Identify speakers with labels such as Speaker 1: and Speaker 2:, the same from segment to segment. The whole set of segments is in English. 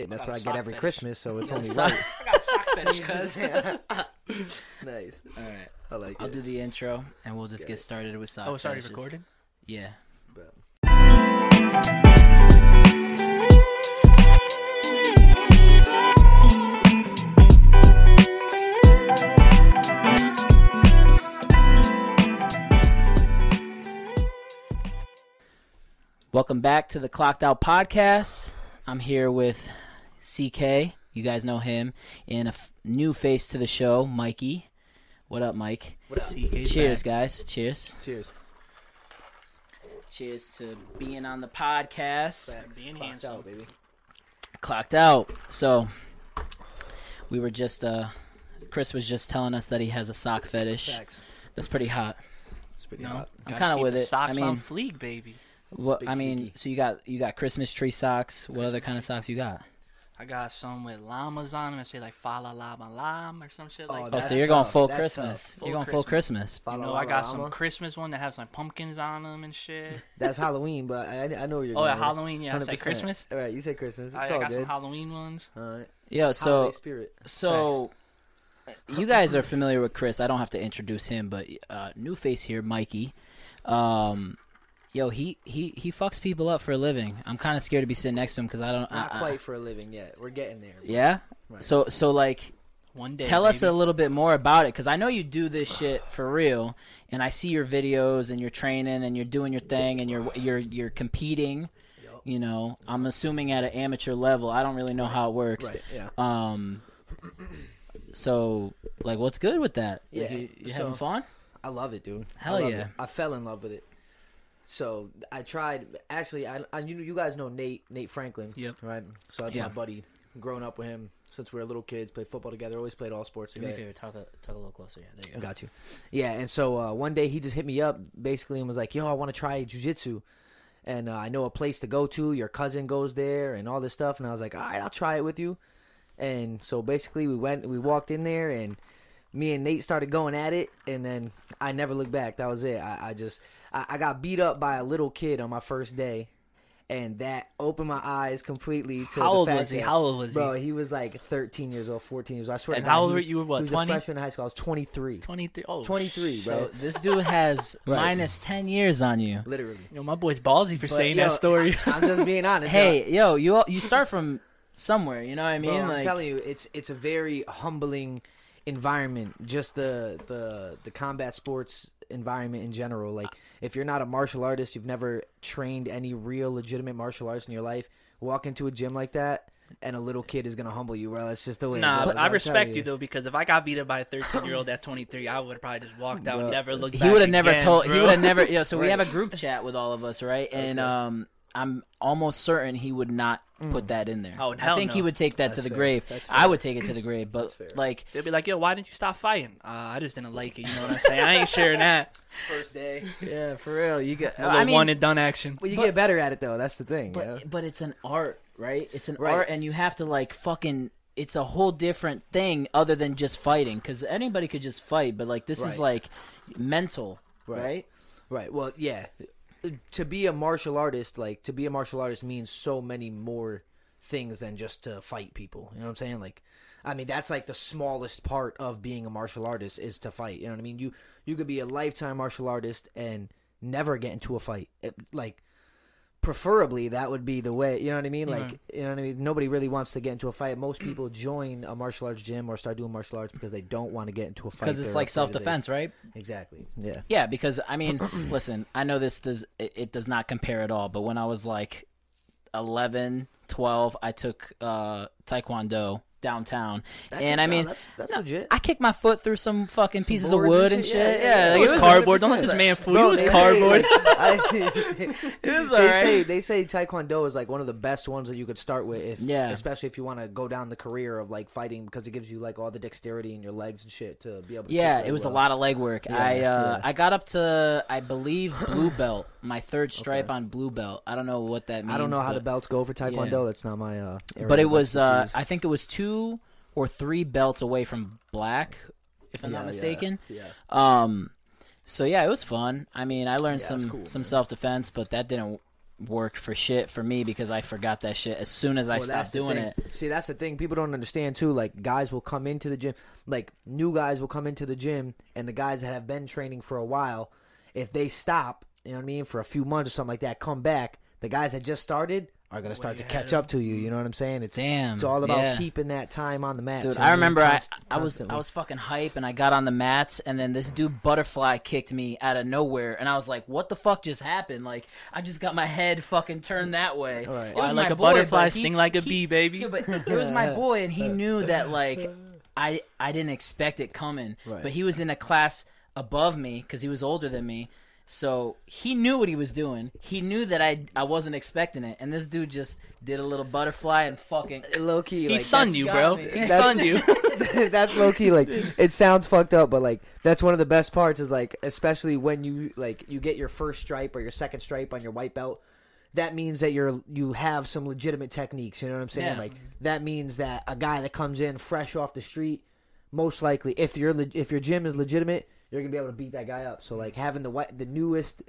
Speaker 1: and that's
Speaker 2: got a
Speaker 1: what I get
Speaker 2: sock
Speaker 1: every
Speaker 2: fetish.
Speaker 1: Christmas. So it's only
Speaker 2: Sock-
Speaker 1: right.
Speaker 2: I got sock fetish, cuz.
Speaker 1: nice.
Speaker 3: All right.
Speaker 1: I like
Speaker 3: I'll
Speaker 1: it.
Speaker 3: do the intro and we'll just
Speaker 1: Okay.
Speaker 3: get started with sock
Speaker 2: Oh, it's already
Speaker 3: fetishes.
Speaker 2: recorded?
Speaker 3: Yeah.
Speaker 1: But-
Speaker 3: Welcome back to the Clocked Out Podcast. I'm here with CK. You guys know him. And a f- new face to the show, Mikey. What up, Mike?
Speaker 1: What up?
Speaker 2: CK's
Speaker 3: Cheers,
Speaker 2: back.
Speaker 3: guys. Cheers.
Speaker 1: Cheers.
Speaker 3: Cheers to being on the podcast.
Speaker 2: Being
Speaker 1: Clocked
Speaker 2: handsome.
Speaker 1: out, baby.
Speaker 3: clocked out. So we were just uh Chris was just telling us that he has a sock fetish.
Speaker 1: Facts.
Speaker 3: That's pretty hot.
Speaker 1: It's pretty
Speaker 2: No,
Speaker 1: hot.
Speaker 3: I'm
Speaker 2: gotta
Speaker 3: kinda
Speaker 2: keep
Speaker 3: with
Speaker 2: the
Speaker 3: it. I
Speaker 2: Socks on
Speaker 3: mean-
Speaker 2: fleek, baby.
Speaker 3: What
Speaker 1: Big
Speaker 3: I mean,
Speaker 1: freaky.
Speaker 3: so you got you got Christmas tree socks. What other kind of socks you got?
Speaker 2: I got some with llamas on them. I say like fa la la ma lam or some shit like
Speaker 1: Oh,
Speaker 2: that.
Speaker 3: oh,
Speaker 1: That's
Speaker 3: so you're going
Speaker 1: tough.
Speaker 3: full
Speaker 1: That's
Speaker 3: Christmas.
Speaker 2: tough.
Speaker 3: you're
Speaker 2: Full
Speaker 3: going full Christmas.
Speaker 1: Follow
Speaker 2: You know,
Speaker 1: all
Speaker 2: I got
Speaker 1: the
Speaker 2: some
Speaker 1: llama.
Speaker 2: Christmas one that has like pumpkins on them and shit.
Speaker 1: That's Halloween, but I, I know where you're
Speaker 2: oh,
Speaker 1: going.
Speaker 2: at Halloween, yeah, I say
Speaker 1: 100%.
Speaker 2: Christmas.
Speaker 1: All right, you say Christmas. It's
Speaker 2: I, I
Speaker 1: all
Speaker 2: got some
Speaker 1: good.
Speaker 2: Halloween ones.
Speaker 1: all right.
Speaker 3: Yeah.
Speaker 1: Holiday
Speaker 3: So
Speaker 1: spirit.
Speaker 3: so you guys are familiar with Chris. I don't have to introduce him, but uh, new face here, Mikey. Um, yo, he he he fucks people up for a living. I'm kind of scared to be sitting next to him because I don't.
Speaker 1: Not
Speaker 2: uh-uh.
Speaker 3: I- I-
Speaker 1: quite for a living yet. We're getting there.
Speaker 3: Yeah.
Speaker 1: Right.
Speaker 3: So so like
Speaker 2: One day.
Speaker 3: tell us a
Speaker 2: maybe.
Speaker 3: little bit more about it because I know you do this shit for real, and I see your videos and you're training and you're doing your thing and you're you're you're competing.
Speaker 1: Yup.
Speaker 3: You know, I'm assuming at an amateur level. I don't really know how it works.
Speaker 1: Right. Yeah.
Speaker 3: Um, so like, what's good with that? Like,
Speaker 1: Yeah,
Speaker 3: you, you
Speaker 1: so-
Speaker 3: having fun?
Speaker 1: I love it, dude. I
Speaker 3: Hell
Speaker 1: love
Speaker 3: yeah.
Speaker 1: it. I fell in love with it. So I tried. Actually, I, I you, you guys know Nate Nate Franklin.
Speaker 2: Yep.
Speaker 1: Right. So that's
Speaker 3: Yeah.
Speaker 1: my buddy. Grown up with him since we were little kids. Played football together. Always played all sports together.
Speaker 3: talk a, talk a little closer. Yeah, there you
Speaker 1: Got you. Yeah, and so uh, one day he just hit me up basically and was like, "Yo, I want to try jujitsu, and uh, I know a place to go to. Your cousin goes there, and all this stuff." And I was like, "All right, I'll try it with you." And so basically, we went, we walked in there, and me and Nate started going at it, and then I never looked back. That was it. I, I just I, I got beat up by a little kid on my first day. And that opened my eyes completely to
Speaker 2: How
Speaker 1: the
Speaker 2: old
Speaker 1: fact
Speaker 2: was he?
Speaker 1: that-
Speaker 2: How old was he?
Speaker 1: Bro, he was like 13 years old, 14 years old. I swear.
Speaker 2: And
Speaker 1: to God,
Speaker 2: how
Speaker 1: he
Speaker 2: old were
Speaker 1: was-
Speaker 2: you? You were what,
Speaker 1: He was
Speaker 2: 20?
Speaker 1: a freshman in high school. I was 23.
Speaker 2: 23. Oh,
Speaker 1: 23,
Speaker 3: go.
Speaker 1: bro.
Speaker 3: So this dude has minus ten years on you.
Speaker 1: Literally.
Speaker 2: You know, my boy's ballsy for
Speaker 1: But,
Speaker 2: saying
Speaker 1: yo,
Speaker 2: that story.
Speaker 1: I, am just being honest. yo.
Speaker 3: Hey, yo, you all, you start from somewhere. You know what I mean?
Speaker 1: Bro, I'm
Speaker 3: like,
Speaker 1: telling you, it's it's a very humbling environment. Just the the the combat sports environment in general. Like, if you're not a martial artist, you've never trained any real legitimate martial arts in your life. Walk into a gym like that, and a little kid is gonna humble you, bro. That's just the way. it
Speaker 2: Nah,
Speaker 1: goes,
Speaker 2: but
Speaker 1: I'm
Speaker 2: I
Speaker 1: telling
Speaker 2: respect you though because if I got beat up by a 13 year old at 23, I would have probably just walked out,
Speaker 1: Bro,
Speaker 2: and never looked.
Speaker 3: he
Speaker 2: back
Speaker 3: would have never
Speaker 2: again,
Speaker 3: told he
Speaker 2: bro.
Speaker 3: would have never yeah so we
Speaker 1: Right.
Speaker 3: have a group chat with all of us right and
Speaker 1: Okay.
Speaker 3: um i'm almost certain he would not put that in there
Speaker 2: Oh,
Speaker 3: i
Speaker 2: hell
Speaker 3: think he
Speaker 2: no.
Speaker 3: would take that
Speaker 1: That's
Speaker 3: to the
Speaker 1: fair.
Speaker 3: grave
Speaker 1: That's
Speaker 3: i would take it to the grave but
Speaker 1: fair.
Speaker 3: like
Speaker 2: They'd be like, "Yo, why didn't you stop fighting?" Uh, I just didn't like it. You know what I'm saying? I ain't sharing that.
Speaker 1: First day.
Speaker 3: yeah for real you got
Speaker 2: A little one and done action.
Speaker 1: Well, you
Speaker 3: But-
Speaker 1: get better at it though. That's the thing.
Speaker 3: but,
Speaker 1: yo.
Speaker 3: but it's an art right it's an
Speaker 1: Right.
Speaker 3: art and you have to like fucking it's a whole different thing other than just fighting because anybody could just fight but like this
Speaker 1: Right.
Speaker 3: is like mental
Speaker 1: Right.
Speaker 3: right?
Speaker 1: Right. Well, yeah. To be a martial artist, like to be a martial artist means so many more things than just to fight people. You know what I'm saying? Like I mean, that's like the smallest part of being a martial artist is to fight. You know what I mean? You you could be a lifetime martial artist and never get into a fight. It- like preferably that would be the way you know what i mean like
Speaker 3: Mm-hmm.
Speaker 1: you know what i mean nobody really wants to get into a fight most people join a martial arts gym or start doing martial arts because they don't want to get into a fight
Speaker 3: because it's
Speaker 1: They're
Speaker 3: like
Speaker 1: afraid of it.
Speaker 3: self-defense right
Speaker 1: exactly yeah
Speaker 3: Yeah, because I mean, listen, I know this does it, it does not compare at all, but when I was like 11, 12, I took uh taekwondo downtown. and I
Speaker 1: no,
Speaker 3: mean,
Speaker 1: uh, that's, that's legit
Speaker 3: I kicked my foot through some fucking pieces of
Speaker 1: boards and
Speaker 3: wood and shit.
Speaker 1: shit, yeah,
Speaker 3: Yeah,
Speaker 1: yeah,
Speaker 3: like,
Speaker 1: yeah.
Speaker 2: It was
Speaker 1: was
Speaker 2: cardboard. Don't
Speaker 1: 100%
Speaker 2: let this man fool
Speaker 1: Oh,
Speaker 2: you. It
Speaker 3: Bro, they
Speaker 2: was
Speaker 3: say,
Speaker 2: cardboard.
Speaker 1: it
Speaker 3: was
Speaker 1: they
Speaker 3: alright.
Speaker 1: say they say taekwondo is like one of the best ones that you could start with, if,
Speaker 3: Yeah.
Speaker 1: Especially if you want to go down the career of like fighting because it gives you like all the dexterity in your legs and shit to be able. to
Speaker 3: Yeah,
Speaker 1: kick really
Speaker 3: it was a
Speaker 1: well.
Speaker 3: lot of legwork. I uh,
Speaker 1: yeah.
Speaker 3: I got up to I believe blue belt, my third stripe on blue belt. I don't know what that means.
Speaker 1: I don't know how
Speaker 3: but-
Speaker 1: the belts go for taekwondo.
Speaker 3: Yeah.
Speaker 1: That's not my. Uh, area
Speaker 3: but it
Speaker 1: of
Speaker 3: was uh,
Speaker 1: expertise.
Speaker 3: I think it was two or three belts away from black, if I'm
Speaker 1: Yeah,
Speaker 3: not
Speaker 1: yeah,
Speaker 3: mistaken.
Speaker 1: Yeah.
Speaker 3: Um, so yeah, it was fun. I mean, I learned
Speaker 1: Yeah, that's
Speaker 3: some
Speaker 1: cool,
Speaker 3: some
Speaker 1: man.
Speaker 3: self defense, but that didn't work for shit for me because I forgot that shit as soon as I
Speaker 1: Well,
Speaker 3: stopped
Speaker 1: that's the
Speaker 3: doing
Speaker 1: thing.
Speaker 3: it.
Speaker 1: See, that's the thing people don't understand too. Like guys will come into the gym, like new guys will come into the gym, and the guys that have been training for a while, if they stop, you know what I mean, for a few months or something like that, come back. The guys that just started are gonna start to catch up to you. You know what I'm saying? It's
Speaker 3: Damn,
Speaker 1: It's all about
Speaker 3: yeah.
Speaker 1: keeping that time on the mat.
Speaker 3: Dude,
Speaker 1: so
Speaker 3: I
Speaker 1: mean,
Speaker 3: remember I,
Speaker 1: const-
Speaker 3: I was I
Speaker 1: constantly.
Speaker 3: was fucking hype and I got on the mats and then this dude butterfly kicked me out of nowhere and I was like, what the fuck just happened? Like I just got my head fucking turned that way.
Speaker 1: Alright.
Speaker 3: It
Speaker 1: Fly
Speaker 3: was my
Speaker 2: like a
Speaker 3: boy,
Speaker 2: butterfly,
Speaker 3: but he-
Speaker 2: sting like a
Speaker 3: he-
Speaker 2: bee, baby.
Speaker 3: Yeah, but it was my boy and he knew that like I I didn't expect it coming.
Speaker 1: Right.
Speaker 3: But he was in a class above me because he was older than me. So he knew what he was doing. He knew that I I wasn't expecting it, and this dude just did a little butterfly and fucking
Speaker 1: low key.
Speaker 2: he
Speaker 1: like,
Speaker 2: sunned
Speaker 1: that's-
Speaker 2: you,
Speaker 3: got
Speaker 2: bro.
Speaker 3: me.
Speaker 2: He
Speaker 1: That's-
Speaker 2: sunned you.
Speaker 1: that's low key. Like it sounds fucked up, but like that's one of the best parts. Is like especially when you like you get your first stripe or your second stripe on your white belt. That means that you're you have some legitimate techniques. You know what I'm saying?
Speaker 3: Yeah.
Speaker 1: Like that means that a guy that comes in fresh off the street, most likely, if your leg- if your gym is legitimate, you're gonna be able to beat that guy up. So like having the white the newest.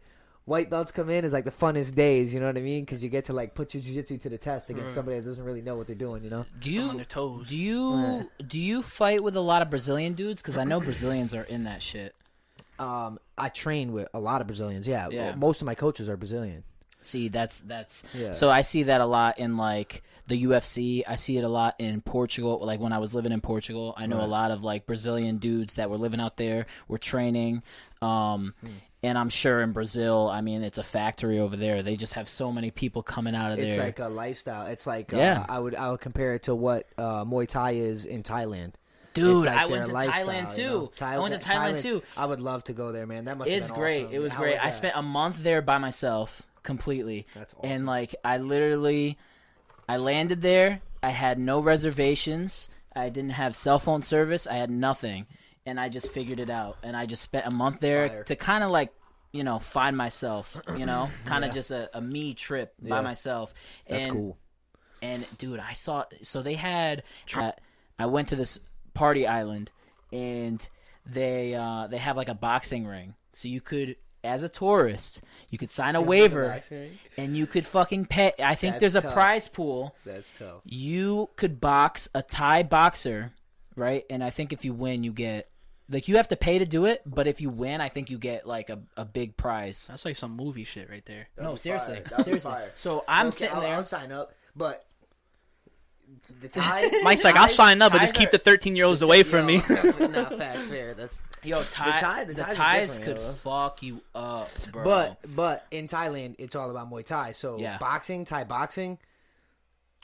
Speaker 1: White belts come in is like the funnest days, you know what I mean? Because you get to like put your jujitsu to the test against somebody that doesn't really know what they're doing, you know?
Speaker 3: Do you
Speaker 2: on their toes.
Speaker 3: do you do you fight with a lot of Brazilian dudes? Because I know Brazilians are in that shit.
Speaker 1: Um, I train with a lot of Brazilians. Yeah,
Speaker 3: Yeah.
Speaker 1: most of my coaches are Brazilian.
Speaker 3: See, that's that's
Speaker 1: Yeah.
Speaker 3: so I see that a lot in like the UFC. I see it a lot in Portugal. Like when I was living in Portugal, I know a lot of like Brazilian dudes that were living out there, were training. Um
Speaker 1: Hmm.
Speaker 3: and I'm sure in Brazil, I mean it's a factory over there. They just have so many people coming out of
Speaker 1: It's
Speaker 3: there.
Speaker 1: like a lifestyle. It's like
Speaker 3: Yeah.
Speaker 1: uh, I would I would compare it to what uh, Muay Thai is in Thailand.
Speaker 3: Dude,
Speaker 1: It's like
Speaker 3: I
Speaker 1: their
Speaker 3: went to
Speaker 1: lifestyle,
Speaker 3: Thailand too.
Speaker 1: you know?
Speaker 3: I went to Thailand too.
Speaker 1: I would love to go there, man. That must. have
Speaker 3: It's
Speaker 1: been
Speaker 3: great.
Speaker 1: awesome.
Speaker 3: It was
Speaker 1: How
Speaker 3: great. I
Speaker 1: that?
Speaker 3: spent a month there by myself completely.
Speaker 1: That's awesome.
Speaker 3: And like I literally I landed there. I had no reservations. I didn't have cell phone service. I had nothing. And I just figured it out. And I just spent a month there
Speaker 1: Fire.
Speaker 3: to kind of like you know, find myself. You know, kind of just a, a me trip by
Speaker 1: Yeah.
Speaker 3: myself.
Speaker 1: That's
Speaker 3: and,
Speaker 1: cool.
Speaker 3: and dude, I saw. So they had. uh, I went to this party island, and they uh, they have like a boxing ring, so you could. As a tourist, you could sign a waiver, and you could fucking pay. I think
Speaker 1: That's
Speaker 3: there's a
Speaker 1: tough.
Speaker 3: prize pool.
Speaker 1: That's tough.
Speaker 3: You could box a Thai boxer, right? And I think if you win, you get like you have to pay to do it. But if you win, I think you get like a, a big prize.
Speaker 2: That's like some movie shit right there.
Speaker 3: no,
Speaker 1: be
Speaker 3: seriously,
Speaker 1: fire. That'd be
Speaker 3: seriously.
Speaker 1: fire.
Speaker 3: So I'm
Speaker 1: Okay,
Speaker 3: sitting
Speaker 1: I'll,
Speaker 3: there.
Speaker 1: I'll sign up, but the ties.
Speaker 2: Mike's like, I'll
Speaker 3: Ties-
Speaker 2: sign up, but just
Speaker 3: ties
Speaker 2: keep
Speaker 3: are-
Speaker 2: the 13 year olds away from
Speaker 1: Yo,
Speaker 2: me.
Speaker 1: that's not facts. Fair. That's
Speaker 3: Yo, tie, the,
Speaker 1: tie- the ties
Speaker 3: ties,
Speaker 1: are
Speaker 3: could
Speaker 1: different, yo.
Speaker 3: fuck you up, bro.
Speaker 1: But but in Thailand, it's all about Muay Thai. So
Speaker 3: Yeah.
Speaker 1: boxing, Thai boxing,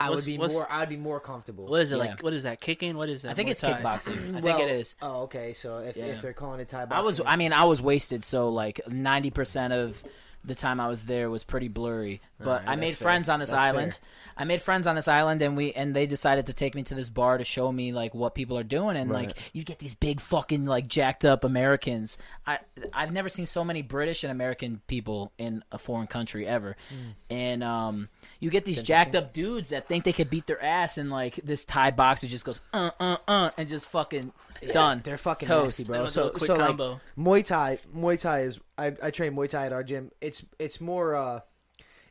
Speaker 1: I
Speaker 2: What's-
Speaker 1: would be
Speaker 2: what's-
Speaker 1: more. I'd be more comfortable.
Speaker 2: What is it
Speaker 3: Yeah.
Speaker 2: like? What is that? Kicking? What is that?
Speaker 3: I think
Speaker 2: Muay
Speaker 3: it's
Speaker 2: Thai?
Speaker 3: kickboxing. I
Speaker 1: Well,
Speaker 3: think it is.
Speaker 1: Oh, okay. So if,
Speaker 3: Yeah.
Speaker 1: if they're calling it Thai boxing,
Speaker 3: I was. I mean, I was wasted, so like ninety percent of the time I was there was pretty blurry. But
Speaker 1: Alright,
Speaker 3: I made
Speaker 1: that's fair.
Speaker 3: friends on this
Speaker 1: That's
Speaker 3: island. I made friends on this island, and we and they decided to take me to this bar to show me like what people are doing, and like
Speaker 1: Right.
Speaker 3: you get these big fucking like jacked up Americans. I I've never seen so many British and American people in a foreign country ever,
Speaker 1: Hmm.
Speaker 3: and um. You get these jacked up dudes that think they could beat their ass, and like this Thai boxer just goes uh uh uh and just fucking done.
Speaker 1: they're fucking
Speaker 3: toast,
Speaker 1: nasty,
Speaker 2: They
Speaker 1: bro.
Speaker 2: wanna
Speaker 1: So
Speaker 2: do a quick
Speaker 1: so like
Speaker 2: combo.
Speaker 1: Muay Thai, Muay Thai is. I, I train Muay Thai at our gym. It's it's more. uh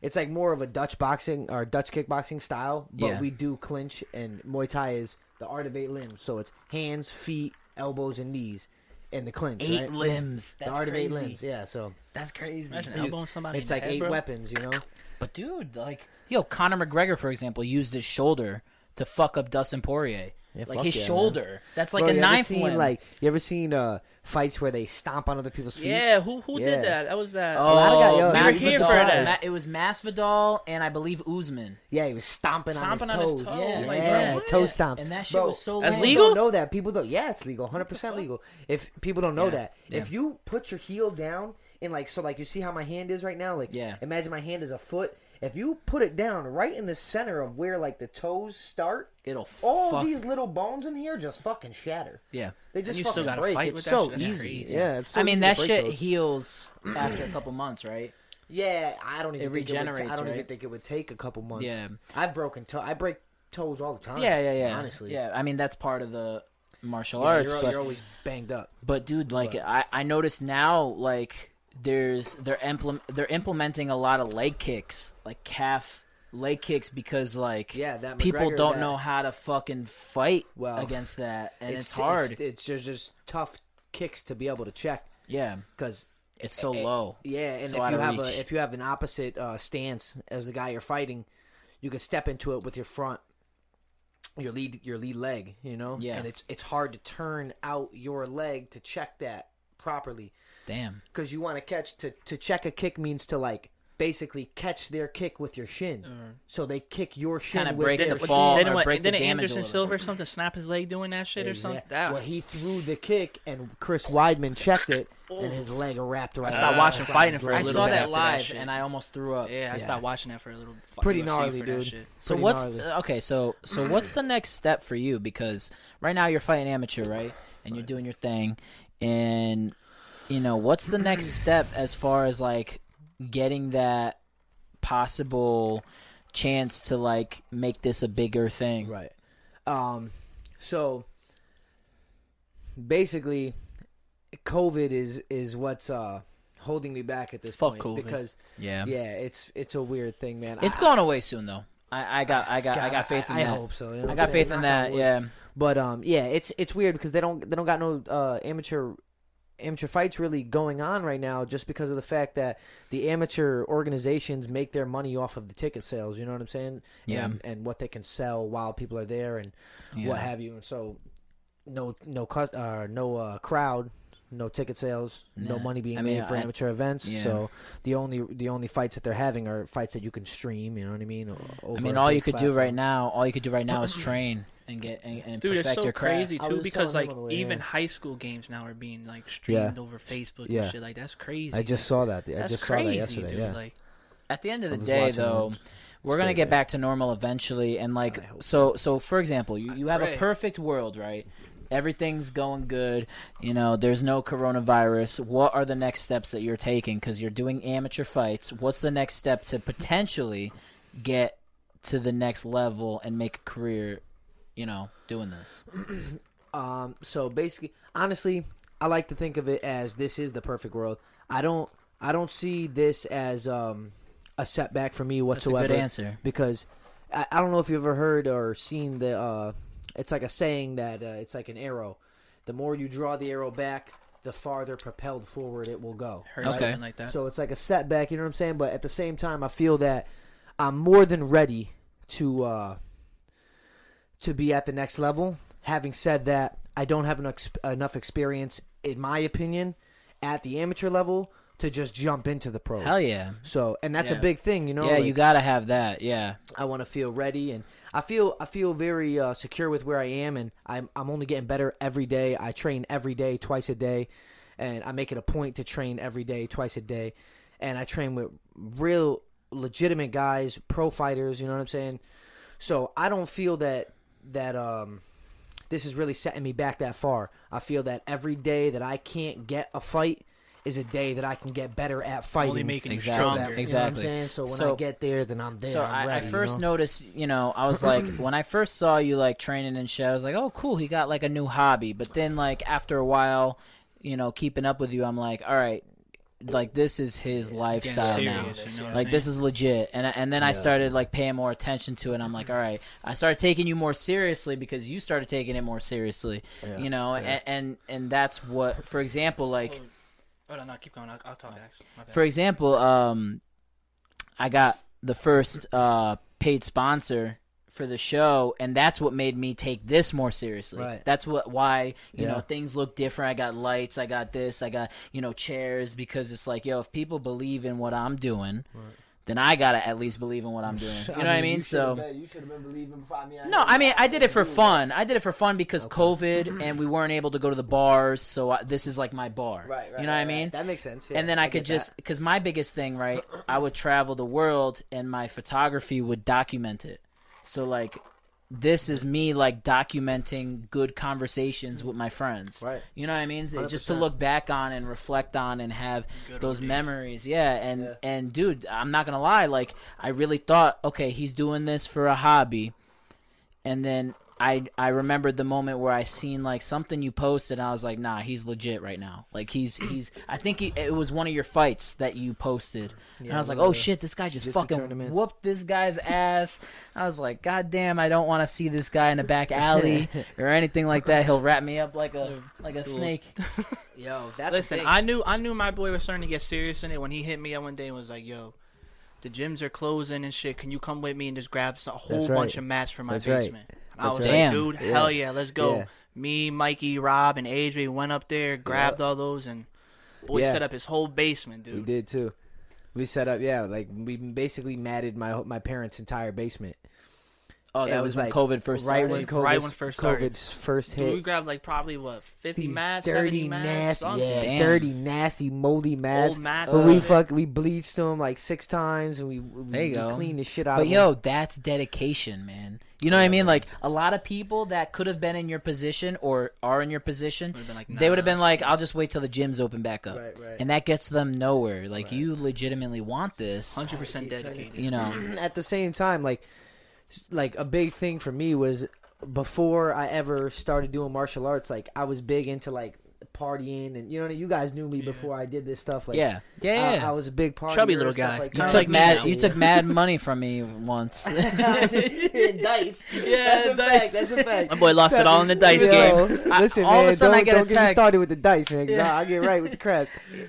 Speaker 1: it's like more of a Dutch boxing or Dutch kickboxing style, but
Speaker 3: Yeah.
Speaker 1: we do clinch and Muay Thai is the art of eight limbs. So it's hands, feet, elbows, and knees, and the clinch.
Speaker 3: Eight
Speaker 1: right?
Speaker 3: limbs.
Speaker 1: The
Speaker 3: That's
Speaker 1: art
Speaker 3: crazy.
Speaker 1: of eight limbs. Yeah. So
Speaker 3: That's crazy.
Speaker 2: Imagine elbowing somebody.
Speaker 1: it's
Speaker 2: in the
Speaker 1: like
Speaker 2: head,
Speaker 1: eight
Speaker 2: bro.
Speaker 1: weapons, you know.
Speaker 3: But dude, like, yo, Conor McGregor, for example, used his shoulder to fuck up Dustin Poirier.
Speaker 1: Yeah,
Speaker 3: like
Speaker 1: fuck
Speaker 3: his
Speaker 1: yeah, man.
Speaker 3: shoulder. That's like
Speaker 1: Bro,
Speaker 3: a
Speaker 1: you ever
Speaker 3: knife
Speaker 1: seen,
Speaker 3: limb.
Speaker 1: Like you ever seen uh, fights where they stomp on other people's feet?
Speaker 2: Yeah, who who
Speaker 1: Yeah.
Speaker 2: did that? That was that.
Speaker 3: oh,
Speaker 1: lot of guys- yo,
Speaker 3: Masvidal,
Speaker 1: we were here for that.
Speaker 3: Ma- it was Masvidal and I believe Usman.
Speaker 1: Yeah, he was stomping,
Speaker 2: Stomping
Speaker 1: on
Speaker 2: on his
Speaker 1: his toes.
Speaker 2: toe,
Speaker 1: Yeah,
Speaker 3: like,
Speaker 1: yeah,
Speaker 3: bro,
Speaker 1: toe
Speaker 3: what?
Speaker 1: stomps.
Speaker 3: And that shit
Speaker 1: Bro,
Speaker 3: was so
Speaker 2: That's
Speaker 1: people
Speaker 3: lame.
Speaker 2: legal?
Speaker 1: Don't know that people don't. Yeah, it's legal. Hundred percent legal. If people don't know
Speaker 3: Yeah,
Speaker 1: that, if you put your heel down and like so, like you see how my hand is right now. Like,
Speaker 3: Yeah.
Speaker 1: imagine my hand is a foot. If you put it down right in the center of where like the toes start,
Speaker 3: It'll
Speaker 1: all
Speaker 3: fuck-
Speaker 1: these little bones in here just fucking shatter.
Speaker 3: Yeah.
Speaker 1: They just
Speaker 2: you still
Speaker 1: fucking
Speaker 2: gotta
Speaker 1: break.
Speaker 2: fight
Speaker 1: it's
Speaker 2: with that
Speaker 1: so
Speaker 2: shit. That's
Speaker 1: easy.
Speaker 2: crazy.
Speaker 1: Yeah, it's so
Speaker 3: I mean
Speaker 1: easy
Speaker 3: that
Speaker 1: to break
Speaker 3: shit
Speaker 1: those.
Speaker 3: heals after a couple months, right?
Speaker 1: Yeah, I don't even
Speaker 3: It
Speaker 1: think It would,
Speaker 3: regenerates,
Speaker 1: I don't even
Speaker 3: right?
Speaker 1: think it would take a couple months.
Speaker 3: Yeah.
Speaker 1: I've broken toe. I break toes all the time.
Speaker 3: Yeah, yeah, yeah.
Speaker 1: Honestly,
Speaker 3: yeah. I mean that's part of the martial
Speaker 1: Yeah,
Speaker 3: arts.
Speaker 1: you're,
Speaker 3: but
Speaker 1: you're always banged up.
Speaker 3: But dude, like I, I noticed now, like there's they're implement they're implementing a lot of leg kicks, like calf leg kicks, because like
Speaker 1: Yeah, that
Speaker 3: people
Speaker 1: McGregor's
Speaker 3: don't
Speaker 1: that-
Speaker 3: know how to fucking fight
Speaker 1: Well,
Speaker 3: against that, and it's,
Speaker 1: it's
Speaker 3: hard.
Speaker 1: It's, it's just, just tough kicks to be able to check
Speaker 3: yeah,
Speaker 1: because
Speaker 3: it's so low.
Speaker 1: yeah, and
Speaker 3: So
Speaker 1: if
Speaker 3: out
Speaker 1: you
Speaker 3: of
Speaker 1: have
Speaker 3: reach.
Speaker 1: a if you have an opposite uh, stance as the guy you're fighting, you can step into it with your front, your lead your lead leg, you know.
Speaker 3: Yeah.
Speaker 1: and it's it's hard to turn out your leg to check that properly
Speaker 3: Damn.
Speaker 1: because you want to catch to to check a kick means to like basically catch their kick with your shin, so they kick your shin
Speaker 3: Kinda
Speaker 1: with
Speaker 3: break
Speaker 1: their
Speaker 3: the
Speaker 1: shin.
Speaker 3: fall
Speaker 2: Then
Speaker 3: or
Speaker 2: what?
Speaker 3: break
Speaker 2: Then
Speaker 3: the damage a
Speaker 2: Anderson
Speaker 3: little
Speaker 2: Silver or something snap his leg doing that shit or something.
Speaker 1: Exact-
Speaker 2: That-
Speaker 1: Well, he threw the kick and Chris Weidman checked it, and his leg wrapped around.
Speaker 2: I stopped
Speaker 1: his
Speaker 2: watching
Speaker 1: friend's
Speaker 2: fighting for a
Speaker 1: leg.
Speaker 3: I
Speaker 2: little
Speaker 3: saw
Speaker 2: bit
Speaker 3: that
Speaker 2: after that
Speaker 3: live,
Speaker 2: shit.
Speaker 3: and I almost threw up.
Speaker 2: yeah, I
Speaker 1: Yeah.
Speaker 2: stopped watching that for a little. fu-
Speaker 1: Pretty
Speaker 2: UFC
Speaker 1: gnarly,
Speaker 2: for that
Speaker 1: dude.
Speaker 2: shit.
Speaker 3: So
Speaker 1: Pretty
Speaker 3: what's
Speaker 1: gnarly.
Speaker 3: okay? So so what's the next step for you? Because right now you're fighting amateur, right? And you're doing your thing, and you know what's the next step as far as like getting that possible chance to like make this a bigger thing?
Speaker 1: Right. Um, so basically, COVID is is what's uh, holding me back at this
Speaker 3: Fuck
Speaker 1: point
Speaker 3: COVID.
Speaker 1: because
Speaker 3: Yeah.
Speaker 1: yeah, it's it's a weird thing, man.
Speaker 3: It's
Speaker 1: I-
Speaker 3: going away soon though. I, I got I got I got faith in
Speaker 1: I, I
Speaker 3: that.
Speaker 1: hope so. you know what
Speaker 3: I
Speaker 1: I'm
Speaker 3: got
Speaker 1: saying?
Speaker 3: faith in
Speaker 1: Knock on
Speaker 3: that.
Speaker 1: wood.
Speaker 3: Yeah.
Speaker 1: But um, yeah, it's it's weird because they don't they don't got no uh, amateur amateur fights really going on right now just because of the fact that the amateur organizations make their money off of the ticket sales. You know what I'm saying?
Speaker 3: Yeah.
Speaker 1: And, and what they can sell while people are there and
Speaker 3: Yeah.
Speaker 1: what have you. And so no no cut uh, no uh, crowd. No ticket sales, no
Speaker 3: Nah.
Speaker 1: money being
Speaker 3: I mean,
Speaker 1: made for
Speaker 3: I-
Speaker 1: amateur events.
Speaker 3: Yeah.
Speaker 1: So the only the only fights that they're having are fights that you can stream. You know what I mean? o-
Speaker 3: I
Speaker 1: over
Speaker 3: mean,
Speaker 1: a
Speaker 3: all
Speaker 1: big
Speaker 3: you could do
Speaker 1: platform.
Speaker 3: right now, all you could do right now is train and get and, and
Speaker 2: Dude,
Speaker 3: perfect
Speaker 2: it's so
Speaker 3: your craft.
Speaker 2: crazy
Speaker 1: I
Speaker 2: too
Speaker 1: was
Speaker 2: because
Speaker 1: telling
Speaker 2: like
Speaker 1: him on the way
Speaker 2: even
Speaker 1: in.
Speaker 2: high school games now are being like streamed over Facebook
Speaker 1: Yeah.
Speaker 2: and shit. Like that's crazy.
Speaker 1: I just saw that. I
Speaker 2: that's
Speaker 1: just saw
Speaker 2: crazy,
Speaker 1: that yesterday.
Speaker 2: dude.
Speaker 1: yeah.
Speaker 2: Like
Speaker 3: At the end of
Speaker 1: I
Speaker 3: the
Speaker 1: was
Speaker 3: day,
Speaker 1: watching
Speaker 3: though,
Speaker 1: them.
Speaker 3: we're gonna
Speaker 1: great,
Speaker 3: get
Speaker 1: man.
Speaker 3: back to normal eventually, and like
Speaker 1: I hope
Speaker 3: so. So, for example, you, you have a
Speaker 2: pray.
Speaker 3: perfect world, right? Everything's going good. You know, there's no coronavirus. What are the next steps that you're taking? Because you're doing amateur fights. What's the next step to potentially get to the next level and make a career? You know, doing this.
Speaker 1: Um, so basically, honestly, I like to think of it as this is the perfect world. I don't, I don't see this as um, a setback for me
Speaker 3: That's a
Speaker 1: whatsoever.
Speaker 3: good answer.
Speaker 1: Because I, I don't know if you ever heard or seen the. Uh, it's like a saying that uh, it's like an arrow. The more you draw the arrow back, the farther propelled forward it will go.
Speaker 2: heard
Speaker 3: Okay.
Speaker 2: something like that.
Speaker 1: So it's like a setback, you know what I'm saying? But at the same time, I feel that I'm more than ready to uh, to be at the next level. Having said that, I don't have enough, enough experience, in my opinion, at the amateur level to just jump into the pros.
Speaker 3: Hell yeah.
Speaker 1: So, and that's
Speaker 2: Yeah.
Speaker 1: a big thing, you know.
Speaker 3: Yeah,
Speaker 1: like,
Speaker 3: you gotta have that. Yeah.
Speaker 1: I want to feel ready, and I feel I feel very uh, secure with where I am, and I'm I'm only getting better every day. I train every day, twice a day, and I make it a point to train every day, twice a day, and I train with real legitimate guys, pro fighters. You know what I'm saying? So I don't feel that that um this is really setting me back that far. I feel that every day that I can't get a fight is a day that I can get better at fighting.
Speaker 2: only making you
Speaker 3: Exactly.
Speaker 1: You
Speaker 2: stronger.
Speaker 1: know what I'm
Speaker 3: Exactly.
Speaker 1: saying? So when
Speaker 3: So-
Speaker 1: I get there, then I'm there.
Speaker 3: So
Speaker 1: I'm
Speaker 3: I,
Speaker 1: ready,
Speaker 3: I
Speaker 1: you
Speaker 3: first
Speaker 1: know?
Speaker 3: noticed, you know, I was like, when I first saw you like training and shit, I was like, oh, cool, he got like a new hobby. But then, like after a while, you know, keeping up with you, I'm like, all right, like this is his
Speaker 2: Getting
Speaker 3: lifestyle now.
Speaker 2: serious, you know what I'm
Speaker 3: Like
Speaker 2: saying?
Speaker 3: this is legit, and I- and then I started like paying more attention to it. I'm like, all right, I started taking you more seriously because you started taking it more seriously, you know, and, and and that's what, for example, like
Speaker 2: Hold on, no, keep going. I'll, I'll talk. Actually, my bad.
Speaker 3: for example, um, I got the first uh, paid sponsor for the show, and that's what made me take this more seriously.
Speaker 1: Right.
Speaker 3: That's what why you know
Speaker 1: Yeah.
Speaker 3: things look different. I got lights, I got this, I got you know chairs because it's like yo, if people believe in what I'm doing, then I gotta at least believe in what I'm doing. You know what I mean? So.
Speaker 1: you should have been believing before. I mean, I
Speaker 3: No, I mean I did it for fun. I did it for fun because COVID, and we weren't able to go to the bars, so I, this is like my bar.
Speaker 1: Right, right.
Speaker 3: you know what I
Speaker 1: right,
Speaker 3: mean?
Speaker 1: right. That makes sense. yeah,
Speaker 3: and then I, could
Speaker 1: get that.
Speaker 3: just because my biggest thing, right? I would travel the world, and my photography would document it. So like, this is me like documenting good conversations with my friends.
Speaker 1: Right.
Speaker 3: You know what I mean? It- Just to
Speaker 1: 100%.
Speaker 3: look back on and reflect on and have
Speaker 2: Good
Speaker 3: those
Speaker 2: old days.
Speaker 3: memories. Yeah. And
Speaker 1: Yeah.
Speaker 3: and dude, I'm not gonna lie. Like I really thought, okay, he's doing this for a hobby, and then. I I remembered the moment where I seen like something you posted and I was like, "Nah, he's legit right now." Like he's he's I think he, it was one of your fights that you posted. and I was like,
Speaker 1: one of
Speaker 3: "Oh
Speaker 1: the
Speaker 3: shit, this guy just
Speaker 1: jiu-jitsu
Speaker 3: fucking
Speaker 1: tournaments."
Speaker 3: whooped this guy's ass." I was like, "God damn, I don't want to see this guy in the back alley or anything like that. He'll wrap me up like a like a snake."
Speaker 1: Yo, that's the
Speaker 2: Listen,
Speaker 1: thing.
Speaker 2: I knew I knew my boy was starting to get serious in it when he hit me up one day and was like, "Yo, the gyms are closing and shit. Can you come with me and just grab s- a whole
Speaker 1: That's
Speaker 2: bunch
Speaker 1: right.
Speaker 2: of mats for my
Speaker 1: That's right.
Speaker 2: basement?" And I
Speaker 1: That's
Speaker 2: was
Speaker 1: right.
Speaker 2: like,
Speaker 3: Damn.
Speaker 2: "Dude,
Speaker 1: Yeah.
Speaker 2: hell yeah, let's go."
Speaker 1: Yeah.
Speaker 2: Me, Mikey, Rob, and AJ went up there, grabbed all those, and boy
Speaker 1: Yeah.
Speaker 2: set up his whole basement, dude.
Speaker 1: We did too. We set up, yeah, like we basically matted my my parents' entire basement.
Speaker 3: Oh,
Speaker 1: It
Speaker 3: that was, when COVID first
Speaker 1: right
Speaker 3: started.
Speaker 1: when COVID,
Speaker 2: Right when first started.
Speaker 1: COVID's first
Speaker 2: Dude, we
Speaker 1: hit.
Speaker 2: grabbed like probably what fifty
Speaker 1: These
Speaker 2: mats,
Speaker 1: dirty,
Speaker 2: seventy mats,
Speaker 1: nasty,
Speaker 2: something.
Speaker 1: yeah,
Speaker 3: Damn.
Speaker 1: dirty, nasty, moldy masks.
Speaker 2: Old mats.
Speaker 1: But
Speaker 2: and
Speaker 1: we
Speaker 2: shit.
Speaker 1: fuck, we bleached them like six times, and we we,
Speaker 3: There you
Speaker 1: we
Speaker 3: go.
Speaker 1: cleaned the shit out.
Speaker 3: But
Speaker 1: of
Speaker 3: yo, that's dedication, man. You know what I mean? Like a lot of people that could have been in your position or are in your position,
Speaker 2: Would've been like,
Speaker 3: they would have
Speaker 2: nah.
Speaker 3: been like, "I'll just wait till the gyms open back up,"
Speaker 1: Right, right.
Speaker 3: and that gets them nowhere. Like you legitimately want this,
Speaker 2: hundred percent dedicated.
Speaker 3: you know?
Speaker 1: them. at the same time, like like a big thing for me was before I ever started doing martial arts. Like I was big into like partying, and you know, you guys knew me before I did this stuff. Like
Speaker 3: yeah,
Speaker 1: I-
Speaker 3: yeah.
Speaker 1: I, was a big party.
Speaker 2: Chubby little guy.
Speaker 1: Like
Speaker 2: You
Speaker 3: you
Speaker 1: that.
Speaker 3: took
Speaker 2: like me
Speaker 3: mad,
Speaker 2: now.
Speaker 3: you took mad money from me once.
Speaker 1: dice.
Speaker 2: Yeah,
Speaker 1: that's a
Speaker 2: dice.
Speaker 1: fact. That's a fact.
Speaker 2: My boy lost it all in the dice game.
Speaker 3: I-
Speaker 1: Listen,
Speaker 3: all of a
Speaker 1: man,
Speaker 3: sudden I
Speaker 1: don't,
Speaker 3: get a
Speaker 1: don't get me
Speaker 3: text.
Speaker 1: started with the dice, man. 'cause I, I get right with the crap.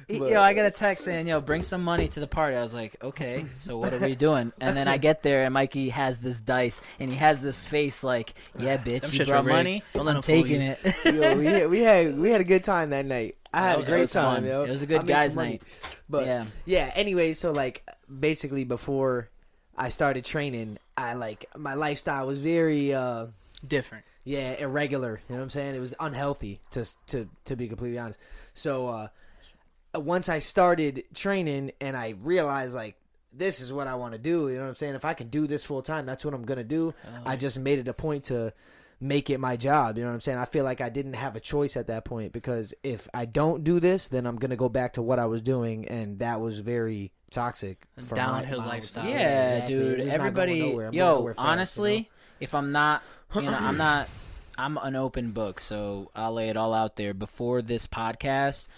Speaker 1: But-
Speaker 3: yo, I got a text saying, "Yo, bring some money to the party." I was like, "Okay, so what are we doing?" And then I get there, and Mikey has this dice, and he has this face like, "Yeah, bitch,
Speaker 2: Them
Speaker 3: you
Speaker 2: shits
Speaker 3: brought
Speaker 2: are rigged.
Speaker 3: money.
Speaker 2: Don't let
Speaker 3: I'm
Speaker 2: them fool
Speaker 3: taking
Speaker 2: you."
Speaker 3: it."
Speaker 1: Yo, we, had, we had we had a good time that night. I had
Speaker 3: was-
Speaker 1: a
Speaker 3: it
Speaker 1: great
Speaker 3: was
Speaker 1: time.
Speaker 3: fun.
Speaker 1: Yo.
Speaker 3: It was a good
Speaker 1: I made
Speaker 3: guys'
Speaker 1: some money.
Speaker 3: night.
Speaker 1: But
Speaker 3: Yeah.
Speaker 1: yeah. Anyway, so like basically before I started training, I like my lifestyle was very uh
Speaker 2: Different.
Speaker 1: yeah irregular. You know what I'm saying? It was unhealthy to s- to to be completely honest. So uh once I started training and I realized like. This is what I want to do. You know what I'm saying? If I can do this full time, that's what I'm gonna do.
Speaker 3: Oh.
Speaker 1: I just made it a point to make it my job. You know what I'm saying? I feel like I didn't have a choice at that point because if I don't do this, then I'm gonna go back to what I was doing, and that was very toxic. for my-
Speaker 2: downhill
Speaker 1: my
Speaker 2: lifestyle.
Speaker 1: lifestyle.
Speaker 3: Yeah,
Speaker 1: Exactly.
Speaker 3: dude.
Speaker 1: It's just not going
Speaker 3: Everybody,
Speaker 1: nowhere. I'm going
Speaker 3: yo,
Speaker 1: nowhere fast, you
Speaker 3: honestly,
Speaker 1: know?
Speaker 3: if I'm not, you know, I'm not, I'm an open book, so I'll lay it all out there. Before this podcast,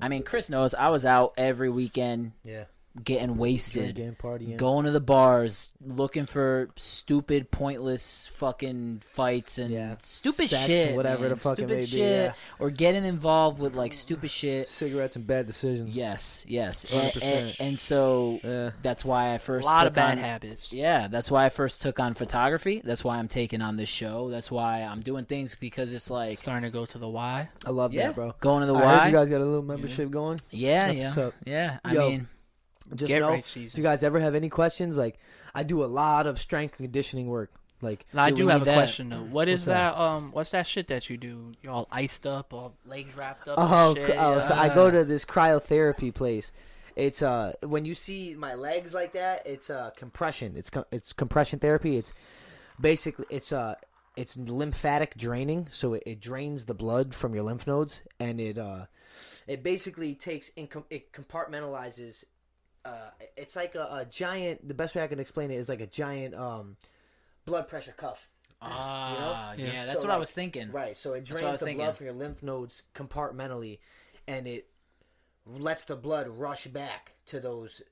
Speaker 3: I mean, Chris knows I was out every weekend
Speaker 1: yeah,
Speaker 3: getting wasted,
Speaker 1: drinking, partying.
Speaker 3: going to the bars, looking for stupid, pointless fucking fights and
Speaker 1: Yeah.
Speaker 3: stupid
Speaker 1: Sex,
Speaker 3: shit,
Speaker 1: whatever
Speaker 3: man.
Speaker 1: the fuck it
Speaker 3: stupid
Speaker 1: may be,
Speaker 3: shit,
Speaker 1: yeah.
Speaker 3: or getting involved with like stupid shit.
Speaker 1: Cigarettes and bad decisions.
Speaker 3: Yes, yes, and,
Speaker 1: 100%.
Speaker 3: and, and so
Speaker 1: Yeah.
Speaker 3: that's why I first
Speaker 2: a lot
Speaker 3: took
Speaker 2: of bad
Speaker 3: on,
Speaker 2: habits.
Speaker 3: yeah, that's why I first took on photography. That's why I'm taking on this show. That's why I'm doing things because it's like
Speaker 2: Starting to go to the Y.
Speaker 1: I love
Speaker 3: yeah,
Speaker 1: that, bro.
Speaker 3: going to the
Speaker 1: I
Speaker 3: Y.
Speaker 1: heard you guys got a little membership going.
Speaker 3: yeah,
Speaker 1: That's what's
Speaker 3: yeah,
Speaker 1: up.
Speaker 3: yeah. I
Speaker 1: Yo.
Speaker 3: mean,
Speaker 1: Just
Speaker 2: Get
Speaker 1: know,
Speaker 2: right
Speaker 1: if
Speaker 2: season.
Speaker 1: you guys ever have any questions, like I do a lot of strength and conditioning work. Like
Speaker 2: Now, I
Speaker 3: Dude, we
Speaker 2: do have
Speaker 3: need
Speaker 2: a
Speaker 3: that.
Speaker 2: question though. What is
Speaker 1: What's
Speaker 2: that?
Speaker 1: that?
Speaker 2: Um, what's that shit that you do? You're all iced up, all legs wrapped up.
Speaker 1: Oh,
Speaker 2: and
Speaker 1: cr-
Speaker 2: shit.
Speaker 1: oh so I
Speaker 2: Uh,
Speaker 1: go to this cryotherapy place. It's uh when you see my legs like that, it's uh compression. It's co- it's compression therapy. It's basically it's uh it's lymphatic draining, so it, it drains the blood from your lymph nodes, and it uh it basically takes and com- it compartmentalizes. Uh, it's like a, a giant. The best way I can explain it is like a giant um blood pressure cuff.
Speaker 3: ah,
Speaker 1: You
Speaker 2: know?
Speaker 3: yeah,
Speaker 2: Yeah.
Speaker 3: that's
Speaker 1: So,
Speaker 3: what I
Speaker 1: like,
Speaker 3: was thinking.
Speaker 1: Right. So it
Speaker 3: what I was
Speaker 1: drains the
Speaker 3: thinking.
Speaker 1: blood from your lymph nodes compartmentally, and it lets the blood rush back to those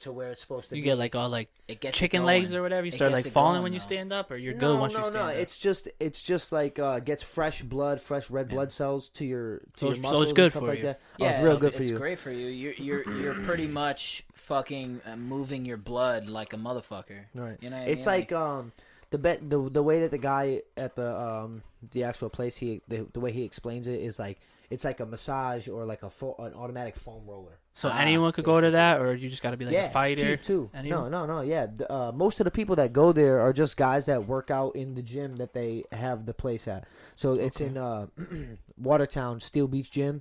Speaker 1: to where it's supposed to
Speaker 2: you
Speaker 1: be.
Speaker 2: get like all like
Speaker 3: It gets
Speaker 2: chicken
Speaker 3: it
Speaker 2: legs
Speaker 3: going.
Speaker 2: or whatever. You
Speaker 3: It
Speaker 2: start
Speaker 3: gets
Speaker 2: like
Speaker 3: it
Speaker 2: falling
Speaker 3: going,
Speaker 2: when you
Speaker 3: though.
Speaker 2: stand up, or you're
Speaker 1: no,
Speaker 2: good once
Speaker 1: no,
Speaker 2: you stand
Speaker 1: no.
Speaker 2: up.
Speaker 1: It's just it's just like uh, gets fresh blood, fresh red blood cells to your to
Speaker 2: So
Speaker 1: your
Speaker 2: it's- so it's
Speaker 1: muscles and
Speaker 2: good
Speaker 1: stuff
Speaker 2: for
Speaker 1: like
Speaker 2: you.
Speaker 1: that.
Speaker 3: Yeah,
Speaker 1: oh, it's real good for
Speaker 3: it's
Speaker 1: you.
Speaker 3: great for you. You're you're you're pretty much fucking uh, moving your blood like a motherfucker.
Speaker 1: Right.
Speaker 3: You know, what I
Speaker 1: it's
Speaker 3: mean?
Speaker 1: like um the bet the the way that the guy at the um the actual place he the, the way he explains it is like it's like a massage or like a fo- an automatic foam roller.
Speaker 2: so
Speaker 3: ah,
Speaker 2: anyone could go to that, or you just got to be like
Speaker 1: yeah,
Speaker 2: a fighter.
Speaker 1: It's cheap too.
Speaker 2: Anyone?
Speaker 1: No, no, no. Yeah, The, uh, most of the people that go there are just guys that work out in the gym that they have the place at. So it's in uh, Watertown Steel Beach Gym.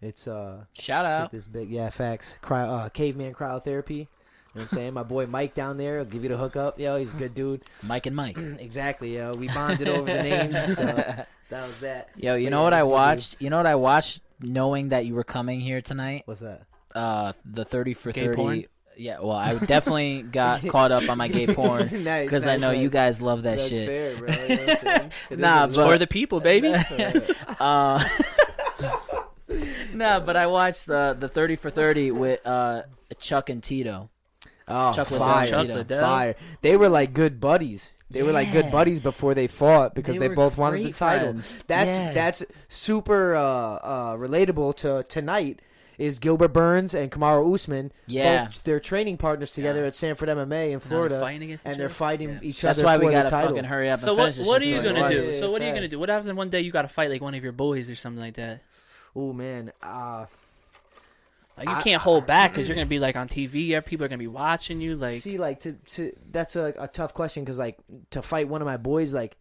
Speaker 1: It's uh,
Speaker 3: shout
Speaker 1: it's
Speaker 3: out.
Speaker 1: like this big yeah facts. Cry, uh, caveman cryotherapy. You know what I'm saying? My boy Mike down there will give you the hookup. Yo, he's a good dude.
Speaker 3: Mike and Mike.
Speaker 1: exactly, yo. We bonded over the names. So that was that.
Speaker 3: Yo, you
Speaker 1: But
Speaker 3: know
Speaker 1: yeah,
Speaker 3: what I
Speaker 1: it's good, dude.
Speaker 3: watched? You know what I watched knowing that you were coming here tonight?
Speaker 1: What's that?
Speaker 3: Uh the 30 for
Speaker 2: Gay
Speaker 3: 30.
Speaker 2: porn?
Speaker 3: yeah, well, I definitely got caught up on my gay porn because
Speaker 1: Nice,
Speaker 3: I
Speaker 1: nice,
Speaker 3: know you
Speaker 1: nice.
Speaker 3: guys love that
Speaker 1: That's
Speaker 3: shit.
Speaker 1: fair, bro. You know what I'm saying? It is
Speaker 3: Nah,
Speaker 1: what it is.
Speaker 3: but-
Speaker 2: for the people, baby.
Speaker 3: Uh, nah, but I watched uh, the Thirty for Thirty with uh, Chuck and Tito.
Speaker 1: oh,
Speaker 3: Chuck Liddell,
Speaker 1: fire,
Speaker 3: Chuck
Speaker 2: Liddell.
Speaker 1: fire. They were like good buddies. They were like good
Speaker 3: Yeah.
Speaker 1: buddies before they fought because
Speaker 3: They
Speaker 1: they,
Speaker 3: were
Speaker 1: both wanted the
Speaker 3: great
Speaker 1: title.
Speaker 3: friends.
Speaker 1: That's
Speaker 3: Yeah.
Speaker 1: that's super uh, uh, relatable to tonight. Is Gilbert Burns and Kamara Usman?
Speaker 3: Yeah.
Speaker 1: both their training partners together at Sanford MMA in Florida,
Speaker 2: fighting against each
Speaker 1: and they're
Speaker 2: other?
Speaker 1: fighting each
Speaker 3: That's
Speaker 1: other
Speaker 3: why
Speaker 1: for
Speaker 3: we gotta
Speaker 1: the title.
Speaker 3: fucking hurry up.
Speaker 2: so
Speaker 3: and
Speaker 2: what?
Speaker 3: finish this
Speaker 2: What are you
Speaker 3: shit.
Speaker 2: gonna
Speaker 1: Right.
Speaker 2: do?
Speaker 1: Yeah,
Speaker 2: so what are you
Speaker 1: fact.
Speaker 2: gonna do? What happens one day you gotta fight like one of your boys or something like that?
Speaker 1: Oh man, uh,
Speaker 2: Like you
Speaker 1: I-
Speaker 2: can't hold back because you're gonna be like on TV. yeah, People are gonna be watching you. Like
Speaker 1: see, like to, to that's a, a tough question because like to fight one of my boys, like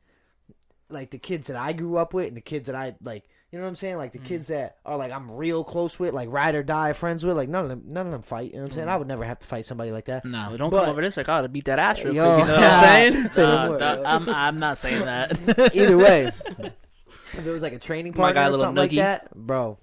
Speaker 1: like the kids that I grew up with and the kids that I like, you know what I'm saying? Like the
Speaker 2: Mm.
Speaker 1: kids that are like I'm real close with, like ride or die friends with, like none of them, none of them fight. You know what I'm
Speaker 2: Mm.
Speaker 1: saying? I would never have to fight somebody like that.
Speaker 2: oh,
Speaker 3: No,
Speaker 2: don't
Speaker 1: but-
Speaker 2: come over this like I gotta beat that ass real quick. You
Speaker 1: Yo.
Speaker 2: know what I'm saying?
Speaker 1: Say no
Speaker 3: Uh,
Speaker 1: more.
Speaker 3: no, I'm, I'm not saying that.
Speaker 1: Either way, if it was like a training
Speaker 2: My
Speaker 1: partner
Speaker 2: guy,
Speaker 1: or
Speaker 2: Little
Speaker 1: something like
Speaker 2: Nookie.
Speaker 1: that, bro.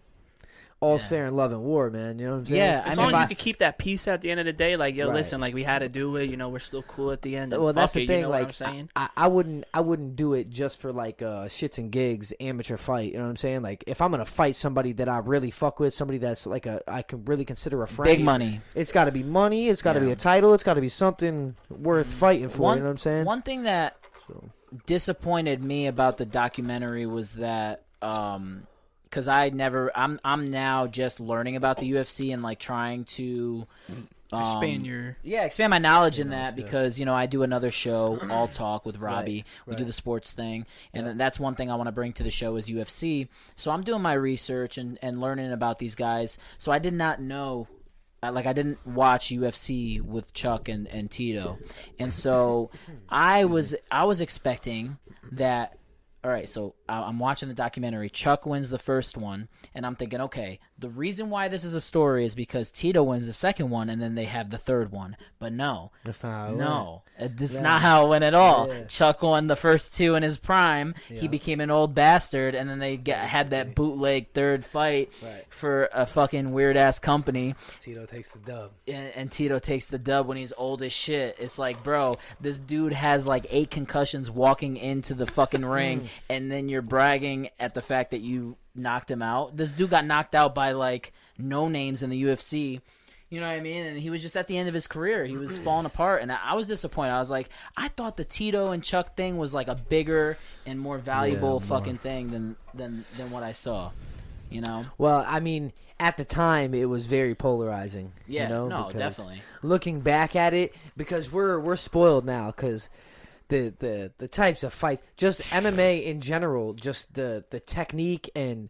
Speaker 1: All's
Speaker 3: Yeah.
Speaker 1: fair in love and war, man. You know what I'm saying?
Speaker 3: Yeah,
Speaker 2: As
Speaker 3: I
Speaker 2: long
Speaker 3: mean,
Speaker 2: as
Speaker 1: if
Speaker 2: you could keep that peace at the end of the day, like yo,
Speaker 1: Right.
Speaker 2: listen, like we had to do it. You know, we're still cool at the end. and
Speaker 1: well, that's
Speaker 2: fuck
Speaker 1: the
Speaker 2: it,
Speaker 1: thing.
Speaker 2: You know
Speaker 1: like,
Speaker 2: what I'm saying?
Speaker 1: I, I wouldn't, I wouldn't do it just for like uh, shits and gigs, amateur fight. You know what I'm saying? Like, if I'm gonna fight somebody that I really fuck with, somebody that's like a, I can really consider a friend.
Speaker 3: Big money.
Speaker 1: It's got to be money. It's got to be
Speaker 3: Yeah.
Speaker 1: a title. It's got to be something worth
Speaker 2: Mm,
Speaker 1: fighting for. you know what I'm saying?
Speaker 3: One thing that
Speaker 1: So-
Speaker 3: disappointed me about the documentary was that um because I never I'm I'm now just learning about the UFC and like trying to um,
Speaker 2: Expand your
Speaker 3: yeah expand my knowledge in that because you know I do another show All Talk with Robbie we do the sports thing and that's one thing I want to bring to the show is UFC so I'm doing my research and and learning about these guys so I did not know I- like I didn't watch UFC with Chuck and, and Tito, and so I was I was expecting that. All right, so I- I'm watching the documentary. Chuck wins the first one, and I'm thinking, okay, the reason why this is a story is because Tito wins the second one, and then they have the third one. But no,
Speaker 1: That's not how it
Speaker 3: no, uh, this is not how it went at all. Chuck won the first two in his prime. He became an old bastard, and then they got, had that bootleg third fight
Speaker 1: Right.
Speaker 3: for a fucking weird ass company
Speaker 1: Tito takes the dub.
Speaker 3: and, and Tito takes the dub when he's old as shit. It's like, bro, this dude has like eight concussions walking into the fucking ring, and then you're bragging at the fact that you knocked him out. This dude got knocked out by like no names in the UFC. You know what I mean? And he was just at the end of his career. He was falling apart, and I, I was disappointed. I was like, I thought the Tito and Chuck thing was like a bigger and more valuable fucking thing than than than what I saw. You know?
Speaker 1: Well, I mean, at the time, it was very polarizing.
Speaker 3: Yeah,
Speaker 1: you know,
Speaker 3: no,
Speaker 1: because
Speaker 3: definitely.
Speaker 1: Looking back at it, because we're we're spoiled now, because the, the the types of fights, just MMA in general, just the the technique and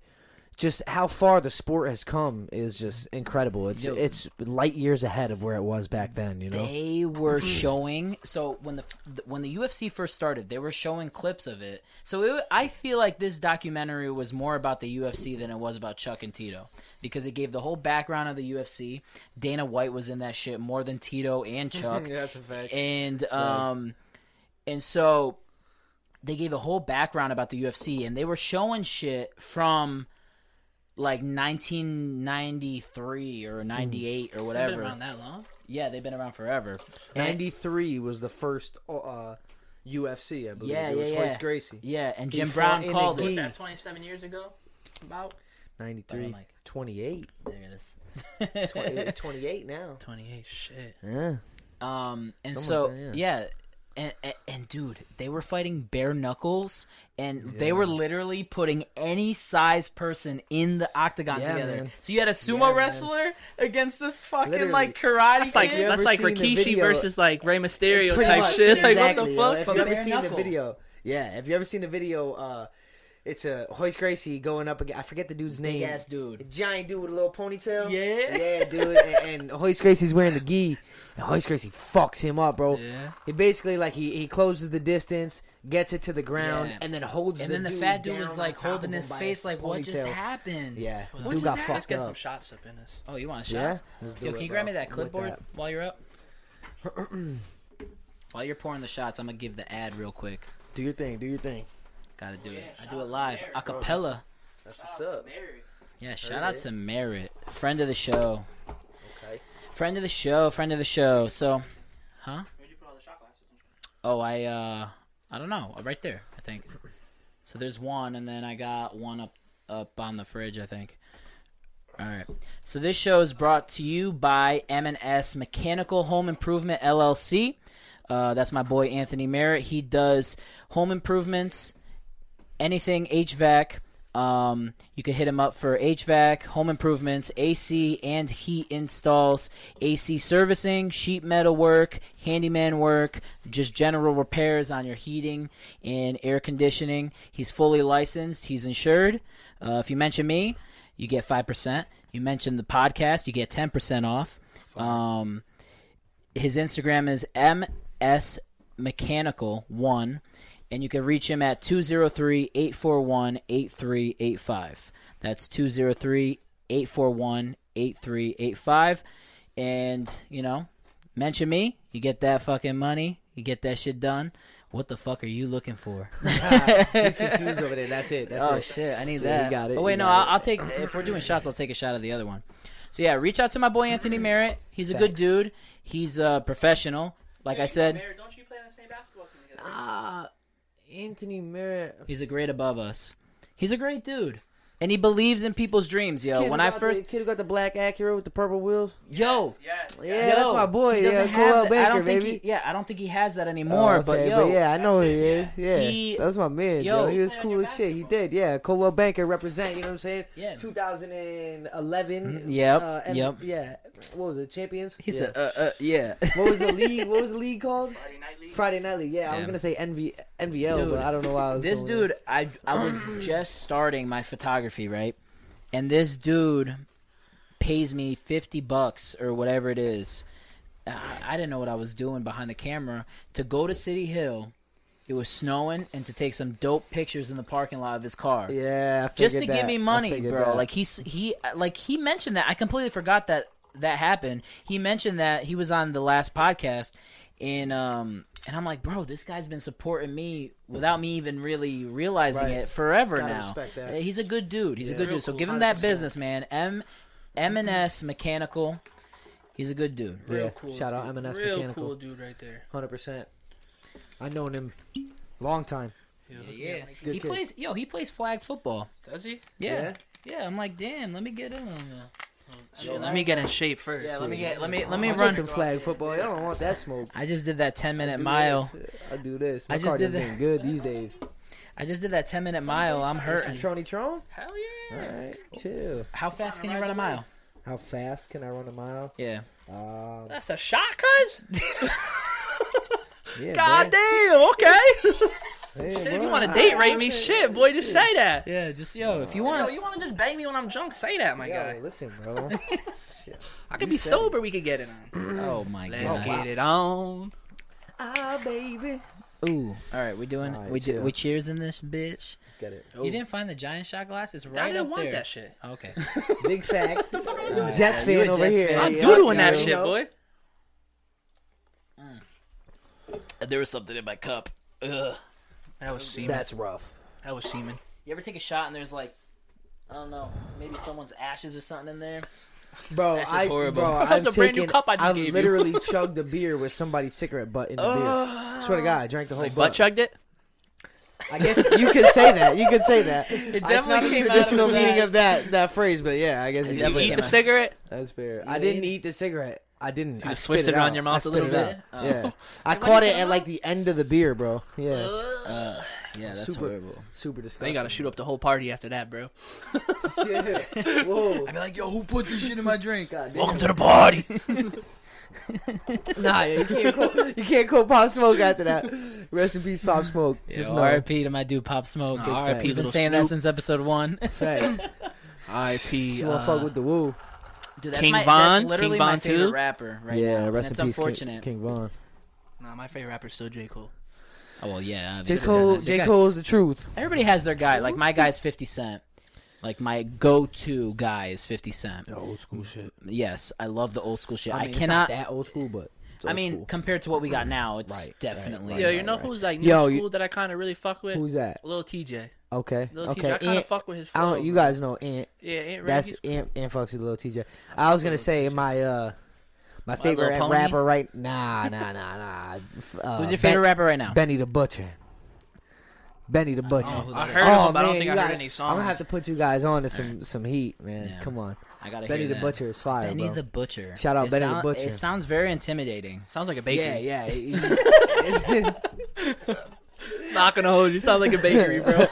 Speaker 1: just how far the sport has come is just incredible. It's
Speaker 3: Yo.
Speaker 1: it's light years ahead of where it was back then. You know,
Speaker 3: They were showing so when the when the UFC first started, they were showing clips of it. So it, I feel like this documentary was more about the UFC than it was about Chuck and Tito because it gave the whole background of the UFC. Dana White was in that shit more than Tito and Chuck.
Speaker 1: that's a fact.
Speaker 3: and um and so they gave a whole background about the UFC and they were showing shit from like 1993 or 98 or
Speaker 2: Been
Speaker 3: whatever.
Speaker 2: around that long.
Speaker 3: Yeah, they've been around forever.
Speaker 1: Ninety three was the first uh, UFC, I believe.
Speaker 3: Yeah,
Speaker 1: it
Speaker 3: yeah,
Speaker 1: was
Speaker 3: yeah.
Speaker 1: Royce Gracie.
Speaker 3: Yeah, and
Speaker 1: He
Speaker 3: Jim
Speaker 1: fought
Speaker 3: Brown
Speaker 1: in a
Speaker 3: called
Speaker 1: gi.
Speaker 3: it.
Speaker 2: That 27 years ago, about
Speaker 1: 93,
Speaker 3: Mike.
Speaker 1: 28,
Speaker 3: There it is.
Speaker 1: 20 28 now.
Speaker 2: 28. Shit.
Speaker 1: Yeah.
Speaker 3: um, and so
Speaker 1: Something like that,
Speaker 3: yeah, and, and and dude, they were fighting bare knuckles, and they were literally putting any size person in the octagon
Speaker 1: Yeah,
Speaker 3: together.
Speaker 1: man.
Speaker 3: So you had a sumo
Speaker 1: man.
Speaker 3: wrestler against this fucking
Speaker 1: Literally.
Speaker 3: like karate.
Speaker 2: That's like
Speaker 3: kid.
Speaker 1: you
Speaker 2: that's
Speaker 1: ever
Speaker 2: like
Speaker 1: seen the
Speaker 2: Rikishi
Speaker 1: video-
Speaker 2: versus like Rey Mysterio
Speaker 1: Pretty
Speaker 2: type
Speaker 1: much,
Speaker 2: shit. Like
Speaker 1: exactly, yo.
Speaker 2: what the
Speaker 1: If
Speaker 2: fuck?
Speaker 1: you've ever
Speaker 3: Bare
Speaker 1: seen
Speaker 3: knuckle.
Speaker 1: the video, yeah. Have you ever seen the video? Uh, it's a Hoist Gracie going up against I forget the dude's name.
Speaker 3: ass dude.
Speaker 1: A giant dude with a little ponytail.
Speaker 3: Yeah.
Speaker 1: yeah, dude. And, and Hoist Gracie's wearing the gi, and Hoist Gracie fucks him up, bro.
Speaker 2: Yeah.
Speaker 1: He basically like he, he closes the distance, gets it to the ground,
Speaker 3: Yeah.
Speaker 1: and then holds.
Speaker 3: and then the
Speaker 1: dude
Speaker 3: fat dude
Speaker 1: down
Speaker 3: was
Speaker 1: on
Speaker 3: like
Speaker 1: top of
Speaker 3: holding
Speaker 1: him
Speaker 3: his
Speaker 1: by
Speaker 3: face, like what just
Speaker 1: ponytail.
Speaker 3: happened?
Speaker 1: Yeah,
Speaker 3: What
Speaker 1: dude
Speaker 3: just
Speaker 1: got
Speaker 3: happened?
Speaker 2: Let's
Speaker 1: fucked
Speaker 2: get some
Speaker 1: up.
Speaker 2: shots up in us.
Speaker 3: Oh, you want a shot?
Speaker 1: Yeah, let's do
Speaker 3: Yo,
Speaker 1: it,
Speaker 3: can you
Speaker 1: bro.
Speaker 3: grab me that
Speaker 1: With
Speaker 3: clipboard
Speaker 1: that.
Speaker 3: while you're up? while you're pouring the shots, I'm gonna give the ad real quick.
Speaker 1: Do your thing. Do your thing.
Speaker 3: Gotta do it. I
Speaker 2: shout
Speaker 3: do it
Speaker 2: out to
Speaker 3: live,
Speaker 2: Merritt,
Speaker 3: a
Speaker 2: bro.
Speaker 3: cappella.
Speaker 1: That's what's up.
Speaker 3: Yeah, shout out to Merritt, friend of the show.
Speaker 1: Okay.
Speaker 3: Friend of the show, friend of the show. So, huh? Oh, I uh, I don't know. Right there, I think. So there's one, and then I got one up up on the fridge, I think. All right. So this show is brought to you by M&S Mechanical Home Improvement LLC. Uh, that's my boy Anthony Merritt. He does home improvements, anything HVAC. Um, you can hit him up for HVAC, home improvements, AC, and heat installs, AC servicing, sheet metal work, handyman work, just general repairs on your heating and air conditioning. He's fully licensed, he's insured. Uh, if you mention me, you get 5%. You mention the podcast, you get 10% off. Um, his Instagram is MS Mechanical One, and you can reach him at 203 841 8385. That's 203 841 8385. And, you know, mention me, you get that fucking money, you get that shit done. What the fuck are you looking for?
Speaker 1: He's confused over there. That's it. That's
Speaker 3: oh
Speaker 1: it.
Speaker 3: shit, I need
Speaker 1: Yeah, you
Speaker 3: that.
Speaker 1: got it,
Speaker 3: But
Speaker 1: you
Speaker 3: wait, no,
Speaker 1: got
Speaker 3: I'll, I'll take. If we're doing shots, I'll take a shot of the other one. So yeah, reach out to my boy Anthony Merritt. He's a good
Speaker 1: Thanks.
Speaker 3: dude. He's a professional. Like I said,
Speaker 2: don't you play on the same basketball team together?
Speaker 1: Ah, Anthony Merritt.
Speaker 3: he's a grade above us. He's a great dude, and he believes in people's dreams. Yo, when I first,
Speaker 1: kid who got the black Acura with the purple wheels.
Speaker 3: yo.
Speaker 2: Yes.
Speaker 1: Yeah, that's
Speaker 3: yo,
Speaker 1: my boy.
Speaker 3: he
Speaker 1: Yeah,
Speaker 3: doesn't have
Speaker 1: Coel
Speaker 3: that- I
Speaker 1: Baker,
Speaker 3: don't think
Speaker 1: baby. Oh,
Speaker 3: He, yeah, I don't think he has that anymore. but yo,
Speaker 1: yeah, I know who he is.
Speaker 2: that's
Speaker 1: Yeah,
Speaker 3: He-
Speaker 1: that's my man.
Speaker 3: Yo,
Speaker 1: Yo, he
Speaker 3: he
Speaker 1: was
Speaker 2: played on your
Speaker 1: cool as shit. He
Speaker 2: basketball.
Speaker 1: did. Yeah, Coldwell Banker represent. You know what I'm saying?
Speaker 3: Yeah.
Speaker 1: 2011.
Speaker 3: Mm, yep,
Speaker 1: Uh, and-
Speaker 3: yep.
Speaker 1: Yeah. What was it? Champions.
Speaker 3: he's
Speaker 1: yeah.
Speaker 3: a uh, uh, yeah.
Speaker 1: what was the league? What was the league called?
Speaker 2: Friday night league.
Speaker 1: Friday Night League. Yeah, I was
Speaker 3: Damn.
Speaker 1: gonna say NV, NVL,
Speaker 3: Dude,
Speaker 1: but I don't know why I was.
Speaker 3: this
Speaker 1: going
Speaker 3: dude i i was just starting my photography right and this dude pays me 50 bucks or whatever it is I, I didn't know what i was doing behind the camera to go to city hill it was snowing and to take some dope pictures in the parking lot of his car
Speaker 1: there. Yeah, I
Speaker 3: just to
Speaker 1: figured
Speaker 3: give
Speaker 1: that.
Speaker 3: me
Speaker 1: I
Speaker 3: money
Speaker 1: figured
Speaker 3: bro
Speaker 1: that.
Speaker 3: like he's he like he mentioned that i completely forgot that that happened he mentioned that he was on the last podcast and um and i'm like bro this guy's been supporting me without me even really realizing
Speaker 1: Right.
Speaker 3: it forever
Speaker 1: Gotta
Speaker 3: now
Speaker 1: respect that.
Speaker 3: Uh, he's a good dude he's a
Speaker 1: Yeah.
Speaker 3: good
Speaker 1: Real
Speaker 3: dude so
Speaker 1: cool,
Speaker 3: give him that
Speaker 1: 100%.
Speaker 3: business man m m&s mechanical he's a good dude
Speaker 1: Yeah, shout out M&S
Speaker 2: Real
Speaker 1: Mechanical.
Speaker 2: cool dude right there.
Speaker 1: hundred percent. I known him long time.
Speaker 3: yeah,
Speaker 1: Good
Speaker 3: he
Speaker 1: kid.
Speaker 3: plays yo he plays flag football
Speaker 2: Does he?
Speaker 3: yeah yeah, i'm like damn let me get him
Speaker 2: Shit, let me get in shape first.
Speaker 3: yeah let me get let me let me
Speaker 1: I
Speaker 3: run
Speaker 1: some flag football. I don't want that smoke.
Speaker 3: I just did that 10 minute
Speaker 1: Do
Speaker 3: mile.
Speaker 1: this. I do this. My
Speaker 3: I
Speaker 1: I
Speaker 3: just
Speaker 1: just
Speaker 3: did
Speaker 1: doing good these days.
Speaker 3: I just did that 10 minute mile. I'm hurting.
Speaker 1: Trony Tron.
Speaker 2: Hell
Speaker 1: All
Speaker 2: yeah.
Speaker 1: right, chill.
Speaker 3: How fast can you run a mile?
Speaker 1: How fast can I run a mile?
Speaker 3: Yeah.
Speaker 1: Um,
Speaker 2: That's a shot, cuz?
Speaker 1: yeah, man.
Speaker 2: God damn, okay.
Speaker 1: Damn,
Speaker 2: Shit, if
Speaker 1: bro.
Speaker 2: you want
Speaker 1: I-
Speaker 2: to date
Speaker 1: I-
Speaker 2: rate me,
Speaker 1: listen,
Speaker 2: shit, boy, just say that.
Speaker 3: Yeah, just yo, if you
Speaker 2: Yo,
Speaker 3: want.
Speaker 2: you want to just bang me when I'm drunk? Say that, my
Speaker 1: Yo,
Speaker 2: guy.
Speaker 1: listen, bro.
Speaker 2: I could be
Speaker 1: said it.
Speaker 2: sober. We could get it on.
Speaker 3: Oh my
Speaker 2: Let's
Speaker 3: god.
Speaker 2: get it on.
Speaker 1: ah, baby.
Speaker 3: Ooh. All right, we doing
Speaker 1: All right,
Speaker 3: we do,
Speaker 1: chill.
Speaker 3: we cheers in this bitch.
Speaker 1: Let's get it.
Speaker 3: You didn't find the giant shot glass? It's right
Speaker 2: I didn't
Speaker 3: up
Speaker 2: want
Speaker 3: there. Oh,
Speaker 2: that shit.
Speaker 3: Okay.
Speaker 1: Big facts. Uh,
Speaker 2: I'm
Speaker 1: Jets
Speaker 3: Yeah, you
Speaker 1: fan
Speaker 3: a
Speaker 1: over
Speaker 3: Jets
Speaker 1: here.
Speaker 3: fan.
Speaker 1: Yeah,
Speaker 3: I'm
Speaker 2: doodling that
Speaker 1: yeah,
Speaker 2: shit,
Speaker 1: you know.
Speaker 2: boy.
Speaker 3: there was something in my cup. Ugh.
Speaker 2: That was semen.
Speaker 1: That's rough.
Speaker 2: That was semen.
Speaker 3: You ever take a shot and there's like I don't know, maybe someone's ashes or something in there?
Speaker 1: Bro,
Speaker 3: That's just
Speaker 1: I,
Speaker 3: horrible.
Speaker 1: Bro,
Speaker 2: That was
Speaker 1: I've
Speaker 2: a brand new
Speaker 1: taken-
Speaker 2: cup I just
Speaker 1: I've
Speaker 2: gave you.
Speaker 1: literally chugged a beer with somebody's cigarette butt in the beer. Swear to God, I drank the whole
Speaker 2: Ah. Butt
Speaker 1: butt.
Speaker 2: chugged it.
Speaker 1: I guess you could say that. You could say that. It
Speaker 3: definitely
Speaker 1: it's not
Speaker 3: came out
Speaker 1: the
Speaker 3: of
Speaker 1: traditional
Speaker 3: his
Speaker 1: meaning
Speaker 3: ass.
Speaker 1: of that that phrase, but yeah, I guess you
Speaker 3: It
Speaker 2: Did you
Speaker 1: could
Speaker 3: definitely
Speaker 1: say that.
Speaker 2: eat the
Speaker 3: came out.
Speaker 2: cigarette?
Speaker 1: That's fair. I didn't eat the cigarette. I didn't. I
Speaker 2: just switched
Speaker 1: spit
Speaker 2: it around
Speaker 1: out.
Speaker 2: your mouth
Speaker 1: I
Speaker 2: a
Speaker 1: spit
Speaker 2: little
Speaker 1: it
Speaker 2: bit?
Speaker 1: out.
Speaker 3: Oh.
Speaker 1: Yeah, I
Speaker 2: Everybody
Speaker 1: caught
Speaker 2: get
Speaker 1: it
Speaker 2: it
Speaker 1: at
Speaker 2: out?
Speaker 1: like the end of the beer, bro. Yeah,
Speaker 3: Uh, yeah, that's
Speaker 1: Super-
Speaker 3: horrible.
Speaker 1: super
Speaker 2: They
Speaker 1: disgusting.
Speaker 2: gotta shoot up the whole party after that, bro.
Speaker 1: Shit. Whoa.
Speaker 3: I'd be like, yo, who put this shit in my drink?
Speaker 1: God
Speaker 2: Welcome to the party.
Speaker 1: damn. Nah, yeah, you can't call, you can't call Pop Smoke after that. Rest in peace, Pop Smoke. Just
Speaker 3: Yo,
Speaker 1: know.
Speaker 3: RIP to my dude Pop Smoke.
Speaker 2: Nah,
Speaker 3: Big
Speaker 2: RIP
Speaker 3: fact. We've been
Speaker 2: little
Speaker 3: saying that
Speaker 2: Snoop.
Speaker 3: since episode one.
Speaker 1: Facts.
Speaker 2: R.I.P.
Speaker 1: She
Speaker 2: uh,
Speaker 1: wanna fuck with the woo.
Speaker 3: Dude, that's
Speaker 2: King
Speaker 3: my,
Speaker 2: Von,
Speaker 3: that's literally
Speaker 2: King
Speaker 3: my
Speaker 2: Von too.
Speaker 3: favorite rapper right
Speaker 1: yeah,
Speaker 3: now.
Speaker 1: rest
Speaker 3: That's
Speaker 1: in peace, King,
Speaker 3: unfortunate.
Speaker 1: King Von.
Speaker 2: Nah, my favorite rapper's still J. Cole.
Speaker 3: Oh well, yeah.
Speaker 1: J
Speaker 3: obviously,
Speaker 1: Cole.
Speaker 3: that's your
Speaker 1: J
Speaker 3: guy.
Speaker 1: Cole's the truth.
Speaker 3: Everybody has their guy. Like my guy's Fifty Cent. Like my go-to guy is Fifty Cent.
Speaker 1: old school shit.
Speaker 3: Yes, I love the old school shit. I,
Speaker 1: mean, it's not
Speaker 3: cannot.
Speaker 1: that old school, but it's
Speaker 3: I
Speaker 1: old
Speaker 3: mean,
Speaker 1: school.
Speaker 3: compared to what we got now, it's
Speaker 1: Right, right,
Speaker 3: definitely.
Speaker 1: right,
Speaker 2: Yo,
Speaker 1: Yeah,
Speaker 2: you know
Speaker 1: right.
Speaker 2: who's like new
Speaker 1: Yo, you-
Speaker 2: school that I kind of really fuck with?
Speaker 1: who's that?
Speaker 2: Little TJ.
Speaker 1: Okay,
Speaker 2: Little
Speaker 1: okay.
Speaker 2: TJ. I kind
Speaker 1: Ant-
Speaker 2: of fuck with his
Speaker 1: I
Speaker 2: flow.
Speaker 1: don't. You guys know Ant.
Speaker 2: yeah, Aunt
Speaker 1: That's Aunt, Aunt Foxy's little TJ. I was gonna say in my uh My
Speaker 2: My Little
Speaker 1: favorite
Speaker 2: Pony?
Speaker 1: rapper right nah nah nah nah. F- Uh,
Speaker 3: Who's your
Speaker 1: Ben-
Speaker 3: favorite rapper right now?
Speaker 1: Benny the Butcher. Benny the Butcher.
Speaker 2: Oh,
Speaker 3: who
Speaker 2: I
Speaker 3: that
Speaker 2: heard
Speaker 3: is.
Speaker 2: of him, but I
Speaker 1: man,
Speaker 2: don't think
Speaker 1: you
Speaker 2: I heard
Speaker 1: gotta-
Speaker 2: any
Speaker 1: I'm
Speaker 2: songs.
Speaker 1: gonna have to put you guys on to some some heat, man.
Speaker 3: Yeah.
Speaker 1: Come on,
Speaker 3: I gotta
Speaker 1: Benny
Speaker 3: hear
Speaker 1: the
Speaker 3: that.
Speaker 1: Butcher is fire,
Speaker 3: Benny
Speaker 1: bro.
Speaker 3: the Butcher.
Speaker 1: Shout out
Speaker 3: It
Speaker 1: Benny the
Speaker 3: sound-
Speaker 1: Butcher.
Speaker 3: It sounds very intimidating.
Speaker 2: Sounds like a
Speaker 1: yeah,
Speaker 2: bakery.
Speaker 1: yeah. he-
Speaker 2: Not gonna hold you. Sound like a bakery, bro.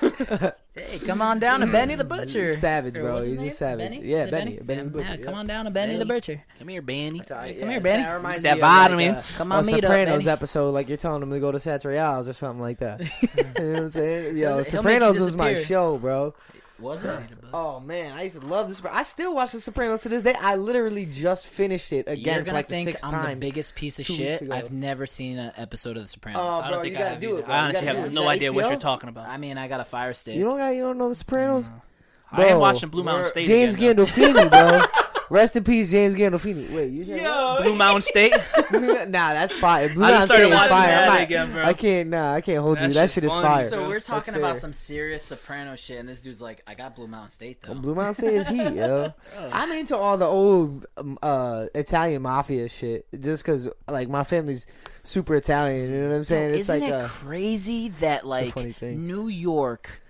Speaker 3: Hey, come on down to Benny the Butcher.
Speaker 1: he's savage,
Speaker 3: Or
Speaker 1: bro.
Speaker 3: what's
Speaker 1: He's
Speaker 3: his
Speaker 1: a
Speaker 3: name?
Speaker 1: savage.
Speaker 3: Benny?
Speaker 1: Yeah,
Speaker 3: Is it
Speaker 1: Benny. Benny the
Speaker 3: Yeah,
Speaker 1: Butcher,
Speaker 3: come
Speaker 1: yeah. Oh,
Speaker 3: on down to Benny the
Speaker 2: Benny.
Speaker 3: Butcher.
Speaker 2: Come here, Banny.
Speaker 3: Come here, Benny.
Speaker 1: That reminds
Speaker 2: That
Speaker 1: me of,
Speaker 2: vibe,
Speaker 1: like,
Speaker 2: man.
Speaker 1: uh,
Speaker 3: Come
Speaker 1: a
Speaker 3: on, meet up,
Speaker 1: Sopranos
Speaker 3: Benny.
Speaker 1: episode, like you're telling them to go to Satrials or something like that. you know what I'm saying?
Speaker 3: He'll
Speaker 1: Yo,
Speaker 3: make you
Speaker 1: Sopranos was my
Speaker 3: disappear.
Speaker 1: show, bro.
Speaker 3: Was it?
Speaker 1: Oh man, I used to love the Sopranos. I still watch the Sopranos to this day. I literally just finished it
Speaker 3: You're
Speaker 1: again for
Speaker 3: gonna
Speaker 1: like the
Speaker 3: think
Speaker 1: sixth
Speaker 3: I'm
Speaker 1: time.
Speaker 3: the biggest piece of
Speaker 1: two weeks
Speaker 3: shit.
Speaker 1: ago.
Speaker 3: I've never seen an episode of The Sopranos.
Speaker 1: Oh, bro, you gotta
Speaker 2: have
Speaker 1: do
Speaker 2: either.
Speaker 1: it, bro.
Speaker 2: I
Speaker 1: You
Speaker 2: honestly
Speaker 1: gotta do
Speaker 2: have
Speaker 1: it.
Speaker 2: no
Speaker 1: That
Speaker 2: idea what
Speaker 1: HBO?
Speaker 2: you're talking about.
Speaker 3: I mean, I gotta fire stick.
Speaker 1: you don't got, you don't know the Sopranos?
Speaker 2: I am
Speaker 1: Bro,
Speaker 2: watching Blue Mountain State.
Speaker 1: James
Speaker 2: again, though.
Speaker 1: Gandolfini, bro. Rest in peace, James Gandolfini. Wait, you said what?
Speaker 2: Blue Mountain State.
Speaker 1: nah, that's fire. Blue
Speaker 2: I
Speaker 1: Mountain State
Speaker 2: just started
Speaker 1: is
Speaker 2: watching
Speaker 1: fire. I'm
Speaker 2: that
Speaker 1: not-
Speaker 2: again, bro.
Speaker 1: I can't. Nah, I can't hold
Speaker 2: That
Speaker 1: you. That
Speaker 2: shit's
Speaker 1: shit is
Speaker 2: funny.
Speaker 1: fire.
Speaker 3: so
Speaker 1: bro.
Speaker 3: we're
Speaker 1: That's
Speaker 3: talking about
Speaker 1: fair.
Speaker 3: some serious Soprano shit, and this dude's like, "I got Blue Mountain State though."
Speaker 1: Blue Mountain State is heat, yo. I'm into all the old um, uh, Italian mafia shit, just because like my family's super Italian. You know what I'm saying? it's
Speaker 3: Isn't
Speaker 1: like
Speaker 3: it
Speaker 1: uh,
Speaker 3: crazy that like
Speaker 1: funny thing.
Speaker 3: New York,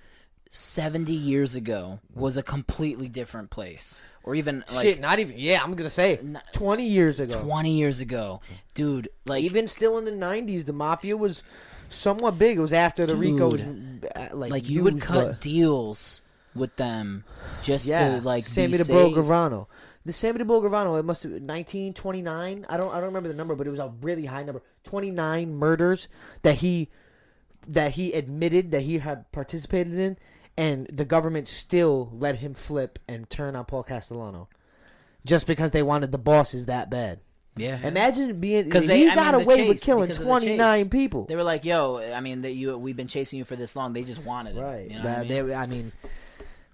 Speaker 3: seventy years ago, was a completely different place, or even like
Speaker 1: shit. Not even. Yeah, I'm gonna say
Speaker 3: N-
Speaker 1: 20 years ago.
Speaker 3: twenty years ago, dude. Like
Speaker 1: Even still in the 90s, the mafia was somewhat big. It was after the Rico was uh, like
Speaker 3: like you would
Speaker 1: huge,
Speaker 3: cut
Speaker 1: but-
Speaker 3: deals with them just
Speaker 1: Yeah,
Speaker 3: to like
Speaker 1: Sammy
Speaker 3: be
Speaker 1: the
Speaker 3: safe.
Speaker 1: Gravano. The Sammy the Gravano, it must have been 1929. I don't I don't remember the number, but it was a really high number. 29 murders that he that he admitted that he had participated in and the government still let him flip and turn on Paul Castellano just because they wanted the bosses that bad.
Speaker 3: Yeah,
Speaker 1: Imagine being
Speaker 3: 'Cause
Speaker 1: because
Speaker 3: they-
Speaker 1: he
Speaker 3: I
Speaker 1: got
Speaker 3: mean, the
Speaker 1: away with
Speaker 3: chase,
Speaker 1: killing
Speaker 3: because of the
Speaker 1: 29
Speaker 3: chase.
Speaker 1: people.
Speaker 3: They were like, "Yo, I mean that you we've been chasing you for this long. They just wanted it."
Speaker 1: right.
Speaker 3: You know
Speaker 1: But
Speaker 3: what I mean?
Speaker 1: They, I mean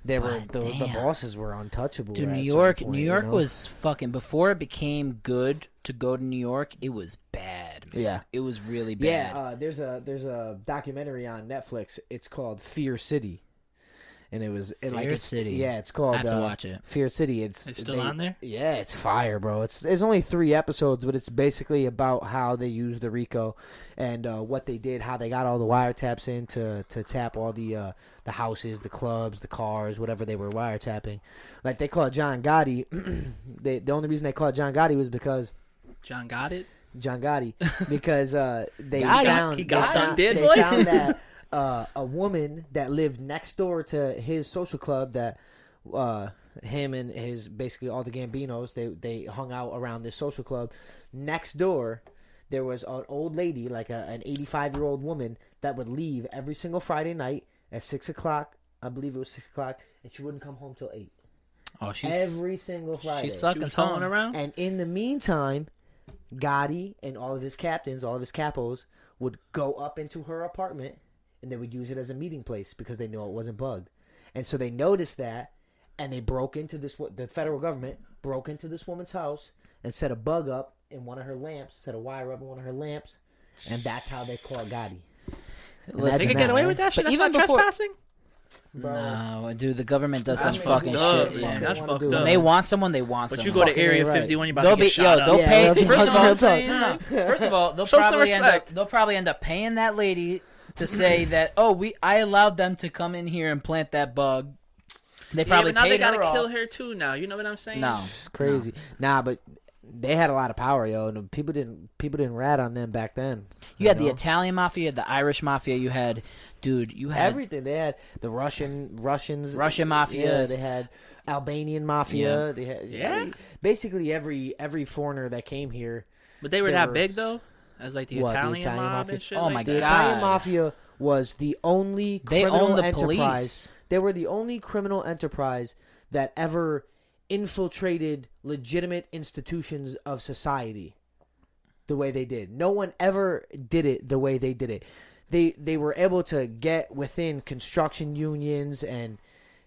Speaker 1: they were
Speaker 3: But
Speaker 1: the, the
Speaker 3: damn.
Speaker 1: bosses were untouchable.
Speaker 3: Dude,
Speaker 1: at a
Speaker 3: New
Speaker 1: certain
Speaker 3: York,
Speaker 1: point,
Speaker 3: New
Speaker 1: you
Speaker 3: York
Speaker 1: know?
Speaker 3: was fucking before it became good to go to New York. It was bad. Man.
Speaker 1: Yeah.
Speaker 3: it was really bad.
Speaker 1: Yeah, uh, there's a there's a documentary on Netflix. It's called Fear City, and it was and like
Speaker 3: Fear
Speaker 1: it's,
Speaker 3: City.
Speaker 1: Yeah, it's called.
Speaker 3: I have to
Speaker 1: uh,
Speaker 3: watch it.
Speaker 1: Fear City. It's
Speaker 2: It's still
Speaker 1: they-
Speaker 2: on there?
Speaker 1: Yeah, it's fire, bro. It's it's only three episodes, but it's basically about how they used the RICO and uh, what they did, how they got all the wiretaps in to to tap all the uh, the houses, the clubs, the cars, whatever they were wiretapping. Like they called John Gotti. they, the only reason they called John Gotti was because
Speaker 2: John got it.
Speaker 1: John Gotti because uh, they
Speaker 3: Gotti.
Speaker 1: found
Speaker 2: He got
Speaker 1: they
Speaker 2: done
Speaker 1: found,
Speaker 2: dead,
Speaker 1: they
Speaker 2: boy.
Speaker 1: found that uh, a woman that lived next door to his social club that uh, him and his basically all the Gambinos they they hung out around this social club next door. There was an old lady, like a, an 85 year old woman, that would leave every single Friday night at six o'clock. I believe it was six o'clock, and she wouldn't come home till eight.
Speaker 3: oh, she's
Speaker 1: every single Friday.
Speaker 3: she's
Speaker 2: She
Speaker 3: sucking
Speaker 2: was hauling
Speaker 3: someone
Speaker 2: around.
Speaker 1: And in the meantime, Gotti and all of his captains, all of his capos, would go up into her apartment and they would use it as a meeting place because they knew it wasn't bugged. And so they noticed that and they broke into this, wo- the federal government broke into this woman's house and set a bug up in one of her lamps, set a wire up in one of her lamps, and that's how they caught Gotti.
Speaker 3: Listen,
Speaker 1: That's
Speaker 2: They could
Speaker 1: not,
Speaker 2: get away
Speaker 1: man.
Speaker 2: with that shit.
Speaker 3: But
Speaker 2: That's
Speaker 3: even
Speaker 2: not
Speaker 3: before-
Speaker 2: trespassing.
Speaker 1: Bro.
Speaker 3: no, dude, the government does some
Speaker 1: That's
Speaker 3: fucking
Speaker 1: fucked up,
Speaker 3: shit.
Speaker 1: bro.
Speaker 3: Yeah.
Speaker 2: That's
Speaker 1: They wanna
Speaker 2: fucked
Speaker 1: do
Speaker 2: up.
Speaker 1: it.
Speaker 3: When they want someone, they want
Speaker 2: but you
Speaker 3: someone.
Speaker 2: go to
Speaker 1: fucking
Speaker 2: Area
Speaker 1: right.
Speaker 2: 51, you about
Speaker 3: They'll
Speaker 2: to get
Speaker 3: be
Speaker 2: shot
Speaker 3: yo. They'll
Speaker 2: up.
Speaker 1: Yeah,
Speaker 3: pay.
Speaker 1: that's
Speaker 3: First of
Speaker 1: fucked
Speaker 3: all,
Speaker 1: up.
Speaker 3: no, no, no. first of all, they'll
Speaker 2: Show some
Speaker 3: probably end up.
Speaker 2: respect.
Speaker 3: They'll probably end up paying that lady to say that. Oh, we I allowed them to come in here and plant that bug. They
Speaker 2: Yeah,
Speaker 3: probably
Speaker 2: but now
Speaker 3: paid
Speaker 2: they gotta
Speaker 3: her off.
Speaker 2: kill her too. Now you know what I'm saying?
Speaker 3: No,
Speaker 1: It's crazy. Nah, but they had a lot of power, yo, and people didn't people didn't rat on them back then.
Speaker 3: You had
Speaker 1: know?
Speaker 3: the Italian mafia, you had the Irish mafia, you had, dude, you had
Speaker 1: everything. They had the Russian Russians,
Speaker 3: Russian
Speaker 1: Yeah,
Speaker 3: mafias.
Speaker 1: they had Albanian mafia. They had
Speaker 2: Yeah.
Speaker 1: every- basically every every foreigner that came here.
Speaker 2: But they were
Speaker 1: They
Speaker 2: that
Speaker 1: were-
Speaker 2: big though, as like the
Speaker 1: What, the
Speaker 2: Italian,
Speaker 1: Italian
Speaker 2: mob
Speaker 1: mafia?
Speaker 2: and shit.
Speaker 3: Oh
Speaker 2: like
Speaker 3: my
Speaker 1: The
Speaker 2: that.
Speaker 3: God.
Speaker 1: Italian mafia was the only
Speaker 3: They
Speaker 1: criminal
Speaker 3: owned the
Speaker 1: enterprise.
Speaker 3: police.
Speaker 1: They were the only criminal enterprise that ever infiltrated legitimate institutions of society. the way they did. No one ever did it the way they did it. They they were able to get within construction unions and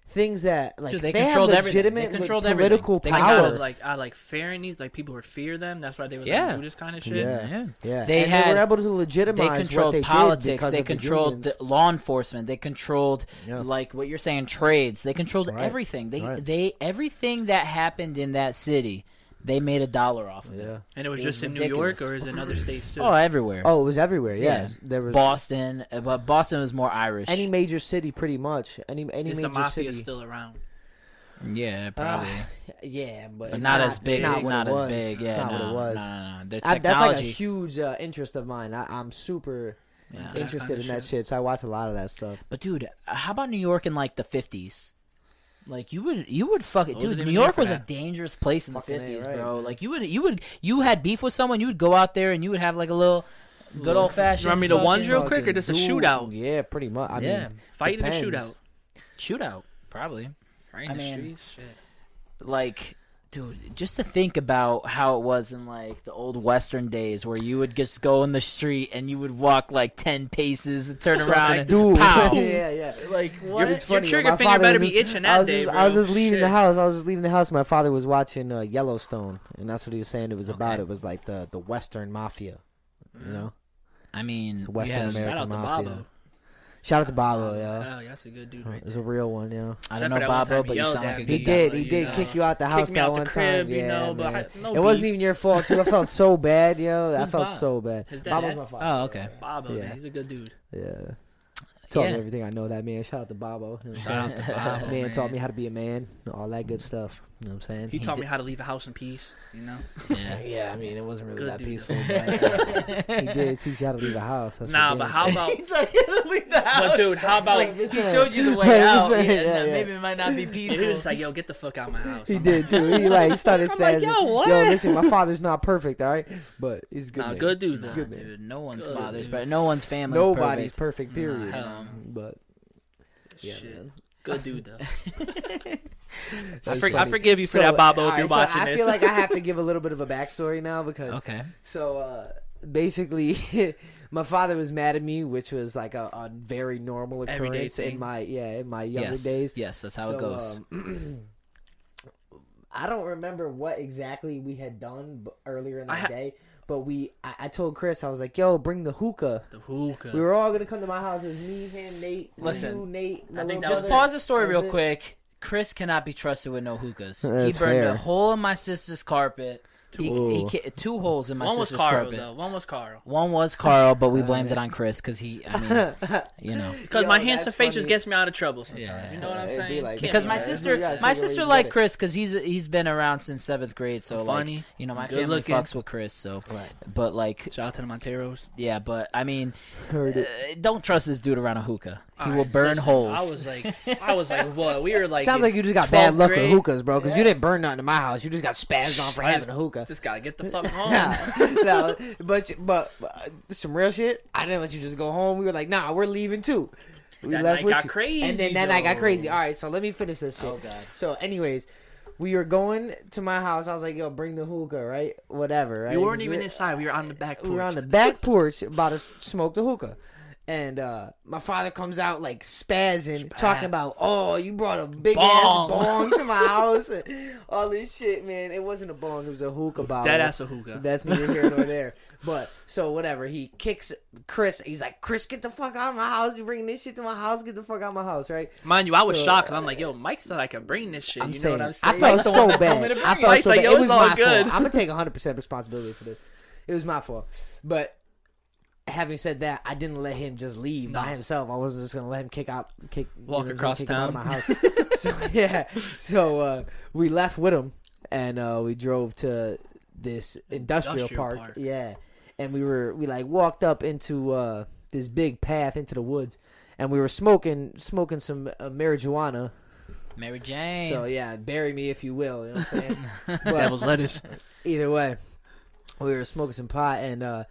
Speaker 1: things that like
Speaker 3: Dude,
Speaker 1: they,
Speaker 3: they
Speaker 1: had
Speaker 3: controlled everything. They
Speaker 1: legitimate
Speaker 3: controlled
Speaker 1: le-
Speaker 3: everything.
Speaker 1: political
Speaker 3: They
Speaker 2: Like, out
Speaker 1: power.
Speaker 2: of, like I like Farinies, like people would fear them. That's why they would like,
Speaker 3: Yeah.
Speaker 2: do this kind of shit.
Speaker 1: yeah, yeah,
Speaker 3: Yeah.
Speaker 1: They,
Speaker 3: They
Speaker 1: and they
Speaker 3: had-
Speaker 1: were able to
Speaker 3: they
Speaker 1: legitimize what
Speaker 3: controlled
Speaker 1: they did
Speaker 3: politics,
Speaker 1: because
Speaker 3: they
Speaker 1: of the
Speaker 3: controlled
Speaker 1: unions.
Speaker 3: the law enforcement, they controlled
Speaker 1: Yeah.
Speaker 3: like what you're saying trades, they controlled
Speaker 1: Right.
Speaker 3: everything. They
Speaker 1: Right.
Speaker 3: they everything that happened in that city They made a dollar off of it.
Speaker 1: Yeah.
Speaker 2: And it was
Speaker 3: It
Speaker 2: just
Speaker 3: was
Speaker 2: in New York,
Speaker 3: ridiculous.
Speaker 2: or is it in other states too?
Speaker 3: Oh, everywhere.
Speaker 1: Oh, it was everywhere.
Speaker 3: Yeah.
Speaker 1: Yeah, there was
Speaker 3: Boston, uh, but Boston was more Irish.
Speaker 1: any major city, pretty much. Any any
Speaker 2: is the
Speaker 1: major
Speaker 2: mafia
Speaker 1: city.
Speaker 2: still around?
Speaker 3: yeah,
Speaker 1: Ah,
Speaker 3: probably.
Speaker 1: yeah, but
Speaker 3: But
Speaker 1: it's
Speaker 3: not, as big.
Speaker 1: it's not,
Speaker 3: Not,
Speaker 1: what it
Speaker 3: as
Speaker 1: was.
Speaker 3: big. Yeah,
Speaker 1: it's not
Speaker 3: no,
Speaker 1: what it was.
Speaker 3: No, no, no. Their
Speaker 1: I, that's like a
Speaker 3: technology.
Speaker 1: huge uh, interest of mine. I, I'm super
Speaker 3: Yeah. Into
Speaker 2: that
Speaker 1: interested
Speaker 2: kinda
Speaker 1: in that shit, so I watch a lot of that stuff.
Speaker 3: But dude, how about New York in like the fifties? Like you would, you would fuck it,
Speaker 2: Those
Speaker 3: dude.
Speaker 2: didn't
Speaker 3: New
Speaker 2: even
Speaker 3: York
Speaker 2: hear
Speaker 3: was
Speaker 2: for
Speaker 3: a
Speaker 2: that.
Speaker 3: dangerous place in
Speaker 1: Fucking A,
Speaker 3: the fifties,
Speaker 1: right,
Speaker 3: bro.
Speaker 1: man.
Speaker 3: Like you would, you would, you had beef with someone, you would go out there and you would have like a little good old fashioned.
Speaker 2: You want me to ones real quick or
Speaker 1: Fucking
Speaker 2: just a
Speaker 1: dude,
Speaker 2: shootout?
Speaker 1: Yeah, pretty much. I
Speaker 3: Yeah.
Speaker 1: mean,
Speaker 2: Fighting a
Speaker 1: depends.
Speaker 2: shootout.
Speaker 3: shootout? Probably.
Speaker 2: Right
Speaker 3: I
Speaker 2: in the
Speaker 3: mean-
Speaker 2: streets. Shit.
Speaker 3: Like, dude, just to think about how it was in like the old Western days, where you would just go in the street and you would walk like ten paces and turn around and
Speaker 1: Dude,
Speaker 3: pow.
Speaker 1: yeah, yeah.
Speaker 3: Like
Speaker 2: Your,
Speaker 3: what?
Speaker 2: your
Speaker 1: It's funny, yo,
Speaker 2: trigger
Speaker 1: my
Speaker 2: finger
Speaker 1: father
Speaker 2: better
Speaker 1: was
Speaker 2: be itching
Speaker 1: I
Speaker 2: that
Speaker 1: was
Speaker 2: day,
Speaker 1: just,
Speaker 2: bro.
Speaker 1: I was just leaving the
Speaker 2: Shit.
Speaker 1: house. I was just leaving the house. My father was watching uh, Yellowstone, and that's what he was saying. It was about.
Speaker 3: Okay.
Speaker 1: It was like the the Western mafia. You know,
Speaker 3: I mean,
Speaker 1: It's Western
Speaker 3: yes,
Speaker 2: Shout
Speaker 1: American
Speaker 2: out to
Speaker 1: mafia.
Speaker 2: Bobo.
Speaker 1: Shout out to
Speaker 2: Um,
Speaker 1: Bobo, yeah.
Speaker 2: Hell, yeah, that's a good dude right
Speaker 1: It's a real one, yeah.
Speaker 3: I
Speaker 2: Except
Speaker 3: don't
Speaker 2: for
Speaker 3: know
Speaker 2: that one
Speaker 3: Bobo,
Speaker 2: time
Speaker 3: but
Speaker 2: he
Speaker 3: you
Speaker 2: yelled
Speaker 3: sound
Speaker 2: at
Speaker 3: like a
Speaker 1: He
Speaker 2: me. Yeah,
Speaker 3: good
Speaker 1: did.
Speaker 3: guy.
Speaker 1: He
Speaker 2: you
Speaker 1: did
Speaker 2: know.
Speaker 1: kick you out the house
Speaker 2: me
Speaker 1: that
Speaker 2: out the
Speaker 1: one
Speaker 2: crib,
Speaker 1: time.
Speaker 2: you
Speaker 1: yeah,
Speaker 2: know, but I-
Speaker 1: man.
Speaker 2: no
Speaker 1: it wasn't
Speaker 2: beef.
Speaker 1: even your fault. You I felt so bad, yo. I
Speaker 3: Who's
Speaker 1: felt
Speaker 3: Bob?
Speaker 1: so bad.
Speaker 2: His dad.
Speaker 1: Bobo's my father.
Speaker 3: Oh, okay.
Speaker 2: now. Bobo,
Speaker 1: Yeah.
Speaker 2: man, he's a good dude.
Speaker 1: Yeah. Taught
Speaker 3: Yeah.
Speaker 1: me everything I know that man. Shout out to Bobo. You know what I'm
Speaker 2: Shout out to
Speaker 1: saying? Uh,
Speaker 2: Bobo,
Speaker 1: man, taught
Speaker 2: man.
Speaker 1: me how to be a man, all that good stuff. You know what I'm saying?
Speaker 2: He, taught
Speaker 3: did-
Speaker 2: me how to leave a house in peace. You know.
Speaker 3: Yeah.
Speaker 1: yeah, I mean, it wasn't really
Speaker 2: Good
Speaker 1: that
Speaker 2: dude.
Speaker 1: peaceful. But, uh, he did teach you how to leave the house. That's
Speaker 2: Nah,
Speaker 1: what
Speaker 2: but
Speaker 1: he
Speaker 2: how
Speaker 1: did.
Speaker 2: about?
Speaker 3: He's like, leave the house.
Speaker 2: But dude, how about?
Speaker 3: Like, he showed you the way
Speaker 1: Right,
Speaker 3: out.
Speaker 1: I'm just
Speaker 3: yeah,
Speaker 1: saying, yeah,
Speaker 3: no,
Speaker 1: yeah.
Speaker 3: Maybe it might not be
Speaker 2: Yeah, he was just
Speaker 3: peaceful.
Speaker 2: like, "Yo, get the fuck out of my house."
Speaker 1: He
Speaker 2: I'm
Speaker 1: did too. He like started
Speaker 3: I'm like,
Speaker 1: spazzing.
Speaker 3: yo, what?
Speaker 1: listen, my father's not perfect, all right, but he's a good.
Speaker 2: Nah,
Speaker 1: man.
Speaker 2: good dude,
Speaker 1: He's a
Speaker 2: though,
Speaker 1: good man.
Speaker 3: Dude, no one's
Speaker 2: Good,
Speaker 3: father's,
Speaker 2: dude.
Speaker 3: but no one's family's
Speaker 1: Nobody's perfect.
Speaker 3: perfect.
Speaker 1: period.
Speaker 3: hell no.
Speaker 1: But
Speaker 2: like,
Speaker 1: yeah,
Speaker 2: "Shit,
Speaker 1: man.
Speaker 2: good dude though." I,
Speaker 1: That's
Speaker 2: for- I
Speaker 1: funny.
Speaker 2: forgive you for
Speaker 1: So,
Speaker 2: that, Bobo, if
Speaker 1: alright,
Speaker 2: you're
Speaker 1: so
Speaker 2: watching
Speaker 1: I
Speaker 2: this.
Speaker 1: feel like I have to give a little bit of a backstory now because
Speaker 3: Okay.
Speaker 1: so uh, basically, my father was mad at me, which was like a, a very normal
Speaker 2: Everyday
Speaker 1: occurrence in
Speaker 2: thing.
Speaker 1: my yeah in my younger
Speaker 3: yes.
Speaker 1: days.
Speaker 3: Yes, that's how
Speaker 1: So,
Speaker 3: it goes.
Speaker 1: um, I don't remember what exactly we had done b- earlier in the
Speaker 2: I ha-
Speaker 1: day, but we I, I told Chris I was like, "Yo, bring the hookah."
Speaker 2: the hookah.
Speaker 1: We were all gonna come to my house. It was me, him, Nate,
Speaker 3: Listen,
Speaker 1: you, Nate. My
Speaker 2: I
Speaker 1: little
Speaker 2: think that
Speaker 3: just
Speaker 2: was
Speaker 1: brother.
Speaker 2: it.
Speaker 3: pause the story
Speaker 1: That was
Speaker 3: real
Speaker 1: it.
Speaker 3: quick. Chris cannot be trusted with no hookahs. he burned
Speaker 1: That's
Speaker 3: a
Speaker 1: fair.
Speaker 3: hole in my sister's carpet. Two, he,
Speaker 1: holes.
Speaker 3: he, ca- two holes in my
Speaker 2: One was
Speaker 3: sister's
Speaker 2: Carl
Speaker 3: carpet.
Speaker 2: though. One was Carl.
Speaker 3: One was Carl, but
Speaker 1: Oh,
Speaker 3: we blamed it on Chris because he, I mean, you know.
Speaker 2: Because
Speaker 1: Yo,
Speaker 2: my handsome
Speaker 1: that's
Speaker 2: face just
Speaker 1: funny.
Speaker 2: gets me out of trouble sometimes.
Speaker 3: Yeah.
Speaker 2: You know what I'm
Speaker 1: It'd be
Speaker 2: saying?
Speaker 1: like
Speaker 2: Can't
Speaker 1: that.
Speaker 3: because
Speaker 2: be
Speaker 3: my
Speaker 2: right.
Speaker 1: Yeah, you
Speaker 3: sister
Speaker 1: gotta
Speaker 3: my
Speaker 1: take it where
Speaker 3: sister
Speaker 1: you
Speaker 3: liked
Speaker 1: get it.
Speaker 3: Chris because he's he's been around since seventh grade. So like
Speaker 2: Funny,
Speaker 3: you know my
Speaker 2: good
Speaker 3: family
Speaker 2: looking.
Speaker 3: fucks with Chris. So but like
Speaker 2: Shout out to the Monteros.
Speaker 3: yeah, but I mean,
Speaker 1: Heard
Speaker 3: uh,
Speaker 1: it.
Speaker 3: don't trust this dude around a hookah. He
Speaker 2: All
Speaker 3: will
Speaker 2: right,
Speaker 3: burn
Speaker 2: listen,
Speaker 3: holes.
Speaker 2: I was like, I was like, what? We were like,
Speaker 1: Sounds
Speaker 2: in
Speaker 1: like you just got
Speaker 2: 12th
Speaker 1: bad luck
Speaker 2: grade.
Speaker 1: with hookahs, bro. Because you didn't burn nothing in my house. You just got spazzed on for
Speaker 2: I
Speaker 1: having a hookah.
Speaker 2: Just gotta get the fuck
Speaker 1: Nah,
Speaker 2: home.
Speaker 1: no, but but uh, some real shit. I didn't let you just go home. We were like, nah, we're leaving too. We
Speaker 2: That night
Speaker 1: with
Speaker 2: got
Speaker 1: you.
Speaker 2: crazy,
Speaker 1: and then that night got
Speaker 2: though.
Speaker 1: crazy. All right, so let me finish this shit.
Speaker 3: Oh, God.
Speaker 1: So, anyways, we were going to my house. I was like, yo, bring the hookah, right? Whatever. Right?
Speaker 2: we weren't
Speaker 1: 'Cause
Speaker 2: even
Speaker 1: we're-
Speaker 2: inside. We were on the back porch.
Speaker 1: we were on the back porch about to s- smoke the hookah. And uh, my father comes out like spazzing, talking about, oh, you brought a big
Speaker 2: Bong.
Speaker 1: ass bong to my house. and all this shit, man. It wasn't a bong, it was a hookah bottle.
Speaker 2: That ass a hookah.
Speaker 1: That's neither here nor there. But so whatever. He kicks Chris. He's like, Chris, get the fuck out of my house. You bringing this shit to my house? Get the fuck out of my house, right?
Speaker 2: Mind you, I was
Speaker 1: So-
Speaker 2: shocked. 'cause I'm like, yo, Mike said I could bring this shit.
Speaker 1: I'm
Speaker 2: you
Speaker 1: saying,
Speaker 2: know what I'm
Speaker 1: i
Speaker 2: saying?
Speaker 1: felt
Speaker 2: Mike's the
Speaker 1: so
Speaker 2: one that told
Speaker 1: bad. I
Speaker 2: me to bring it.
Speaker 1: felt
Speaker 2: Mike's
Speaker 1: so
Speaker 2: like,
Speaker 1: bad.
Speaker 2: yo,
Speaker 1: It
Speaker 2: it's
Speaker 1: was
Speaker 2: all
Speaker 1: my
Speaker 2: good.
Speaker 1: fault. I'm gonna take 100 percent responsibility for this. It was my fault. But having said that, I didn't let him just leave by himself. I wasn't just gonna let him kick out, kick
Speaker 2: Walk
Speaker 1: you know,
Speaker 2: across
Speaker 1: kick him out of
Speaker 2: town.
Speaker 1: my house. so yeah, so uh, we left with him, and uh, we drove to this industrial,
Speaker 2: Industrial
Speaker 1: park.
Speaker 2: park.
Speaker 1: Yeah, and we were we like walked up into uh, this big path into the woods. And we were smoking smoking some uh, marijuana,
Speaker 3: Mary Jane.
Speaker 1: so yeah, bury me if you will. You know what I'm saying? But
Speaker 2: Devil's lettuce.
Speaker 1: either way, we were smoking some pot, and uh,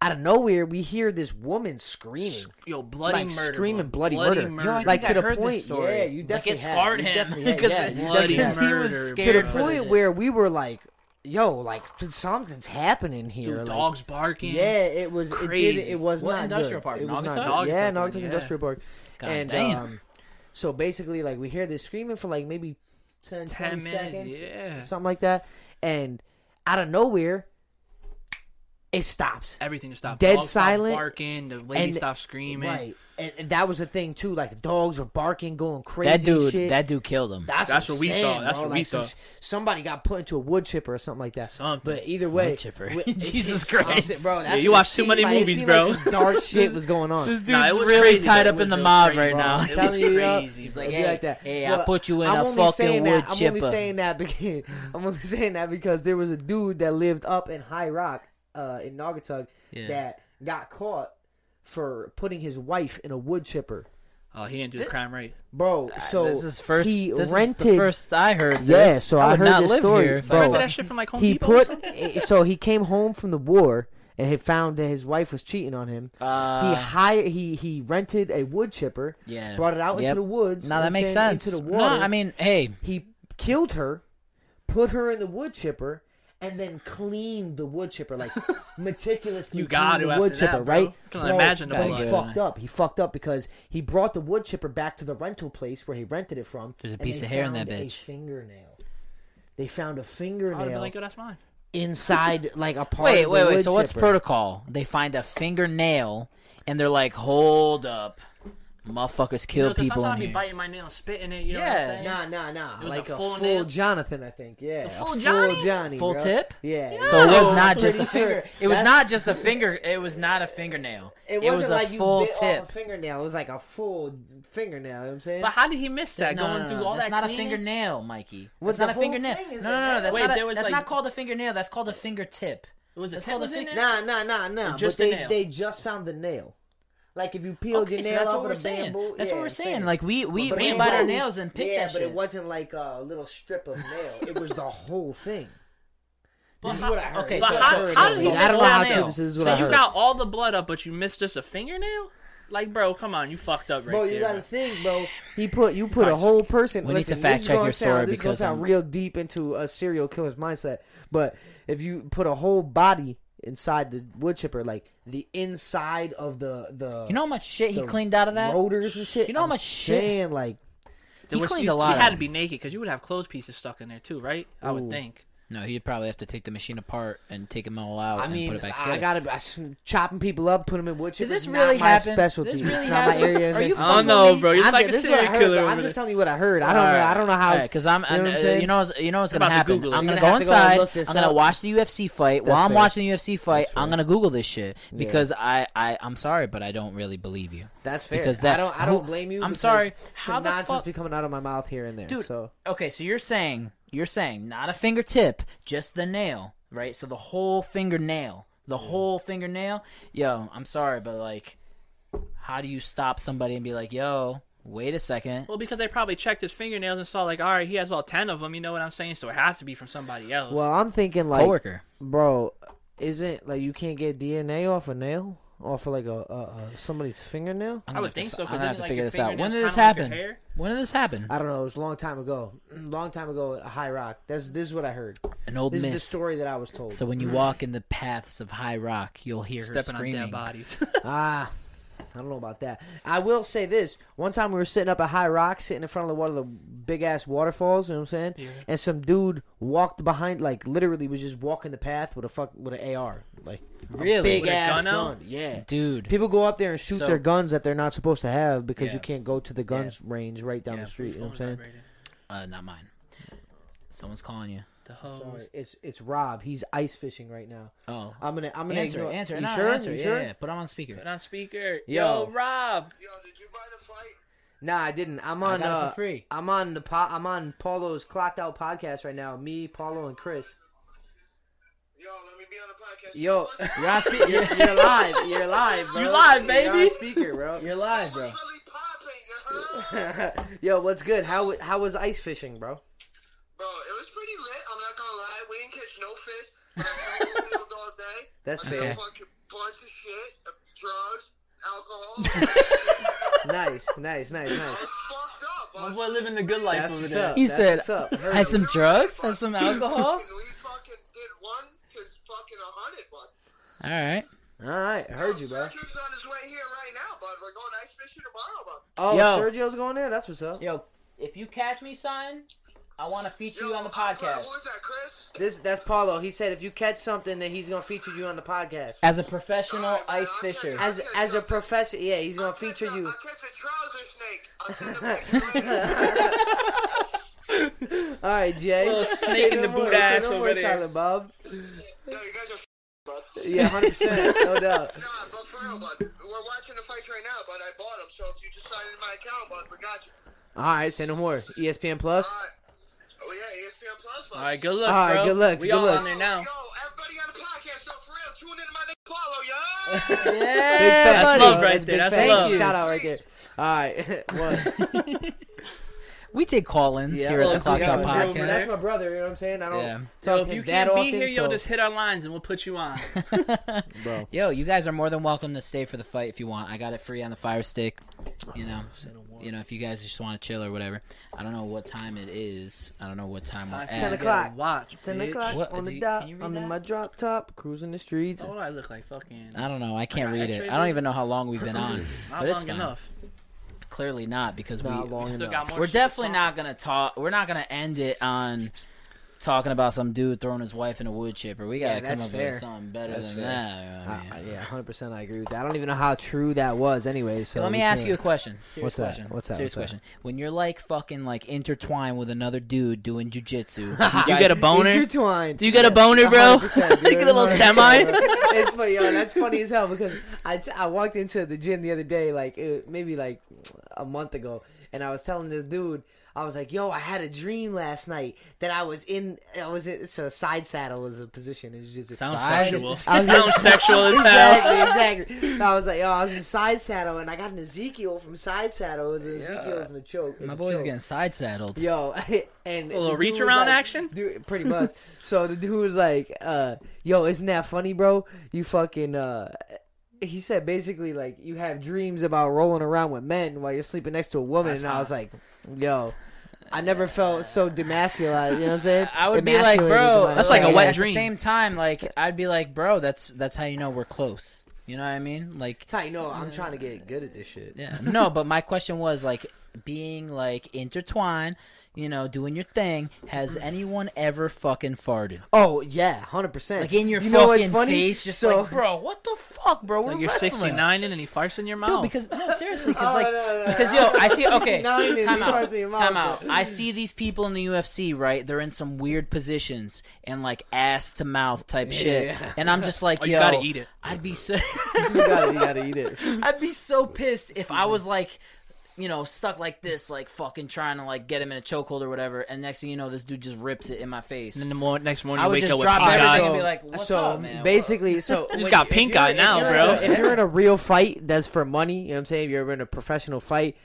Speaker 1: out of nowhere, we hear this woman screaming,
Speaker 2: Yo, bloody
Speaker 1: like
Speaker 2: murder.
Speaker 1: screaming
Speaker 2: bro.
Speaker 1: bloody, murder,
Speaker 3: Yo, I think
Speaker 1: like
Speaker 3: I
Speaker 1: to the
Speaker 3: heard this
Speaker 1: point.
Speaker 3: story.
Speaker 1: Yeah, you
Speaker 3: Like, it
Speaker 1: definitely had-
Speaker 3: scarred
Speaker 1: you
Speaker 3: him,
Speaker 1: definitely had-
Speaker 3: 'cause
Speaker 1: yeah,
Speaker 3: it-
Speaker 1: you definitely
Speaker 2: bloody
Speaker 1: had-
Speaker 3: because he was
Speaker 1: to
Speaker 2: murder,
Speaker 1: the
Speaker 3: scared
Speaker 2: bro.
Speaker 3: for this
Speaker 1: point
Speaker 3: shit.
Speaker 1: where we were like, "Yo, like something's happening here."
Speaker 2: Dude,
Speaker 1: like,
Speaker 2: dogs barking.
Speaker 1: yeah, it was. It did.
Speaker 2: Crazy.
Speaker 1: It was
Speaker 3: What
Speaker 1: not
Speaker 3: industrial
Speaker 1: good.
Speaker 3: park?
Speaker 1: It was
Speaker 3: Naugatuck?
Speaker 1: not good. Yeah,
Speaker 2: Naugatuck
Speaker 1: Naugatuck
Speaker 2: one, yeah.
Speaker 1: Industrial Park.
Speaker 3: God
Speaker 1: and
Speaker 3: damn.
Speaker 1: um, so basically, like we hear this screaming for like maybe 10,
Speaker 2: 10
Speaker 1: 20
Speaker 2: minutes,
Speaker 1: seconds,
Speaker 2: yeah.
Speaker 1: something like that, and out of nowhere, it stops.
Speaker 2: Everything just stopped.
Speaker 1: Dead
Speaker 2: Dogs stopped
Speaker 1: silent,
Speaker 2: barking. The lady
Speaker 1: and-
Speaker 2: stopped screaming.
Speaker 1: Right, and, and that was the thing too. Like the dogs were barking, going crazy.
Speaker 3: That dude,
Speaker 1: shit.
Speaker 3: that dude killed him.
Speaker 1: That's,
Speaker 2: That's
Speaker 1: what,
Speaker 2: what we
Speaker 1: saying,
Speaker 2: thought. That's
Speaker 1: bro.
Speaker 2: what we
Speaker 1: Like, some
Speaker 2: thought.
Speaker 1: sh- somebody got put into a wood chipper or something like that.
Speaker 2: Something.
Speaker 1: But either way,
Speaker 3: Wood chipper.
Speaker 1: we- it-
Speaker 3: Jesus
Speaker 1: it's-
Speaker 3: Christ.
Speaker 1: it's- bro. That's
Speaker 2: Yeah, you
Speaker 1: what it
Speaker 2: watch too
Speaker 1: seemed
Speaker 2: many
Speaker 1: like. It
Speaker 2: movies,
Speaker 1: seemed like
Speaker 2: bro.
Speaker 1: some dark shit was going on.
Speaker 3: This dude's
Speaker 2: Nah, it was
Speaker 3: really
Speaker 2: crazy,
Speaker 3: tied
Speaker 2: though.
Speaker 3: up
Speaker 2: It
Speaker 3: in the
Speaker 2: was real
Speaker 3: mob
Speaker 2: crazy,
Speaker 3: right
Speaker 2: bro. It
Speaker 3: now.
Speaker 1: I'm telling
Speaker 2: was
Speaker 1: you, yo,
Speaker 2: crazy,
Speaker 3: He's
Speaker 2: bro.
Speaker 3: like,
Speaker 1: It'd be
Speaker 3: hey, hey, I
Speaker 1: Well,
Speaker 3: put you in
Speaker 1: I'm
Speaker 3: a
Speaker 1: only
Speaker 3: fucking
Speaker 1: saying
Speaker 3: wood
Speaker 1: that, I'm only
Speaker 3: chipper.
Speaker 1: saying that because I'm only saying that because there was a dude that lived up in High Rock, uh, in Naugatuck,
Speaker 3: Yeah.
Speaker 1: that got caught for putting his wife in a wood chipper,
Speaker 2: Oh, he didn't do the crime right.
Speaker 1: bro. So
Speaker 3: Ah, this is first.
Speaker 1: he
Speaker 3: this
Speaker 1: rented.
Speaker 3: is the first I heard. This.
Speaker 1: Yeah, so I
Speaker 3: would
Speaker 1: heard
Speaker 3: not
Speaker 1: this
Speaker 3: live
Speaker 1: story,
Speaker 3: here if
Speaker 1: bro.
Speaker 3: I
Speaker 2: Remember
Speaker 1: Rented
Speaker 2: that shit from like Home
Speaker 1: he
Speaker 2: Depot.
Speaker 1: put eh, so he came home from the war and had found that his wife was cheating on him.
Speaker 3: Uh,
Speaker 1: he hired he he rented a wood chipper,
Speaker 3: yeah.
Speaker 1: brought it out
Speaker 3: Yep.
Speaker 1: into the woods.
Speaker 3: Now
Speaker 1: you know
Speaker 3: that makes
Speaker 1: what I'm saying,
Speaker 3: sense.
Speaker 1: Into the
Speaker 3: No,
Speaker 1: water.
Speaker 3: I mean, hey,
Speaker 1: he killed her, put her in the wood chipper, and then cleaned the wood chipper like meticulously.
Speaker 2: You gotta
Speaker 1: cleaned the
Speaker 2: after
Speaker 1: wood
Speaker 2: that,
Speaker 1: chipper,
Speaker 2: bro.
Speaker 1: right?
Speaker 2: Can I imagine the
Speaker 1: but he
Speaker 3: blood?
Speaker 1: fucked up. He fucked up because he brought the wood chipper back to the rental place where he rented it from.
Speaker 3: There's a
Speaker 1: and
Speaker 3: piece
Speaker 1: they
Speaker 3: of hair in that
Speaker 1: found A
Speaker 3: bitch.
Speaker 1: fingernail. They found a
Speaker 2: I would have been
Speaker 1: fingernail
Speaker 2: like, yo, that's mine.
Speaker 1: inside like a part.
Speaker 3: wait,
Speaker 1: of
Speaker 3: wait,
Speaker 1: the
Speaker 3: wait.
Speaker 1: wood
Speaker 3: So what's
Speaker 1: chipper.
Speaker 3: protocol? They find a fingernail, and they're like, "Hold up, motherfuckers kill
Speaker 2: Because
Speaker 3: people in
Speaker 2: sometimes
Speaker 3: here."
Speaker 2: he biting my nail, and spitting it. You know
Speaker 3: Yeah,
Speaker 2: what I'm saying?
Speaker 1: Nah, nah, nah.
Speaker 2: It was
Speaker 1: Like
Speaker 2: a
Speaker 1: a
Speaker 2: full
Speaker 1: full,
Speaker 2: nail?
Speaker 1: Jonathan, I think. Yeah,
Speaker 2: full
Speaker 1: a full
Speaker 2: Johnny?
Speaker 1: Johnny,
Speaker 3: Full
Speaker 1: bro.
Speaker 3: tip?
Speaker 1: Yeah.
Speaker 3: So it
Speaker 1: Oh,
Speaker 3: was
Speaker 2: No,
Speaker 3: not just a
Speaker 1: pretty sure.
Speaker 3: finger. It was
Speaker 1: That's-
Speaker 3: not just a finger. It was not a fingernail.
Speaker 1: It wasn't
Speaker 3: was a
Speaker 1: like
Speaker 3: full
Speaker 1: you bit
Speaker 3: tip.
Speaker 1: off a fingernail. It was like a full fingernail. You know what I'm saying.
Speaker 2: But how did he miss that?
Speaker 3: No, no,
Speaker 2: going
Speaker 3: no,
Speaker 2: through
Speaker 3: no,
Speaker 2: all
Speaker 3: that's
Speaker 2: that.
Speaker 3: not
Speaker 2: cleaning?
Speaker 3: a fingernail, Mikey.
Speaker 1: Was
Speaker 3: That's not
Speaker 1: the
Speaker 3: a
Speaker 1: whole
Speaker 3: fingernail.
Speaker 1: thing is
Speaker 3: No,
Speaker 1: a
Speaker 3: no, no, no.
Speaker 1: nail.
Speaker 3: That's,
Speaker 2: Wait,
Speaker 3: not, a,
Speaker 2: there was
Speaker 3: that's
Speaker 2: like-
Speaker 3: not called a fingernail. That's called a fingertip.
Speaker 2: It was a
Speaker 3: That's
Speaker 2: tip
Speaker 3: called a
Speaker 2: was in
Speaker 3: fin-
Speaker 2: there?
Speaker 1: Nah, nah, nah,
Speaker 3: Oh,
Speaker 1: nah.
Speaker 2: Just
Speaker 1: but
Speaker 2: the
Speaker 1: they,
Speaker 2: nail.
Speaker 1: they just found the nail. Like if you peeled
Speaker 3: Okay,
Speaker 1: your
Speaker 3: so
Speaker 1: nail
Speaker 3: that's
Speaker 1: off
Speaker 3: what
Speaker 1: with
Speaker 3: we're
Speaker 1: a
Speaker 3: saying.
Speaker 1: bamboo.
Speaker 3: That's
Speaker 1: yeah,
Speaker 3: what we're
Speaker 1: I'm
Speaker 3: saying. Like we we
Speaker 1: But
Speaker 3: we
Speaker 1: it
Speaker 3: bite our
Speaker 1: wasn't-
Speaker 3: nails and pick
Speaker 1: yeah,
Speaker 3: that
Speaker 1: but
Speaker 3: shit.
Speaker 1: it wasn't like a little strip of nail. It was the whole thing.
Speaker 2: But
Speaker 1: this is
Speaker 2: how-
Speaker 1: what I heard.
Speaker 3: okay,
Speaker 1: This
Speaker 2: but
Speaker 1: is what I
Speaker 2: how-
Speaker 1: heard.
Speaker 2: how did he
Speaker 1: I
Speaker 2: miss
Speaker 1: don't know how
Speaker 2: that nail?
Speaker 1: true this is. This is
Speaker 2: so
Speaker 1: what I
Speaker 2: you
Speaker 1: heard.
Speaker 2: got all the blood up, but you missed just a fingernail? Like, bro, come on, you fucked up right
Speaker 1: bro,
Speaker 2: there.
Speaker 1: you got to
Speaker 2: bro.
Speaker 1: think, bro. He put you put a
Speaker 2: Guys,
Speaker 1: whole person.
Speaker 3: we need
Speaker 1: listen, this
Speaker 3: to fact
Speaker 1: is
Speaker 3: check
Speaker 1: gonna
Speaker 3: your
Speaker 1: sound,
Speaker 3: story
Speaker 1: this is
Speaker 3: because
Speaker 1: gonna sound
Speaker 3: I'm-
Speaker 1: real deep into a serial killer's mindset. But if you put a whole body inside the wood chipper, like the inside of the the
Speaker 3: You know how much shit he
Speaker 1: the
Speaker 3: cleaned out of that?
Speaker 1: roters and shit.
Speaker 3: You know how
Speaker 1: I'm
Speaker 3: much shit-
Speaker 1: saying, like
Speaker 2: There
Speaker 3: He
Speaker 2: was-
Speaker 3: cleaned
Speaker 2: you,
Speaker 3: a lot
Speaker 2: You
Speaker 3: of
Speaker 2: had
Speaker 3: it.
Speaker 2: to be naked because you would have clothes pieces stuck in there too, right? I would
Speaker 1: Ooh.
Speaker 2: think.
Speaker 3: No, he'd probably have to take the machine apart and take them all out
Speaker 1: I
Speaker 3: and put
Speaker 1: mean,
Speaker 3: it back
Speaker 1: I
Speaker 3: together.
Speaker 1: gotta I s- chopping people up, putting them in wood
Speaker 3: Did
Speaker 1: chippers.
Speaker 3: this
Speaker 1: not
Speaker 3: really
Speaker 1: my
Speaker 3: happen?
Speaker 1: specialty.
Speaker 3: This really
Speaker 1: it's not my
Speaker 3: happened?
Speaker 1: area. of
Speaker 3: Are you
Speaker 1: interest.
Speaker 2: I don't
Speaker 3: fucking
Speaker 2: know,
Speaker 3: me?
Speaker 2: bro. You're
Speaker 1: I'm
Speaker 2: like
Speaker 1: ju-
Speaker 2: a
Speaker 1: this is what I
Speaker 2: serial
Speaker 1: heard,
Speaker 2: killer.
Speaker 1: but
Speaker 2: over
Speaker 1: I'm
Speaker 2: there.
Speaker 1: just telling you what I heard. I don't know. I don't know how.
Speaker 3: because I'm,
Speaker 1: you know what I'm
Speaker 3: uh,
Speaker 1: saying?
Speaker 3: you know, what's- you know what's
Speaker 2: I'm
Speaker 3: gonna
Speaker 2: about to
Speaker 3: happen.
Speaker 2: Google it.
Speaker 3: I'm
Speaker 2: You're
Speaker 3: gonna,
Speaker 1: gonna
Speaker 3: go
Speaker 1: have to go and
Speaker 3: inside.
Speaker 1: look this
Speaker 3: I'm gonna
Speaker 1: up.
Speaker 3: watch the UFC fight. While
Speaker 1: That's
Speaker 3: I'm
Speaker 1: fair.
Speaker 3: watching the UFC fight,
Speaker 1: That's fair.
Speaker 3: I'm gonna Google this shit
Speaker 1: Yeah.
Speaker 3: because I, I, I'm sorry, but I don't really believe you.
Speaker 1: That's fair.
Speaker 3: Because that-
Speaker 1: I don't. I
Speaker 3: who-
Speaker 1: don't blame you.
Speaker 3: I'm
Speaker 1: because
Speaker 3: sorry.
Speaker 1: Some
Speaker 3: How the
Speaker 1: nonsense
Speaker 3: fuck-
Speaker 1: be coming out of my mouth here and there.
Speaker 3: Dude.
Speaker 1: So
Speaker 3: Okay, so you're saying you're saying not a fingertip, just the nail, right? So the whole fingernail, the whole fingernail. Yo, I'm sorry, but like, how do you stop somebody and be like, yo, wait a second?
Speaker 2: Well, because they probably checked his fingernails and saw, like, all right, he has all 10 of them, you know what I'm saying? So it has to be from somebody else.
Speaker 1: well, I'm thinking like,
Speaker 3: Coworker.
Speaker 1: bro, isn't like you can't get DNA off a nail, off of like a, a, a somebody's fingernail?
Speaker 3: I'm
Speaker 2: I
Speaker 3: gonna
Speaker 2: would
Speaker 3: have to
Speaker 2: think
Speaker 3: fi-
Speaker 2: so,
Speaker 3: I'm
Speaker 2: 'cause
Speaker 3: gonna have
Speaker 2: isn't,
Speaker 3: to
Speaker 2: like,
Speaker 3: figure
Speaker 2: your
Speaker 3: this out. When
Speaker 2: fingernails
Speaker 3: did this
Speaker 2: kinda like your
Speaker 3: happen?
Speaker 2: hair?
Speaker 3: when did this happen?
Speaker 1: I don't know. It was a long time ago. Long time ago at High Rock. That's this is what I heard.
Speaker 3: An old
Speaker 1: This is the
Speaker 3: myth.
Speaker 1: story that I was told.
Speaker 3: So when you walk in the paths of High Rock, you'll hear her
Speaker 2: Stepping on
Speaker 3: screaming.
Speaker 2: dead bodies.
Speaker 1: Ah, I don't know about that. I will say this: one time we were sitting up at High Rock, sitting in front of the, one of the big ass waterfalls. You know what I'm saying? And some dude walked behind, like literally was just walking the path with a fuck with an AR, like
Speaker 3: Really?
Speaker 1: big
Speaker 2: With a
Speaker 1: ass
Speaker 2: gun out?
Speaker 1: gun. Yeah.
Speaker 3: Dude,
Speaker 1: People go up there and shoot
Speaker 3: So-
Speaker 1: their guns that they're not supposed to have because
Speaker 3: Yeah.
Speaker 1: you can't go to the guns range right down
Speaker 2: Yeah,
Speaker 1: the street. You know what I'm
Speaker 2: phone
Speaker 1: saying?
Speaker 2: vibrated.
Speaker 3: uh, not mine. Someone's calling you.
Speaker 2: The hose.
Speaker 1: Sorry, it's it's Rob. He's ice fishing right now.
Speaker 3: Oh,
Speaker 1: I'm gonna I'm gonna
Speaker 3: answer,
Speaker 1: ignore-
Speaker 3: it, answer, it.
Speaker 1: You
Speaker 3: no,
Speaker 1: sure?
Speaker 3: answer. it.
Speaker 1: You
Speaker 3: yeah,
Speaker 1: sure?
Speaker 3: yeah, put 'em on speaker.
Speaker 2: Put on speaker.
Speaker 1: Yo.
Speaker 2: Yo, Rob.
Speaker 4: Yo, did you buy the flight?
Speaker 1: Nah, I didn't. I'm on
Speaker 3: got it for
Speaker 1: uh,
Speaker 3: free.
Speaker 1: I'm on the po- I'm on Paulo's clocked out podcast right now. Me, Paulo, and Chris.
Speaker 4: Yo, let me be on the podcast.
Speaker 1: Yo,
Speaker 3: You're on speaker.
Speaker 1: you're,
Speaker 3: You're,
Speaker 1: you're live. You're live, bro.
Speaker 2: You live,
Speaker 1: You're
Speaker 2: baby.
Speaker 1: on speaker, bro.
Speaker 3: you're live, bro.
Speaker 4: Really popping, huh?
Speaker 1: Yo, what's good? How how was ice fishing, bro?
Speaker 4: Bro, it was pretty lit. I'm not gonna lie. We didn't catch no fish. But I field all day.
Speaker 1: That's
Speaker 4: I
Speaker 1: fair.
Speaker 4: drank a fucking bunch of shit, uh, drugs, alcohol. I
Speaker 1: Nice, nice, nice, nice.
Speaker 4: was fucked up. I
Speaker 2: My
Speaker 4: was
Speaker 2: boy living the good life
Speaker 1: That's
Speaker 2: over
Speaker 1: what's
Speaker 2: there.
Speaker 1: up.
Speaker 3: He
Speaker 1: That's
Speaker 3: said,
Speaker 1: what's up. Heard
Speaker 3: Had
Speaker 1: it.
Speaker 3: some drugs? Had some alcohol?
Speaker 4: fucking- we fucking did one to fucking a hundred, bud.
Speaker 3: All right.
Speaker 1: All right, heard you, bro.
Speaker 4: Sergio's on his way here right now, bud. We're going ice fishing tomorrow, bud.
Speaker 1: Oh,
Speaker 3: Yo.
Speaker 1: Sergio's going there. That's what's up.
Speaker 3: Yo, if you catch me, son,
Speaker 5: I want to feature
Speaker 4: Yo,
Speaker 5: you on the
Speaker 4: I'm glad-
Speaker 5: podcast
Speaker 4: Who is that, Chris?
Speaker 1: This that's Paulo. He said if you catch something, then he's gonna feature you on the podcast
Speaker 5: as a professional
Speaker 4: Alright, man,
Speaker 5: ice
Speaker 4: I'll
Speaker 5: fisher.
Speaker 4: catch
Speaker 1: as as a professor. Yeah, he's gonna
Speaker 4: I'll catch
Speaker 1: feature
Speaker 4: a-
Speaker 1: you.
Speaker 4: I'll catch a trouser snake. I'll catch a picture later.
Speaker 1: All right, Jay.
Speaker 2: Little snake in
Speaker 1: Say
Speaker 2: the
Speaker 1: no
Speaker 2: boot
Speaker 1: more- say
Speaker 2: ass
Speaker 1: no
Speaker 2: over
Speaker 1: more,
Speaker 2: there.
Speaker 1: Silent Bob.
Speaker 4: Yo, you guys are f- bud.
Speaker 1: Yeah, hundred percent, no doubt.
Speaker 4: Nah, but for real, bud. We're watching the fights right now, bud. I bought them, so if you just sign in my account, bud, we got you.
Speaker 1: All right, say no more. E ESPN Plus.
Speaker 4: All right. Oh, yeah, ESPN Plus, bud.
Speaker 2: All right, good luck,
Speaker 1: All right,
Speaker 2: bro.
Speaker 1: good luck,
Speaker 2: We
Speaker 1: good
Speaker 2: all
Speaker 1: luck.
Speaker 2: on there now.
Speaker 4: Yo, everybody on the podcast, so for real, tune in to my nigga Paulo, yo!
Speaker 1: Big
Speaker 5: Yeah.
Speaker 1: fat
Speaker 2: That's
Speaker 1: buddy.
Speaker 2: love right there,
Speaker 1: big
Speaker 2: that's
Speaker 1: fat-
Speaker 2: love.
Speaker 1: Shout out right there. All right, one.
Speaker 3: We take call-ins
Speaker 1: well,
Speaker 3: here at the
Speaker 1: that's
Speaker 3: Clock
Speaker 1: my
Speaker 3: Out
Speaker 1: brother.
Speaker 3: Podcast.
Speaker 1: That's, that's my brother. You know what I'm saying? I don't
Speaker 3: Yeah.
Speaker 2: Yo,
Speaker 1: talk
Speaker 2: if
Speaker 1: to
Speaker 2: you
Speaker 1: him that
Speaker 2: can't
Speaker 1: often.
Speaker 2: be here,
Speaker 1: so,
Speaker 2: yo, just hit our lines and we'll put you on.
Speaker 1: bro,
Speaker 3: Yo, you guys are more than welcome to stay for the fight if you want. I got it free on the Fire Stick. You know, you know if you guys just want to chill or whatever. I don't know what time it is. I don't know what time we're
Speaker 2: Five
Speaker 3: at.
Speaker 1: Ten
Speaker 2: Yeah,
Speaker 1: o'clock.
Speaker 2: Watch,
Speaker 1: ten
Speaker 2: bitch.
Speaker 1: o'clock
Speaker 3: What-
Speaker 1: on
Speaker 3: do
Speaker 1: the
Speaker 3: you-
Speaker 1: dot.
Speaker 3: can you read
Speaker 1: I'm in
Speaker 3: that?
Speaker 1: my drop top, cruising the streets.
Speaker 2: Oh, I look like fucking.
Speaker 3: I don't know. I can't
Speaker 2: I
Speaker 3: read
Speaker 2: actually
Speaker 3: it. I don't
Speaker 2: do.
Speaker 3: even know how long we've been on.
Speaker 2: Not
Speaker 3: but it's
Speaker 2: long
Speaker 3: fine.
Speaker 2: enough.
Speaker 3: Clearly not because
Speaker 1: Not
Speaker 3: we
Speaker 1: long
Speaker 2: Still
Speaker 1: enough.
Speaker 2: got more
Speaker 3: we're
Speaker 2: shit to
Speaker 3: definitely
Speaker 2: talk
Speaker 3: not gonna talk. We're not gonna end it on talking about some dude throwing his wife in a wood chipper. We
Speaker 1: Yeah,
Speaker 3: gotta come
Speaker 1: that's
Speaker 3: up
Speaker 1: fair.
Speaker 3: with something better
Speaker 1: That's
Speaker 3: than
Speaker 1: fair.
Speaker 3: that. I
Speaker 1: I-
Speaker 3: mean.
Speaker 1: I- Ah, yeah, hundred percent. I agree with that. I don't even know how true that was, anyway. So
Speaker 3: Let me
Speaker 1: we
Speaker 3: ask
Speaker 1: can't-
Speaker 3: you a question. Serious
Speaker 1: What's that?
Speaker 3: question.
Speaker 1: What's that?
Speaker 3: Serious
Speaker 1: What's that?
Speaker 3: question. When you're like fucking like intertwined with another dude doing jujitsu, do you, guys-
Speaker 2: You get a boner?
Speaker 1: Intertwined.
Speaker 2: Do you get a boner, bro?
Speaker 1: 100%,
Speaker 2: You get a little
Speaker 1: 100%,
Speaker 2: semi?
Speaker 1: bro. It's funny, yo. That's funny as hell because I, t- I walked into the gym the other day, like it, maybe like a month ago, and I was telling this dude, I was like, "Yo, I had a dream last night that I was in. I was in, it's a side saddle is a position. It's just a
Speaker 3: Sounds
Speaker 1: side-
Speaker 2: sexual.
Speaker 1: I was
Speaker 2: Sounds sexual as hell.
Speaker 1: exactly, exactly. I was like, "Yo, I was in side saddle, and I got an Ezekiel from side saddle. It was an Ezekiel in a choke. it was
Speaker 3: My
Speaker 1: a
Speaker 3: boy's
Speaker 1: choke.
Speaker 3: getting side saddled.
Speaker 1: Yo, and
Speaker 2: A little
Speaker 1: the dude
Speaker 2: reach
Speaker 1: was
Speaker 2: around
Speaker 1: like-
Speaker 2: action?
Speaker 1: dude, pretty much. so the dude was like, uh, "Yo, isn't that funny, bro? You fucking." Uh, he said basically like you have dreams about rolling around with men while you're sleeping next to a woman, and I was like, "Yo." I never felt so demasculized. You know what I'm saying?
Speaker 3: I would be like,
Speaker 1: Emasculated is
Speaker 3: bro,
Speaker 1: my
Speaker 2: That's
Speaker 1: word.
Speaker 2: like a
Speaker 3: but
Speaker 2: wet
Speaker 3: At the
Speaker 2: dream.
Speaker 3: same time, like I'd be like, bro, that's that's how you know we're close. You know what I mean? Like,
Speaker 1: Ty, no, I'm trying to get good at this shit.
Speaker 3: yeah, no. But my question was like being like intertwined. You know, doing your thing. Has anyone ever fucking farted?
Speaker 1: Oh yeah, hundred percent.
Speaker 3: Like in your
Speaker 1: you know what's
Speaker 3: fucking
Speaker 1: funny?
Speaker 3: face, just
Speaker 1: So-
Speaker 3: like, bro, what the fuck, bro? We're
Speaker 2: Like you're
Speaker 3: wrestling.
Speaker 2: 69 and then he farts in your mouth.
Speaker 3: No, because no, seriously, because
Speaker 1: Oh,
Speaker 3: like,
Speaker 1: no, no,
Speaker 3: because
Speaker 1: no.
Speaker 3: yo, I see. Okay,
Speaker 1: No, you didn't.
Speaker 3: time
Speaker 1: You
Speaker 3: out,
Speaker 1: farted in your
Speaker 3: time
Speaker 1: mouth.
Speaker 3: out. I see these people in the UFC, right? They're in some weird positions and like ass to mouth type shit, and I'm just like,
Speaker 2: Oh,
Speaker 3: yo,
Speaker 2: you gotta eat it.
Speaker 3: I'd be so,
Speaker 1: you gotta, you gotta eat it.
Speaker 3: I'd be so pissed if I was like. You know, stuck like this, like fucking trying to like get him in a chokehold or whatever, and next thing you know, this dude just rips it in my face.
Speaker 2: and then the mor- next morning
Speaker 3: I
Speaker 2: you
Speaker 3: would
Speaker 2: wake
Speaker 3: just
Speaker 2: up with
Speaker 3: drop
Speaker 2: pink
Speaker 3: everything
Speaker 2: eye.
Speaker 3: and be like, "What's
Speaker 1: so
Speaker 3: up, man?"
Speaker 1: basically, so
Speaker 2: Oh You just
Speaker 1: when-
Speaker 2: got
Speaker 1: if
Speaker 2: pink
Speaker 1: you're-
Speaker 2: eye
Speaker 1: if
Speaker 2: now,
Speaker 1: you're in
Speaker 2: bro.
Speaker 1: a- if you're in a real fight that's for money, you know what I'm saying? If you're in a professional fight,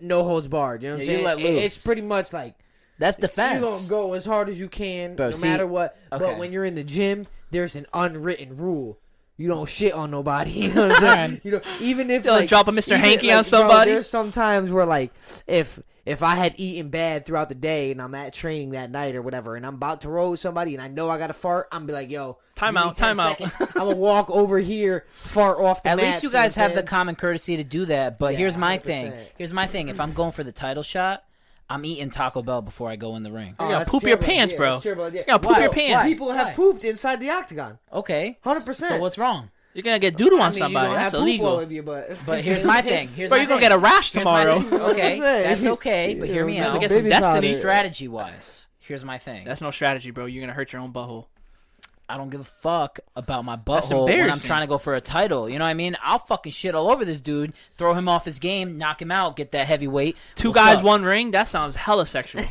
Speaker 1: no holds barred. You know what I'm
Speaker 3: Yeah, you
Speaker 1: saying?
Speaker 3: let
Speaker 1: It-
Speaker 3: loose.
Speaker 1: It's pretty much like
Speaker 3: That's defense.
Speaker 1: you're gonna go as hard as you can,
Speaker 3: Bro,
Speaker 1: no
Speaker 3: see-
Speaker 1: matter what.
Speaker 3: okay.
Speaker 1: But when you're in the gym, there's an unwritten rule. You don't shit on nobody. You know what I'm saying? You know, even if
Speaker 2: Don't
Speaker 1: like,
Speaker 2: drop a Mr.
Speaker 1: even,
Speaker 2: Hanky on
Speaker 1: like, bro,
Speaker 2: somebody.
Speaker 1: there's some times where like if if I had eaten bad throughout the day and I'm at training that night or whatever, and I'm about to roll with somebody and I know I got to fart, I'm be like, yo,
Speaker 2: Time
Speaker 1: give me
Speaker 2: out,
Speaker 1: 10
Speaker 2: time out.
Speaker 1: seconds. I'm gonna walk over here, fart off the.
Speaker 3: At
Speaker 1: mats,
Speaker 3: least you
Speaker 1: know what
Speaker 3: guys
Speaker 1: I'm
Speaker 3: have the
Speaker 1: saying?
Speaker 3: common courtesy to do that. But
Speaker 1: Yeah,
Speaker 3: here's my thing.
Speaker 1: 100%.
Speaker 3: Here's my thing. If I'm going for the title shot, I'm eating Taco Bell before I go in the ring.
Speaker 1: Oh,
Speaker 2: gotta
Speaker 1: that's
Speaker 2: poop your
Speaker 1: terrible
Speaker 2: pants,
Speaker 1: idea.
Speaker 2: bro.
Speaker 1: That's terrible idea.
Speaker 2: You gotta poop
Speaker 1: Why?
Speaker 2: your pants.
Speaker 1: Why? People
Speaker 3: Why?
Speaker 1: have pooped inside the octagon.
Speaker 3: Okay,
Speaker 1: 100%.
Speaker 3: So what's wrong?
Speaker 2: You're gonna get doodle
Speaker 1: I
Speaker 2: on
Speaker 1: mean,
Speaker 2: somebody.
Speaker 1: You don't
Speaker 2: That's
Speaker 1: have poop all
Speaker 2: illegal.
Speaker 1: over you, but
Speaker 3: But here's my thing. Here's
Speaker 2: Bro,
Speaker 3: my
Speaker 2: you're gonna
Speaker 3: thing.
Speaker 2: get a rash
Speaker 3: Here's my
Speaker 2: tomorrow.
Speaker 3: thing. Okay,
Speaker 1: I'm saying.
Speaker 3: that's okay. But hear me
Speaker 1: You
Speaker 3: out.
Speaker 1: know,
Speaker 2: Get some
Speaker 1: baby
Speaker 2: destiny.
Speaker 1: powder.
Speaker 3: Strategy wise, here's my thing.
Speaker 2: That's no strategy, bro. You're gonna hurt your own butthole.
Speaker 3: I don't give a fuck about my butthole when I'm
Speaker 2: embarrassing.
Speaker 3: trying to go for a title. You know what I mean? I'll fucking shit all over this dude, throw him off his game, knock him out, get that heavyweight.
Speaker 2: Two
Speaker 3: What's
Speaker 2: guys,
Speaker 3: up?
Speaker 2: one ring. That sounds hella sexual.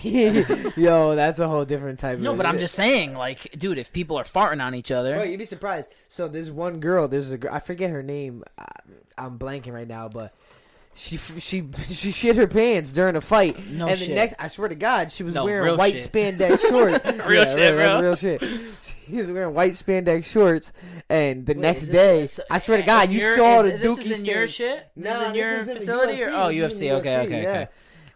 Speaker 1: Yo, that's a whole different type.
Speaker 3: No,
Speaker 1: of
Speaker 3: but I'm just saying, like, dude, if people are farting on each other,
Speaker 1: Bro, you'd be surprised. So there's one girl. There's a girl. I forget her name. I, I'm blanking right now, but she f- she she shit her pants during a fight.
Speaker 3: No
Speaker 1: and the
Speaker 3: shit.
Speaker 1: next, I swear to God, she was
Speaker 2: No, real
Speaker 1: wearing white
Speaker 2: shit.
Speaker 1: spandex shorts.
Speaker 2: Real
Speaker 1: Yeah, right,
Speaker 2: shit,
Speaker 1: that's
Speaker 2: bro.
Speaker 1: Real shit. She was wearing white spandex shorts, and the next
Speaker 3: is
Speaker 1: day,
Speaker 3: this-
Speaker 1: I swear to God,
Speaker 3: in
Speaker 1: you
Speaker 3: your-
Speaker 1: saw
Speaker 3: is-
Speaker 1: the
Speaker 3: this
Speaker 1: dookie
Speaker 3: is in your
Speaker 1: stain.
Speaker 3: shit? This is
Speaker 1: No,
Speaker 3: in
Speaker 1: this
Speaker 3: your
Speaker 1: was in the
Speaker 3: facility or-
Speaker 1: UFC,
Speaker 3: oh,
Speaker 1: this was in
Speaker 3: UFC,
Speaker 1: the
Speaker 3: okay, okay, okay.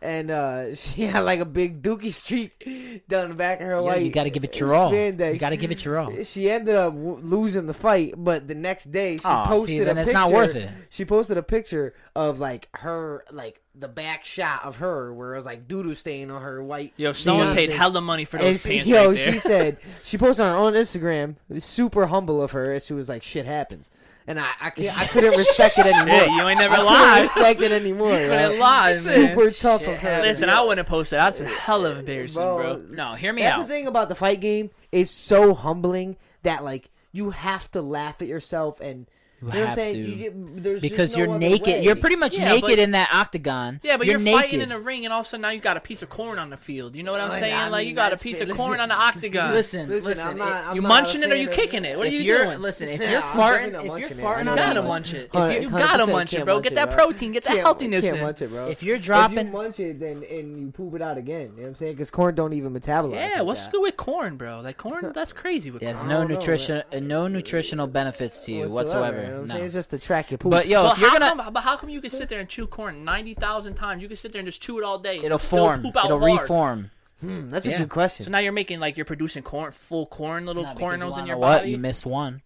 Speaker 1: and uh, she had like a big dookie streak down the back of her
Speaker 3: Yo,
Speaker 1: white.
Speaker 3: you got to give it your all.
Speaker 1: spandex.
Speaker 3: You got to give it your all.
Speaker 1: She ended up w- losing the fight, but the next day she
Speaker 3: Aw, see,
Speaker 1: posted a
Speaker 3: then
Speaker 1: picture.
Speaker 3: it's not worth it.
Speaker 1: She posted a picture of like her, like the back shot of her, where it was like doo doo stain on her white.
Speaker 2: Yo, someone
Speaker 1: neon
Speaker 2: paid
Speaker 1: thing.
Speaker 2: hella money for
Speaker 1: And
Speaker 2: those
Speaker 1: she,
Speaker 2: pants
Speaker 1: yo,
Speaker 2: right there.
Speaker 1: she said she posted on her own Instagram. Super humble of her. and She was like, "Shit happens," and I, I, cou- I couldn't respect it anymore.
Speaker 2: Yeah, you ain't never
Speaker 1: I
Speaker 2: lied.
Speaker 1: couldn't respect it anymore.
Speaker 2: Couldn't
Speaker 1: yo.
Speaker 2: lie, man.
Speaker 1: Super tough of her.
Speaker 2: Listen, I wouldn't post that. That's a hell of embarrassing, bro.
Speaker 3: No, hear me
Speaker 1: That's
Speaker 3: out.
Speaker 1: the thing about the fight game. It's so humbling that like you have to laugh at yourself and you, know what I'm
Speaker 3: have
Speaker 1: saying.
Speaker 3: to.
Speaker 1: You get, there's just
Speaker 3: because
Speaker 1: no
Speaker 3: you're
Speaker 1: other
Speaker 3: naked.
Speaker 1: way.
Speaker 3: You're pretty much
Speaker 2: Yeah,
Speaker 3: naked
Speaker 2: but-
Speaker 3: in that octagon.
Speaker 2: Yeah, but you're,
Speaker 3: naked.
Speaker 2: fighting in the ring, and all of a sudden now you got a piece of corn on the field. You know what I'm
Speaker 1: Like,
Speaker 2: saying?
Speaker 1: I
Speaker 2: like
Speaker 1: mean,
Speaker 2: you got a
Speaker 1: that's
Speaker 2: piece
Speaker 1: fair.
Speaker 2: of corn
Speaker 1: Listen-
Speaker 2: on the octagon.
Speaker 3: Listen,
Speaker 1: Listen,
Speaker 3: listen.
Speaker 1: I'm not-
Speaker 3: it-
Speaker 1: I'm
Speaker 2: you
Speaker 1: not a
Speaker 2: munching it or
Speaker 1: fan
Speaker 2: you
Speaker 1: of-
Speaker 2: kicking it? What are
Speaker 3: if
Speaker 2: you
Speaker 3: you're-
Speaker 2: doing?
Speaker 3: Listen, if
Speaker 1: Nah,
Speaker 3: you're
Speaker 1: I'm
Speaker 3: farting,
Speaker 1: definitely not
Speaker 3: if
Speaker 1: munching
Speaker 3: you're
Speaker 1: it. I know
Speaker 3: farting
Speaker 2: You
Speaker 3: on
Speaker 1: that
Speaker 2: gotta
Speaker 1: much.
Speaker 2: munch it.
Speaker 1: All
Speaker 2: If
Speaker 1: right,
Speaker 2: you
Speaker 1: 100%
Speaker 2: gotta munch it,
Speaker 1: can't
Speaker 2: bro.
Speaker 1: munch
Speaker 2: Get
Speaker 1: it,
Speaker 2: that
Speaker 1: bro.
Speaker 2: protein. Get that
Speaker 1: Can't-
Speaker 2: healthiness
Speaker 1: can't
Speaker 2: in.
Speaker 1: munch it, bro.
Speaker 3: if you're
Speaker 1: if
Speaker 3: dropping,
Speaker 1: you munch it, then and you poop it out again. You know what I'm saying? Because corn don't even metabolize.
Speaker 2: Yeah,
Speaker 1: like
Speaker 2: what's
Speaker 1: that.
Speaker 2: good with corn, bro? Like corn, that's crazy with
Speaker 3: there's
Speaker 2: corn.
Speaker 3: no
Speaker 1: don't know,
Speaker 3: nutrition, uh, no nutritional benefits to you whatsoever.
Speaker 1: You know what I'm
Speaker 3: no.
Speaker 1: saying? It's just to track your poop.
Speaker 3: But yo,
Speaker 2: But
Speaker 3: if you're
Speaker 2: how,
Speaker 3: gonna,
Speaker 2: come, but how come you can sit there and chew corn 90,000 times? You can sit there and just chew it all day.
Speaker 3: it'll
Speaker 2: and still
Speaker 3: form,
Speaker 2: poop out
Speaker 3: it'll
Speaker 2: hard.
Speaker 3: reform.
Speaker 1: Hmm, that's
Speaker 3: yeah.
Speaker 1: a good question.
Speaker 2: So now you're making like you're producing corn, full corn, little
Speaker 3: Nah, because you
Speaker 2: cornels in
Speaker 3: wanna
Speaker 2: your
Speaker 3: know what?
Speaker 2: body.
Speaker 3: You missed one.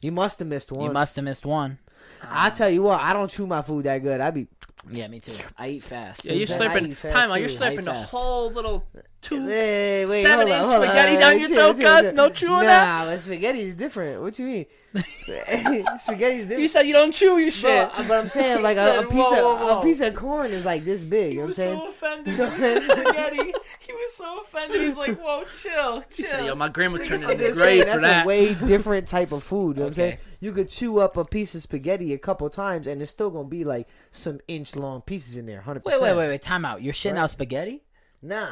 Speaker 1: you must have missed one.
Speaker 3: You must have missed one.
Speaker 1: I tell you what, I don't chew my food that good. I be
Speaker 3: Yeah, me too. I eat fast.
Speaker 2: yeah, you're
Speaker 1: Then I
Speaker 2: slurping.
Speaker 1: eat fast
Speaker 2: Time out. You're
Speaker 1: food.
Speaker 3: I eat
Speaker 2: slurping the
Speaker 3: fast.
Speaker 2: whole little two.
Speaker 1: Hey, wait,
Speaker 2: Seven
Speaker 1: hold on,
Speaker 2: inch
Speaker 1: hold on.
Speaker 2: spaghetti down your
Speaker 1: Chill,
Speaker 2: throat,
Speaker 1: chill,
Speaker 2: cuz?
Speaker 1: chill.
Speaker 2: No chewing
Speaker 1: nah,
Speaker 2: that?
Speaker 1: but spaghetti's different. What you mean? spaghetti's different.
Speaker 2: You said you don't chew your shit.
Speaker 1: but, but I'm saying like a,
Speaker 2: said,
Speaker 1: a piece
Speaker 2: whoa,
Speaker 1: of
Speaker 2: whoa, whoa.
Speaker 1: a piece of corn is like this big. You know what I'm saying?
Speaker 2: offended.
Speaker 1: So- He said spaghetti.
Speaker 2: He was so offended. He was like, "Whoa, chill, chill." Yo, my grandma turned
Speaker 1: I'm
Speaker 2: in the
Speaker 1: just saying,
Speaker 2: grave for
Speaker 1: that's
Speaker 2: that.
Speaker 1: a way different type of food. You know what I'm saying?
Speaker 3: Okay.
Speaker 1: You could chew up a piece of spaghetti a couple times, and it's still gonna be like some inch long pieces in there. Hundred
Speaker 3: Wait,
Speaker 1: percent.
Speaker 3: wait, wait, wait. Time out. You're shitting
Speaker 1: Right.
Speaker 3: out spaghetti.
Speaker 1: Nah.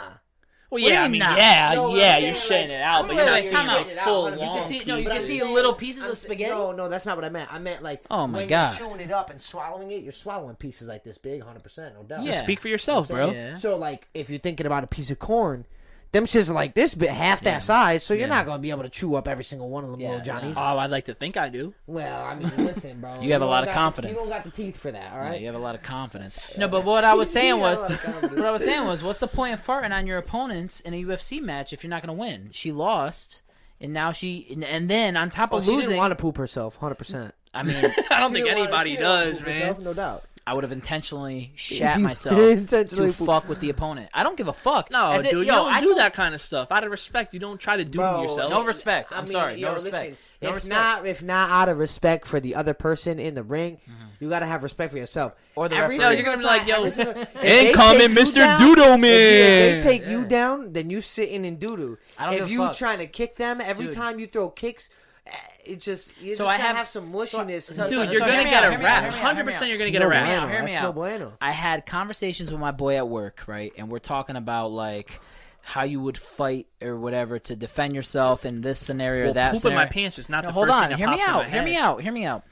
Speaker 2: well,
Speaker 3: do you
Speaker 2: yeah, I
Speaker 3: mean
Speaker 2: mean,
Speaker 3: not?
Speaker 2: yeah,
Speaker 1: No, what
Speaker 2: yeah,
Speaker 1: I'm
Speaker 2: you're
Speaker 1: saying,
Speaker 2: shitting
Speaker 1: like-
Speaker 2: it out, but
Speaker 3: wait,
Speaker 2: you're not
Speaker 3: wait, time
Speaker 2: shitting
Speaker 1: out.
Speaker 2: it out full
Speaker 1: You can
Speaker 2: long.
Speaker 1: see-
Speaker 3: no, you
Speaker 1: But
Speaker 3: can
Speaker 1: I'm
Speaker 3: see
Speaker 1: saying-
Speaker 3: little pieces
Speaker 1: I'm
Speaker 3: of
Speaker 1: sa-
Speaker 3: spaghetti.
Speaker 1: No, no, that's not what I meant. I meant like
Speaker 3: Oh my
Speaker 1: when
Speaker 3: God.
Speaker 1: you're chewing it up and swallowing it, you're swallowing pieces like this big, hundred percent, no doubt.
Speaker 3: Yeah.
Speaker 2: Speak for yourself,
Speaker 1: So-
Speaker 2: bro.
Speaker 3: Yeah.
Speaker 1: So like, if you're thinking about a piece of corn, them shits are like this bit, half that size. So you're
Speaker 3: Yeah.
Speaker 1: not gonna be able to chew up every single one of them
Speaker 3: Yeah,
Speaker 1: little johnnies.
Speaker 2: Oh, I'd like to think I do.
Speaker 1: Well, I mean, listen, bro.
Speaker 3: You have a
Speaker 1: don't
Speaker 3: lot of
Speaker 1: got the-
Speaker 3: confidence.
Speaker 1: you don't got the teeth for that, all
Speaker 3: Yeah,
Speaker 1: right?
Speaker 3: you have a lot of confidence. No, but what I was saying
Speaker 1: You got a
Speaker 3: was,
Speaker 1: lot of confidence.
Speaker 3: what I was saying was, what's the point of farting on your opponents in a UFC match if you're not going to win? She lost, and now she, and, and then on top
Speaker 1: Oh,
Speaker 3: of
Speaker 1: she
Speaker 3: losing,
Speaker 1: didn't want to poop herself, hundred percent.
Speaker 3: I mean,
Speaker 2: I don't think anybody does, man.
Speaker 1: No doubt.
Speaker 3: I would have intentionally shat
Speaker 1: You
Speaker 3: myself
Speaker 1: intentionally
Speaker 3: to
Speaker 1: pooped.
Speaker 3: fuck with the opponent. I don't give a fuck.
Speaker 2: No,
Speaker 3: At the-
Speaker 2: dude, you
Speaker 3: yo,
Speaker 2: don't
Speaker 3: I
Speaker 2: do
Speaker 3: told-
Speaker 2: that kind of stuff. Out of respect, you don't try to do
Speaker 1: Bro,
Speaker 2: yourself.
Speaker 3: No respect. I'm sorry.
Speaker 1: yo,
Speaker 3: no respect.
Speaker 1: listen,
Speaker 3: no
Speaker 1: if
Speaker 3: respect.
Speaker 1: not, if not out of respect for the other person in the ring, you gotta have respect for yourself.
Speaker 3: Or the
Speaker 1: Every
Speaker 3: referee. No,
Speaker 2: you're gonna be like, yo,
Speaker 1: every single- if
Speaker 2: And
Speaker 1: they
Speaker 2: coming,
Speaker 1: take you
Speaker 2: Mr.
Speaker 1: down-
Speaker 2: Doodle Man.
Speaker 1: If, you- if they take you down, then you sitting in doo doo.
Speaker 3: I don't give
Speaker 1: If
Speaker 3: a
Speaker 1: you
Speaker 3: fuck.
Speaker 1: trying to kick them, every
Speaker 3: Dude.
Speaker 1: time you throw kicks, eh, it just you
Speaker 3: So
Speaker 1: just
Speaker 3: I
Speaker 1: gotta
Speaker 3: have-
Speaker 1: have, some mushiness. in
Speaker 3: so-
Speaker 1: it.
Speaker 3: so-
Speaker 2: Dude,
Speaker 3: so
Speaker 2: you're
Speaker 3: hear
Speaker 2: gonna
Speaker 3: me
Speaker 2: get
Speaker 3: out,
Speaker 2: a
Speaker 3: hear me out,
Speaker 2: rap.
Speaker 3: hear me out, hear
Speaker 2: Hundred
Speaker 3: me out.
Speaker 2: percent, you're gonna
Speaker 1: No
Speaker 2: get a
Speaker 1: bueno,
Speaker 2: rap.
Speaker 3: hear me
Speaker 1: that's
Speaker 3: out.
Speaker 1: no bueno.
Speaker 3: I had conversations with my boy at work, right? And we're talking about like how you would fight or whatever to defend yourself in this scenario or
Speaker 2: Well,
Speaker 3: that
Speaker 2: poop in
Speaker 3: scenario.
Speaker 2: my pants is not
Speaker 3: No,
Speaker 2: the
Speaker 3: hold
Speaker 2: first
Speaker 3: on,
Speaker 2: thing that
Speaker 3: hear me
Speaker 2: pops in
Speaker 3: out.
Speaker 2: my
Speaker 3: Hear me
Speaker 2: head.
Speaker 3: out. Hear me out.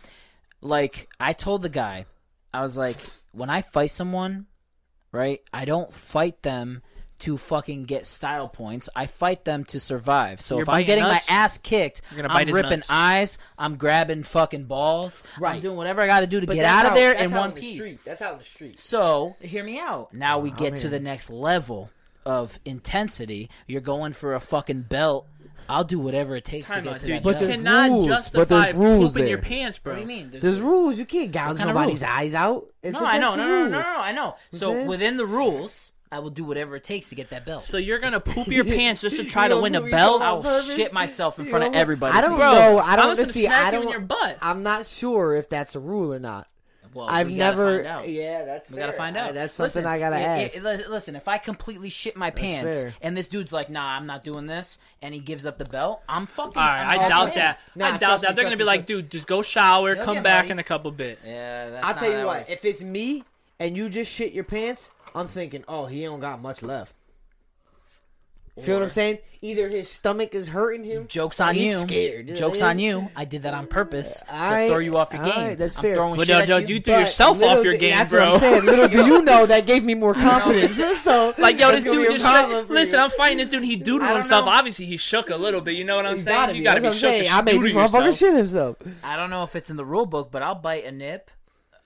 Speaker 3: Like I told the guy, I was like, when I fight someone, right? I don't fight them to fucking get style points. I fight them to survive. So
Speaker 2: You're
Speaker 3: if I'm
Speaker 2: biting
Speaker 3: getting
Speaker 2: nuts?
Speaker 3: my ass kicked,
Speaker 2: You're gonna bite
Speaker 3: I'm
Speaker 2: his
Speaker 3: ripping
Speaker 2: nuts.
Speaker 3: eyes. I'm grabbing fucking balls. I'm
Speaker 1: Right.
Speaker 3: doing whatever I got to do to
Speaker 1: But
Speaker 3: get
Speaker 1: that's
Speaker 3: out of
Speaker 1: how-
Speaker 3: there
Speaker 1: that's
Speaker 3: in
Speaker 1: how
Speaker 3: one
Speaker 1: the
Speaker 3: piece.
Speaker 1: street- That's out in the street.
Speaker 3: So hear me out. Now we get to
Speaker 1: man.
Speaker 3: the next level of intensity. You're going for a fucking belt. I'll do whatever it takes to
Speaker 2: Time
Speaker 3: get
Speaker 2: out,
Speaker 3: to
Speaker 2: dude.
Speaker 3: that
Speaker 1: But
Speaker 2: you
Speaker 3: belt.
Speaker 1: there's
Speaker 2: cannot
Speaker 1: rules,
Speaker 2: justify
Speaker 1: but there's rules
Speaker 2: pooping your
Speaker 1: there.
Speaker 2: pants, bro.
Speaker 3: what do you mean? There's
Speaker 1: There's rules. You can't gouge
Speaker 3: kind of
Speaker 1: nobody's
Speaker 3: rules?
Speaker 1: eyes out. It's
Speaker 3: no, I know,
Speaker 1: against
Speaker 3: no, no, no, no,
Speaker 1: rules.
Speaker 3: no, I know. So
Speaker 1: saying?
Speaker 3: within the rules, I will do whatever it takes to get that belt.
Speaker 2: So you're gonna poop your pants just to try
Speaker 1: You
Speaker 2: to
Speaker 1: don't
Speaker 2: win a
Speaker 1: do it
Speaker 2: belt?
Speaker 1: on
Speaker 3: I will
Speaker 1: purpose?
Speaker 3: shit myself in
Speaker 1: You
Speaker 3: front
Speaker 1: know
Speaker 3: of
Speaker 1: what?
Speaker 3: everybody.
Speaker 1: I don't
Speaker 3: Bro,
Speaker 1: know. I
Speaker 2: I'm
Speaker 1: don't
Speaker 2: just gonna
Speaker 1: see.
Speaker 2: smack
Speaker 1: I
Speaker 2: you in
Speaker 1: don't.
Speaker 2: your butt.
Speaker 1: I'm not sure if that's a rule or not.
Speaker 3: Well,
Speaker 1: I've
Speaker 3: we gotta
Speaker 1: never.
Speaker 3: find out.
Speaker 1: Yeah, that's.
Speaker 3: We gotta
Speaker 1: fair.
Speaker 3: find
Speaker 1: I-
Speaker 3: out.
Speaker 1: that's something
Speaker 3: Listen,
Speaker 1: I gotta
Speaker 3: i- i-
Speaker 1: ask.
Speaker 3: li- listen, if I completely shit my pants
Speaker 1: fair.
Speaker 3: and this dude's like, "Nah, I'm not doing this," and he gives up the belt, I'm fucking.
Speaker 2: All right,
Speaker 3: I'm
Speaker 2: I
Speaker 3: all
Speaker 2: doubt
Speaker 3: in.
Speaker 2: that.
Speaker 1: Nah,
Speaker 2: I doubt
Speaker 1: trust
Speaker 2: that.
Speaker 1: me,
Speaker 2: They're gonna
Speaker 1: trust
Speaker 2: be
Speaker 1: me,
Speaker 2: like,
Speaker 1: trust
Speaker 2: dude, just go shower,
Speaker 3: They'll
Speaker 2: come
Speaker 3: get
Speaker 2: back
Speaker 3: money.
Speaker 2: in a couple bit.
Speaker 3: Yeah, that's
Speaker 1: I'll
Speaker 3: not
Speaker 1: tell
Speaker 3: how
Speaker 1: you
Speaker 3: that
Speaker 1: what.
Speaker 3: works.
Speaker 1: If it's me and you just shit your pants, I'm thinking, oh, he don't got much left. Feel what I'm saying? Either his stomach is hurting him.
Speaker 3: Jokes
Speaker 1: or
Speaker 3: on
Speaker 1: he's
Speaker 3: you.
Speaker 1: Scared.
Speaker 3: Jokes on you. I did that on purpose to
Speaker 1: Alright,
Speaker 3: throw you off your game.
Speaker 1: alright, that's
Speaker 3: I'm
Speaker 1: fair.
Speaker 3: throwing
Speaker 2: Well,
Speaker 3: shit
Speaker 2: no,
Speaker 3: at
Speaker 2: no,
Speaker 3: you.
Speaker 2: you threw yourself
Speaker 1: little
Speaker 2: off your
Speaker 1: th-
Speaker 2: game,
Speaker 1: that's
Speaker 2: bro.
Speaker 1: What I'm saying. Little do you know that gave me more confidence. so
Speaker 2: Like, yo,
Speaker 1: that's
Speaker 2: this
Speaker 1: gonna be
Speaker 2: dude
Speaker 1: a
Speaker 2: just
Speaker 1: problem for
Speaker 2: listen.
Speaker 1: you.
Speaker 2: I'm fighting this dude. He
Speaker 1: I
Speaker 2: doodled
Speaker 1: don't
Speaker 2: himself.
Speaker 1: know.
Speaker 2: Obviously, he shook a little bit. You know what I'm
Speaker 1: He's
Speaker 2: saying?
Speaker 1: gotta
Speaker 2: you
Speaker 1: be.
Speaker 2: gotta
Speaker 1: That's what
Speaker 2: be
Speaker 1: I'm
Speaker 2: shook.
Speaker 1: saying.
Speaker 2: to
Speaker 1: I made
Speaker 2: doodle
Speaker 1: this motherfucker
Speaker 2: yourself.
Speaker 1: shit himself.
Speaker 3: I don't know if it's in the rule book, but I'll bite a nip.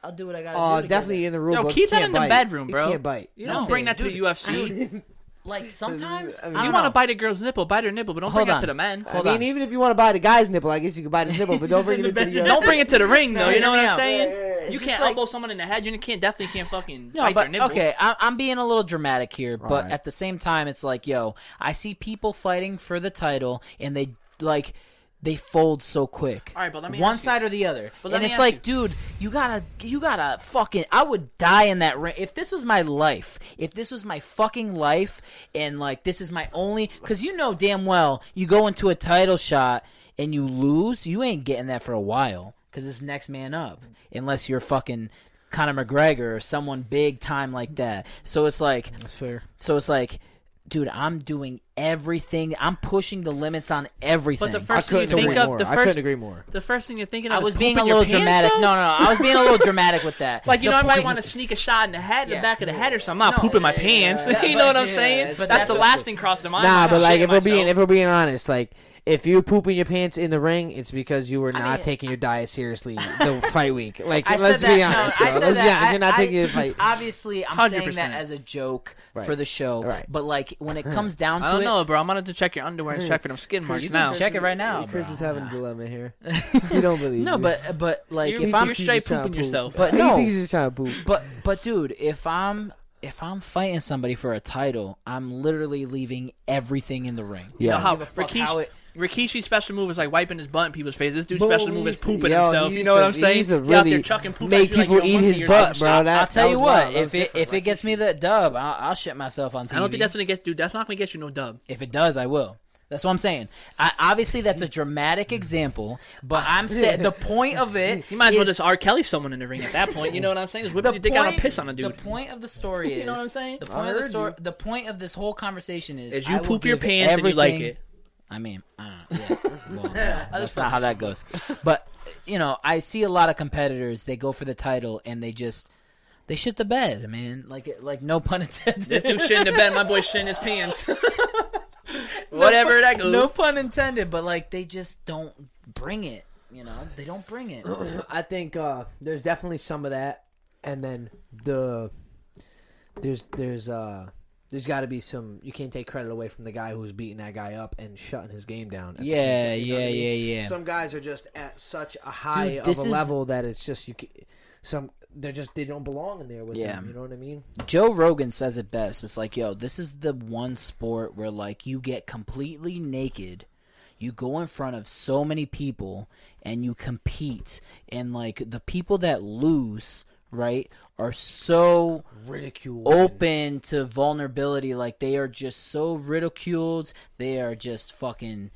Speaker 5: I'll do what I gotta
Speaker 1: Uh,
Speaker 5: do. to get
Speaker 1: definitely
Speaker 5: it.
Speaker 1: in the rule
Speaker 2: Yo,
Speaker 1: book.
Speaker 2: keep that
Speaker 1: Can't
Speaker 2: in the
Speaker 1: bite.
Speaker 2: bedroom,
Speaker 1: You
Speaker 2: bro.
Speaker 1: can't bite.
Speaker 2: You
Speaker 1: know
Speaker 2: don't
Speaker 1: what I'm
Speaker 2: bring
Speaker 1: saying?
Speaker 2: that to the UFC.
Speaker 5: Like sometimes
Speaker 1: I
Speaker 5: I
Speaker 1: mean-
Speaker 2: you want to bite a girl's nipple, bite her nipple, but don't
Speaker 3: Hold
Speaker 2: bring
Speaker 3: on.
Speaker 2: it to the men.
Speaker 3: Hold
Speaker 1: I
Speaker 3: on.
Speaker 1: mean, even if you want to buy the guy's nipple, I guess you could buy the nipple, but don't
Speaker 5: Just
Speaker 1: bring
Speaker 5: in
Speaker 1: it
Speaker 5: the
Speaker 1: into the
Speaker 5: bedroom.
Speaker 1: UFC.
Speaker 2: Don't bring it to the ring, though. You know
Speaker 5: hear me
Speaker 2: what I'm
Speaker 5: out.
Speaker 2: saying?
Speaker 5: Yeah, yeah, yeah.
Speaker 2: You
Speaker 5: Just
Speaker 2: can't
Speaker 5: like-
Speaker 2: elbow someone in the head. You can't definitely can't fucking
Speaker 3: No,
Speaker 2: bite their
Speaker 3: but
Speaker 2: nipple.
Speaker 3: okay, I, I'm being a little dramatic here, but
Speaker 1: Alright.
Speaker 3: at the same time, it's like, yo, I see people fighting for the title, and they like they fold so quick.
Speaker 2: Alright, but let me
Speaker 3: one
Speaker 2: ask you-
Speaker 3: side or the other,
Speaker 2: But let
Speaker 3: and
Speaker 2: me
Speaker 3: it's
Speaker 2: ask
Speaker 3: like,
Speaker 2: you.
Speaker 3: dude, you gotta, you gotta fucking. I would die in that ring if this was my life. If this was my fucking life, and like this is my only, because you know damn well, you go into a title shot and you lose, you ain't getting that for a while. Because it's next man up, unless you're fucking Conor McGregor or someone big time like that. So it's like,
Speaker 1: That's fair.
Speaker 3: so it's like, dude, I'm doing everything. I'm pushing the limits on everything.
Speaker 2: the
Speaker 1: I
Speaker 2: first thing you
Speaker 1: couldn't
Speaker 2: think
Speaker 1: agree
Speaker 2: of,
Speaker 1: more.
Speaker 2: the
Speaker 1: I couldn't
Speaker 2: first-
Speaker 1: agree more.
Speaker 2: The first thing you're thinking of
Speaker 3: I was
Speaker 2: is
Speaker 3: being a
Speaker 2: pooping
Speaker 3: little
Speaker 2: your pants,
Speaker 3: dramatic.
Speaker 2: though?
Speaker 3: No, no, no. I was being a little dramatic with that.
Speaker 2: Like you
Speaker 3: The
Speaker 2: know, I might
Speaker 3: point-
Speaker 2: want to sneak a shot in the head, in
Speaker 3: Yeah.
Speaker 2: the back of the head, or something. I'm not
Speaker 3: No,
Speaker 2: pooping my
Speaker 3: yeah,
Speaker 2: pants.
Speaker 3: yeah,
Speaker 2: you know what I'm
Speaker 1: yeah,
Speaker 2: saying?
Speaker 1: that's-
Speaker 2: that's,
Speaker 1: that's
Speaker 2: the
Speaker 1: what-
Speaker 2: last thing crossed the mind.
Speaker 1: Nah,
Speaker 2: I'm
Speaker 1: but like
Speaker 2: shitting
Speaker 1: if we're being if
Speaker 2: myself.
Speaker 1: we're being honest, like if you poop in your pants in the ring, it's because you were not
Speaker 3: mean-
Speaker 1: taking your diet seriously the fight week. Like
Speaker 3: I said
Speaker 1: let's
Speaker 3: that-
Speaker 1: be
Speaker 3: no,
Speaker 1: honest,
Speaker 3: I
Speaker 1: bro.
Speaker 3: said
Speaker 1: Let's be
Speaker 3: that.
Speaker 1: honest. You're not
Speaker 3: I-
Speaker 1: taking your
Speaker 3: I-
Speaker 1: fight.
Speaker 3: Obviously, I'm saying that
Speaker 2: 100%.
Speaker 3: as a joke for
Speaker 1: Right.
Speaker 3: the show.
Speaker 1: Right.
Speaker 3: But like when it comes down to
Speaker 2: I don't
Speaker 3: it,
Speaker 2: know, bro. I'm gonna have to check your underwear and check for them skin marks
Speaker 1: You
Speaker 2: now.
Speaker 1: can
Speaker 3: check it right now.
Speaker 1: Chris
Speaker 3: bro.
Speaker 1: is having a dilemma here. You don't believe
Speaker 3: no,
Speaker 1: me.
Speaker 3: but but like
Speaker 2: You-
Speaker 3: if
Speaker 2: you-
Speaker 3: I'm
Speaker 2: you're
Speaker 1: He's
Speaker 2: straight
Speaker 1: just trying to
Speaker 2: pooping
Speaker 1: poop.
Speaker 2: yourself.
Speaker 3: But
Speaker 1: He
Speaker 3: no.
Speaker 1: thinks he's just trying to poop.
Speaker 3: But but dude, if I'm if I'm fighting somebody for a title, I'm literally leaving everything in the ring.
Speaker 2: You
Speaker 1: Yeah.
Speaker 2: know how
Speaker 3: Give a fuck
Speaker 2: Rikishi,
Speaker 3: how it-
Speaker 2: Rikishi's special move is like wiping his butt in people's face. This dude's
Speaker 1: Bro,
Speaker 2: special
Speaker 1: he
Speaker 2: move is
Speaker 1: used to-
Speaker 2: pooping
Speaker 1: yo, he
Speaker 2: himself. You
Speaker 1: used
Speaker 2: know
Speaker 1: to-
Speaker 2: what I'm
Speaker 1: he
Speaker 2: saying?
Speaker 1: used to
Speaker 2: He out there
Speaker 1: really
Speaker 2: chucking poop
Speaker 1: make
Speaker 2: at you like
Speaker 1: people
Speaker 2: you're a
Speaker 1: eat
Speaker 2: monkey
Speaker 1: his
Speaker 2: or
Speaker 1: butt,
Speaker 2: something.
Speaker 1: bro.
Speaker 2: Stop.
Speaker 1: That-
Speaker 3: I'll tell
Speaker 1: that
Speaker 3: you
Speaker 1: was
Speaker 3: what,
Speaker 1: wild. That
Speaker 3: if
Speaker 1: was
Speaker 3: it
Speaker 1: different,
Speaker 3: if it
Speaker 1: right?
Speaker 3: gets me the dub, I'll, I'll shit myself on TV.
Speaker 2: I don't think that's gonna get you. That's not gonna get you no dub.
Speaker 3: if it does, I will. That's what I'm saying. I, obviously, that's a dramatic example, but I'm saying the point of it.
Speaker 2: You might as well
Speaker 3: is-
Speaker 2: just R. Kelly someone in the ring at that point. You know what I'm saying? Just whip your dick out and piss on a dude.
Speaker 3: The point of the story is
Speaker 2: You know what I'm saying?
Speaker 3: The
Speaker 2: I
Speaker 3: point of the
Speaker 1: heard
Speaker 3: story.
Speaker 1: you.
Speaker 3: The point of this whole conversation is
Speaker 2: Is
Speaker 3: I
Speaker 2: you
Speaker 3: will
Speaker 2: poop your
Speaker 3: give
Speaker 2: pants and you like
Speaker 3: everything-
Speaker 2: it.
Speaker 3: I mean, I don't know. Yeah. Well, yeah, that's not how that goes. But you know, I see a lot of competitors. They go for the title and they just they shit the bed, man. Like like no pun intended.
Speaker 2: This dude shit in the bed. My boy shit in his pants. Whatever that goes.
Speaker 3: No pun intended, but like they just don't bring it. You know, they don't bring it.
Speaker 1: I think uh, there's definitely some of that, and then the there's there's uh there's got to be some. You can't take credit away from the guy who's beating that guy up and shutting his game down. At the same
Speaker 3: Yeah,
Speaker 1: time, you know
Speaker 3: yeah,
Speaker 1: what I mean?
Speaker 3: yeah, yeah.
Speaker 1: Some guys are just at such a high
Speaker 3: Dude,
Speaker 1: of a
Speaker 3: this is-
Speaker 1: level that it's just you. ca- Some they're just they don't belong in there with
Speaker 3: Yeah.
Speaker 1: them. You know what I mean?
Speaker 3: Joe Rogan says it best. It's like, yo, this is the one sport where like you get completely naked. You go in front of so many people and you compete and like the people that lose, right, are so
Speaker 1: Ridicule.
Speaker 3: Oh, open to vulnerability. Like they are just so ridiculed. They are just fucking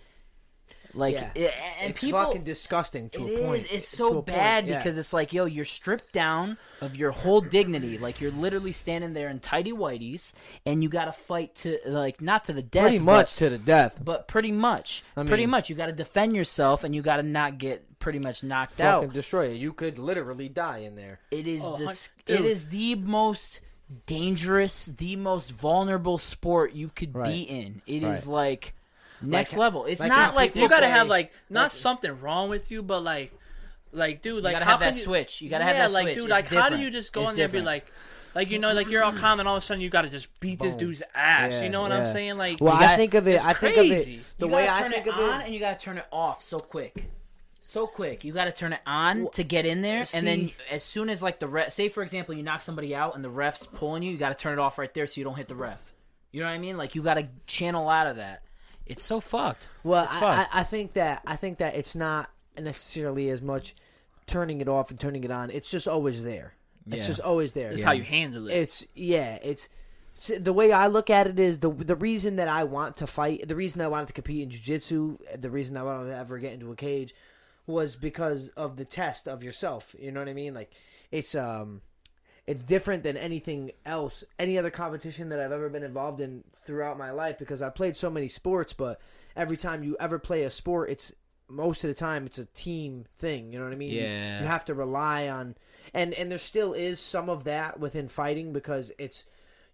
Speaker 3: like
Speaker 1: Yeah.
Speaker 3: it- and
Speaker 1: it's
Speaker 3: people
Speaker 1: fucking disgusting to
Speaker 3: it
Speaker 1: a
Speaker 3: is.
Speaker 1: point.
Speaker 3: It's
Speaker 1: To a
Speaker 3: so
Speaker 1: point,
Speaker 3: bad
Speaker 1: yeah.
Speaker 3: because it's like, yo, you're stripped down of your whole dignity. Like you're literally standing there in tidy whities, and you got to fight to like not to the death,
Speaker 1: pretty much to the death.
Speaker 3: but, but pretty much, pretty
Speaker 1: mean-
Speaker 3: much, you got to defend yourself, and you got to not get pretty much knocked
Speaker 1: Fucking
Speaker 3: out.
Speaker 1: destroy it. You could literally die in there.
Speaker 3: It is
Speaker 2: Oh, hun-
Speaker 3: this. It
Speaker 2: dude.
Speaker 3: is the most dangerous, the most vulnerable sport you could be
Speaker 1: Right.
Speaker 3: in. It
Speaker 1: Right.
Speaker 3: is like next
Speaker 1: Like-
Speaker 3: level. It's
Speaker 1: like
Speaker 3: not
Speaker 1: how
Speaker 3: like
Speaker 1: people
Speaker 2: You gotta
Speaker 3: football.
Speaker 2: have like not something wrong with you, but like, like dude, like
Speaker 3: gotta
Speaker 2: how
Speaker 3: have
Speaker 2: can
Speaker 3: that switch. You gotta have
Speaker 2: Yeah,
Speaker 3: that
Speaker 2: like,
Speaker 3: switch.
Speaker 2: Dude,
Speaker 3: It's
Speaker 2: like how do
Speaker 3: different.
Speaker 2: you just go
Speaker 3: It's
Speaker 2: in there and be
Speaker 3: different.
Speaker 2: like, like you know, like you're all calm and all of a sudden you gotta just beat this
Speaker 1: Boom.
Speaker 2: dude's ass. you know what
Speaker 1: yeah.
Speaker 2: I'm saying? Like,
Speaker 1: Well,
Speaker 3: You got-
Speaker 1: I think of it.
Speaker 2: it's
Speaker 1: I think of
Speaker 2: crazy.
Speaker 1: it. The
Speaker 3: you
Speaker 1: way
Speaker 3: gotta
Speaker 1: I
Speaker 3: turn
Speaker 1: think
Speaker 3: it
Speaker 1: of
Speaker 3: on
Speaker 1: it.
Speaker 3: and you gotta turn it off so quick so quick you gotta turn it on to get in there and then
Speaker 1: see-
Speaker 3: as soon as like the ref say for example you knock somebody out and the ref's pulling you you gotta turn it off right there so you don't hit the ref you know what i mean like you gotta channel out of that it's so fucked
Speaker 1: Well,
Speaker 3: it's
Speaker 1: I,
Speaker 3: fucked.
Speaker 1: I, I think that I think that it's not necessarily as much turning it off and turning it on. It's just always there. It's
Speaker 3: Yeah.
Speaker 1: just always there.
Speaker 2: it's how you handle it.
Speaker 1: It's yeah. It's it's- the way I look at it is the the reason that I want to fight, the reason I wanted to compete in jiu-jitsu, the reason I wanted to ever get into a cage was because of the test of yourself. You know what I mean? Like it's um it's different than anything else, any other competition that I've ever been involved in throughout my life because I played so many sports, but every time you ever play a sport, it's most of the time it's a team thing, you know what I mean? You-
Speaker 3: Yeah.
Speaker 1: You have to rely on and and there still is some of that within fighting because it's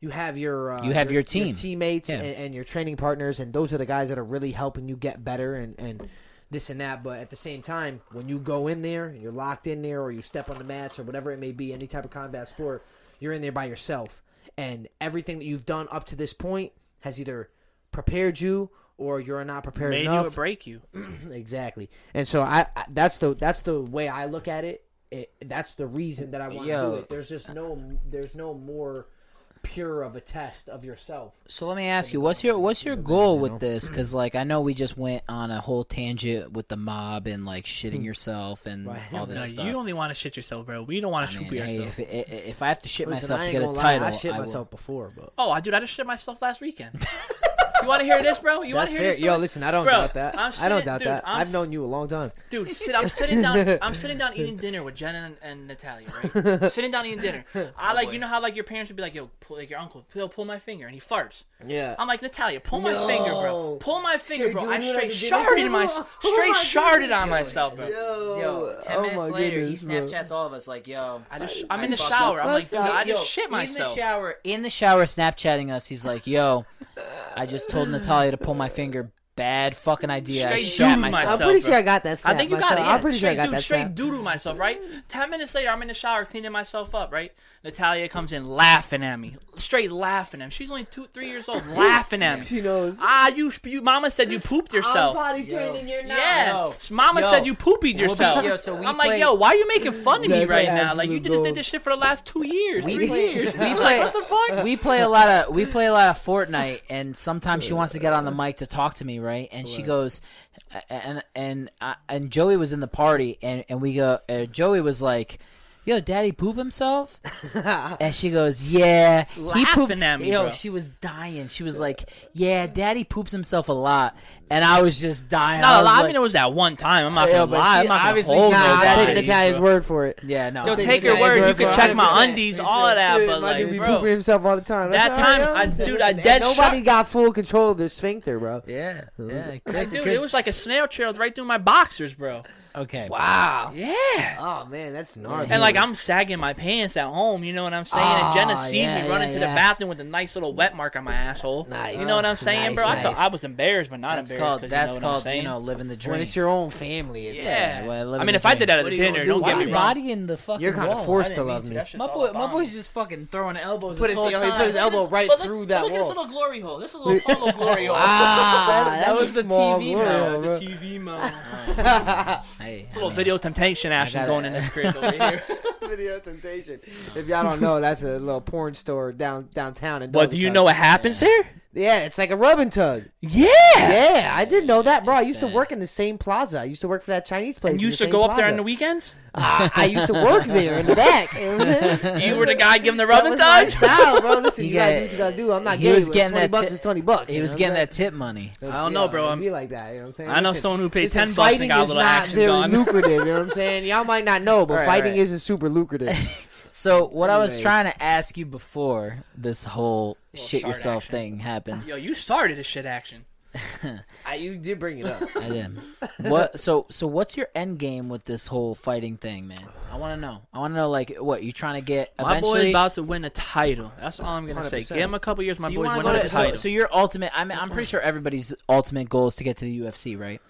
Speaker 1: you have your uh,
Speaker 3: You have your team.
Speaker 1: teammates
Speaker 3: Yeah.
Speaker 1: and, and your training partners and those are the guys that are really helping you get better and and this and that. But at the same time, when you go in there and you're locked in there, or you step on the mats, or whatever it may be, any type of combat sport, you're in there by yourself, and everything that you've done up to this point has either prepared you or you're not prepared
Speaker 2: Made
Speaker 1: enough
Speaker 2: you or break you.
Speaker 1: exactly and so I, I that's the that's the way i look at it, it that's the reason that i want to do
Speaker 3: Yo.
Speaker 1: it there's just no there's no more pure of a test of yourself
Speaker 3: So let me ask you, what's your what's your goal with this? Because like I know we just went on a whole tangent with the mob and like shitting yourself and
Speaker 1: Right.
Speaker 3: all
Speaker 2: No,
Speaker 3: this stuff.
Speaker 2: you only want to shit yourself, bro. We don't want to
Speaker 3: I
Speaker 2: shoot
Speaker 3: mean, hey,
Speaker 2: yourself.
Speaker 3: if, i- i- if I have to shit
Speaker 1: Listen, I
Speaker 3: myself to
Speaker 1: ain't
Speaker 3: get a
Speaker 1: gonna
Speaker 3: title,
Speaker 1: lie, i shit
Speaker 3: will.
Speaker 1: myself before but
Speaker 2: Oh, I dude, I just shit myself last weekend. you want to hear this, bro? You want
Speaker 1: that's
Speaker 2: to hear
Speaker 1: fair
Speaker 2: this?
Speaker 1: yo
Speaker 2: story?
Speaker 1: listen i don't
Speaker 2: Bro,
Speaker 1: doubt that
Speaker 2: I'm
Speaker 1: i don't
Speaker 2: sitting-
Speaker 1: doubt
Speaker 2: dude,
Speaker 1: that i
Speaker 2: I'm
Speaker 1: have
Speaker 2: s-
Speaker 1: known you a long time
Speaker 2: Dude, sit, I'm sitting down. I'm sitting down eating dinner with Jenna and, and Natalia. Right, sitting down eating dinner. I
Speaker 1: Oh,
Speaker 2: like you know how like your parents would be like, "Yo, pull, like your uncle, pull, pull my finger," and he farts.
Speaker 1: yeah
Speaker 2: I'm like Natalia, pull my finger, bro.
Speaker 1: No.
Speaker 2: Pull my finger,
Speaker 1: Straight
Speaker 2: bro. I
Speaker 1: doing it
Speaker 2: straight
Speaker 1: at the dinner
Speaker 2: sharded my
Speaker 1: table.
Speaker 2: straight
Speaker 1: Oh my
Speaker 2: sharded on myself, bro.
Speaker 1: yo, oh
Speaker 5: Yo, ten minutes later, he Snapchats all of us like, "Yo,
Speaker 2: I just, I'm in the
Speaker 5: fucked
Speaker 2: shower.
Speaker 1: up.
Speaker 2: I'm like, dude,
Speaker 1: Yo,
Speaker 2: I
Speaker 5: yo,
Speaker 2: just shit
Speaker 3: In the
Speaker 2: myself.
Speaker 3: shower, in the shower, Snapchatting us. He's like, "Yo, I just told Natalia to pull my finger. Bad fucking idea. I
Speaker 2: Straight
Speaker 3: shot
Speaker 2: dude
Speaker 3: myself.
Speaker 1: I'm
Speaker 2: myself,
Speaker 1: pretty
Speaker 2: bro.
Speaker 1: sure I got that. Snap
Speaker 2: I think you
Speaker 1: myself.
Speaker 2: got it. Yeah.
Speaker 1: I'm pretty sure I
Speaker 2: Straight
Speaker 1: got
Speaker 2: dude-
Speaker 1: that.
Speaker 2: Straight
Speaker 1: Snap.
Speaker 2: doodle myself, right? Ten minutes later, I'm in the shower cleaning myself up, right? Natalia comes in laughing at me, straight laughing at me. She's only two, three years old, laughing at me.
Speaker 1: She knows.
Speaker 2: Ah, you, you, Mama said you pooped yourself.
Speaker 5: training,
Speaker 1: you're
Speaker 2: yeah,
Speaker 3: Yo.
Speaker 2: Mama
Speaker 3: Yo.
Speaker 2: said you poopied
Speaker 3: We'll be-
Speaker 2: yourself.
Speaker 3: yo, so we
Speaker 2: I'm like,
Speaker 3: play-
Speaker 2: yo, why are you making fun of me
Speaker 1: That's
Speaker 2: right
Speaker 1: an
Speaker 2: now? Like you
Speaker 1: absolute
Speaker 2: just
Speaker 1: goal.
Speaker 2: did this shit for the last two years,
Speaker 3: We
Speaker 2: three
Speaker 3: play-
Speaker 2: years.
Speaker 3: we
Speaker 2: I'm
Speaker 3: play-
Speaker 2: like, what the fuck?
Speaker 3: we play a lot of we play a lot of Fortnite, and sometimes she wants to get on the mic to talk to me, right? And she goes, and and I- and Joey was in the party, and and we go, uh, Joey was like. Yo, daddy poop himself? and she goes, Yeah. he
Speaker 2: Laughing
Speaker 3: pooped-"
Speaker 2: at me,
Speaker 3: Yo,
Speaker 2: bro.
Speaker 3: she was dying. She was like, Yeah, daddy poops himself a lot. And I was just dying. I
Speaker 2: Not a
Speaker 3: was
Speaker 2: lot. I
Speaker 3: like-
Speaker 2: mean, it was that one time. I'm not
Speaker 3: Yeah,
Speaker 2: gonna
Speaker 3: but
Speaker 2: lie.
Speaker 3: she
Speaker 2: I'm not gonna
Speaker 3: obviously-
Speaker 2: hold
Speaker 1: Nah, I take
Speaker 2: nobody,
Speaker 1: Natalia's
Speaker 2: bro.
Speaker 1: word for it.
Speaker 3: Yeah, no.
Speaker 2: Yo,
Speaker 1: take
Speaker 2: take your
Speaker 1: Natalia's
Speaker 2: word.
Speaker 1: word
Speaker 2: You
Speaker 1: for
Speaker 2: can
Speaker 1: it.
Speaker 2: check my
Speaker 1: 100%.
Speaker 2: undies, all of that. But
Speaker 1: Like,
Speaker 2: like,
Speaker 1: be
Speaker 2: bro,
Speaker 1: pooping himself all the time.
Speaker 2: That
Speaker 1: That's
Speaker 2: time,
Speaker 1: alright,
Speaker 2: I-
Speaker 1: listen,
Speaker 2: dude, I
Speaker 1: listen,
Speaker 2: dead
Speaker 1: nobody
Speaker 2: shot-
Speaker 1: got full control of their sphincter, bro.
Speaker 3: yeah, yeah.
Speaker 2: Like,
Speaker 3: Chris,
Speaker 2: dude, it was like a snail trail right through my boxers, bro.
Speaker 3: okay.
Speaker 1: Wow.
Speaker 2: Yeah.
Speaker 1: Oh man, that's gnarly.
Speaker 2: And like I'm sagging my pants at home, you know what I'm saying? and Jenna
Speaker 3: Ah,
Speaker 2: sees
Speaker 3: yeah,
Speaker 2: me running
Speaker 3: yeah,
Speaker 2: to the
Speaker 3: yeah.
Speaker 2: bathroom with a nice little wet mark on my asshole.
Speaker 1: Nice.
Speaker 2: You know what I'm saying,
Speaker 1: Nice,
Speaker 2: bro? I felt
Speaker 1: nice.
Speaker 2: I was embarrassed, but not
Speaker 3: That's
Speaker 2: embarrassed.
Speaker 3: called,
Speaker 2: 'cause
Speaker 3: that's
Speaker 2: you know what I'm
Speaker 3: called, you
Speaker 2: saying?
Speaker 3: know, living the dream.
Speaker 1: when it's your own family, it's like,
Speaker 2: yeah.
Speaker 3: Yeah, uh, well,
Speaker 2: I mean,
Speaker 3: living the
Speaker 2: if I did
Speaker 3: dream.
Speaker 2: that at
Speaker 1: What
Speaker 2: a
Speaker 1: are you gonna
Speaker 2: dinner,
Speaker 1: do?
Speaker 2: don't
Speaker 1: Why
Speaker 2: get me
Speaker 1: not?
Speaker 2: wrong.
Speaker 3: bodying the fucking
Speaker 1: you're kind
Speaker 3: wall.
Speaker 1: of forced to love me.
Speaker 3: My boy, my boy's just fucking throwing elbows.
Speaker 1: Put
Speaker 3: this
Speaker 1: his-
Speaker 3: whole
Speaker 1: yo, he
Speaker 3: time.
Speaker 1: put his elbow right
Speaker 2: But look-
Speaker 1: through
Speaker 2: but
Speaker 1: that
Speaker 2: Look at this
Speaker 1: wall.
Speaker 2: little glory hole. This is a little hollow glory hole.
Speaker 1: Ah,
Speaker 3: That- that
Speaker 1: that's
Speaker 3: was
Speaker 1: a
Speaker 3: the
Speaker 1: small
Speaker 3: TV
Speaker 1: glory,
Speaker 3: mode.
Speaker 1: bro.
Speaker 2: TV mode.
Speaker 3: Hey, I
Speaker 2: little
Speaker 3: mean,
Speaker 2: video temptation action
Speaker 3: gotta-
Speaker 2: going in this crib over here.
Speaker 1: Video temptation. If y'all don't know, that's a little porn store down downtown. In
Speaker 2: But do you know what happens here?
Speaker 1: Yeah, it's like a rub and tug.
Speaker 2: Yeah.
Speaker 1: Yeah, I didn't know that, bro. I used to
Speaker 3: bad.
Speaker 1: work in the same plaza. I used to work for that Chinese place.
Speaker 2: And
Speaker 1: in
Speaker 2: you
Speaker 1: the
Speaker 2: used to
Speaker 1: same
Speaker 2: go up there
Speaker 1: plaza.
Speaker 2: on the weekends?
Speaker 1: I, I used to work there in the back.
Speaker 2: You were the guy giving the
Speaker 1: That
Speaker 2: rubbing
Speaker 1: was my
Speaker 2: touch?
Speaker 1: style, bro. Listen,
Speaker 3: He
Speaker 1: you gotta
Speaker 3: got-
Speaker 1: do what you gotta do. I'm not
Speaker 3: he
Speaker 1: gay.
Speaker 3: was
Speaker 1: but
Speaker 3: getting
Speaker 1: twenty
Speaker 3: that
Speaker 1: bucks
Speaker 3: ti-
Speaker 1: is twenty bucks.
Speaker 3: He
Speaker 1: you
Speaker 3: was
Speaker 1: know
Speaker 3: getting
Speaker 1: what I'm
Speaker 3: that tip money.
Speaker 1: saying?
Speaker 2: I don't know, bro.
Speaker 1: it'd
Speaker 2: I'm-
Speaker 1: Be like that. You know what I'm saying?
Speaker 2: I know
Speaker 1: Listen,
Speaker 2: someone who paid
Speaker 1: listen,
Speaker 2: 10 bucks and
Speaker 1: fighting
Speaker 2: got a
Speaker 1: is
Speaker 2: little
Speaker 1: not
Speaker 2: action
Speaker 1: very
Speaker 2: going.
Speaker 1: lucrative. You know what I'm saying? Y'all might not know, but
Speaker 3: Right,
Speaker 1: fighting
Speaker 3: right.
Speaker 1: isn't super lucrative.
Speaker 3: So what I was
Speaker 1: Anyways.
Speaker 3: trying to ask you before this whole
Speaker 2: Little
Speaker 3: shit
Speaker 2: shard
Speaker 3: yourself
Speaker 2: action.
Speaker 3: thing happened,
Speaker 2: Yo, you started this shit action.
Speaker 1: I, you did bring it up.
Speaker 3: I didn't. What? So so what's your end game with this whole fighting thing, man? I want to know. I want to know like what you trying to get
Speaker 2: My boy
Speaker 3: eventually.
Speaker 2: is about to win a title. That's all I'm gonna say.
Speaker 1: 100%.
Speaker 2: Give him a couple years. My
Speaker 1: So you
Speaker 2: boy's
Speaker 1: wanna
Speaker 2: winning
Speaker 1: go
Speaker 2: a
Speaker 1: to-
Speaker 3: so,
Speaker 2: title.
Speaker 3: so your ultimate. I mean, I'm pretty sure everybody's ultimate goal is to get to the UFC, right?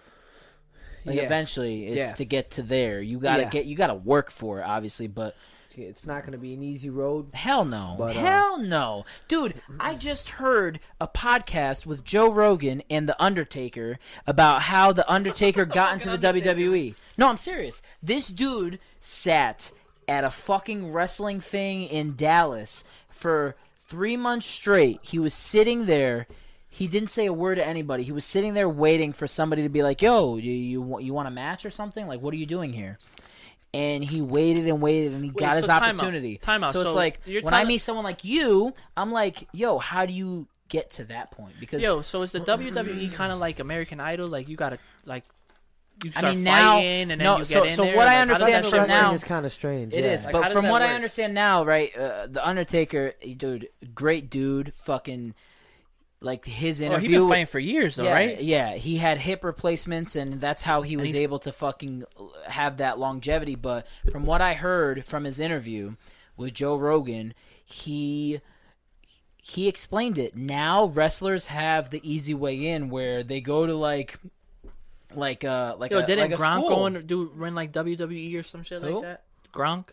Speaker 3: Like
Speaker 1: Yeah.
Speaker 3: eventually, it's
Speaker 1: Yeah.
Speaker 3: to get to there. You gotta
Speaker 1: Yeah.
Speaker 3: get. You gotta work for it, obviously, but
Speaker 1: It's not gonna be an easy road.
Speaker 3: Hell no.
Speaker 1: But, uh,
Speaker 3: Hell no. Dude, I just heard a podcast with Joe Rogan and The Undertaker about how The Undertaker got into the WWE. No, I'm serious. This dude sat at a fucking wrestling thing in Dallas for three months straight. He was sitting there. He didn't say a word to anybody. He was sitting there waiting for somebody to be like, "Yo, you you, wa- you want a match or something? Like, what are you doing here?" And he waited and waited, and he got
Speaker 2: so
Speaker 3: his
Speaker 2: time out.
Speaker 3: opportunity.
Speaker 2: Time out.
Speaker 3: So it's
Speaker 2: So
Speaker 3: like
Speaker 2: you're
Speaker 3: when I
Speaker 2: telling-
Speaker 3: meet someone like you, I'm like, "Yo, how do you get to that point?" Because
Speaker 2: Yo, so is the WWE kind of like American Idol? Like you gotta like you
Speaker 3: I
Speaker 2: start
Speaker 3: mean, now-
Speaker 2: fighting and
Speaker 3: no,
Speaker 2: then you
Speaker 3: so-
Speaker 2: get in
Speaker 3: so
Speaker 2: there?
Speaker 3: what I
Speaker 2: Like, does
Speaker 3: understand
Speaker 2: that
Speaker 3: from
Speaker 2: shit
Speaker 3: now-
Speaker 2: work?
Speaker 1: is kind of strange.
Speaker 3: It
Speaker 1: yeah.
Speaker 3: is,
Speaker 2: Like, how
Speaker 3: but
Speaker 2: does
Speaker 3: from
Speaker 2: that
Speaker 3: what I
Speaker 2: work?
Speaker 3: understand now, right? Uh, the Undertaker, dude, great dude, fucking like his
Speaker 2: Oh,
Speaker 3: interview.
Speaker 2: he's been fighting for years though,
Speaker 3: yeah,
Speaker 2: right?
Speaker 3: Yeah, he had hip replacements, and that's how he was
Speaker 2: he's-
Speaker 3: able to fucking have that longevity. But from what I heard from his interview with Joe Rogan, he he explained it. Now wrestlers have the easy way in, where they go to like like uh like
Speaker 2: Yo,
Speaker 3: a,
Speaker 2: didn't
Speaker 3: like a
Speaker 2: Gronk
Speaker 3: school.
Speaker 2: go and do run like WWE or some shit
Speaker 3: Who?
Speaker 2: like that? Gronk,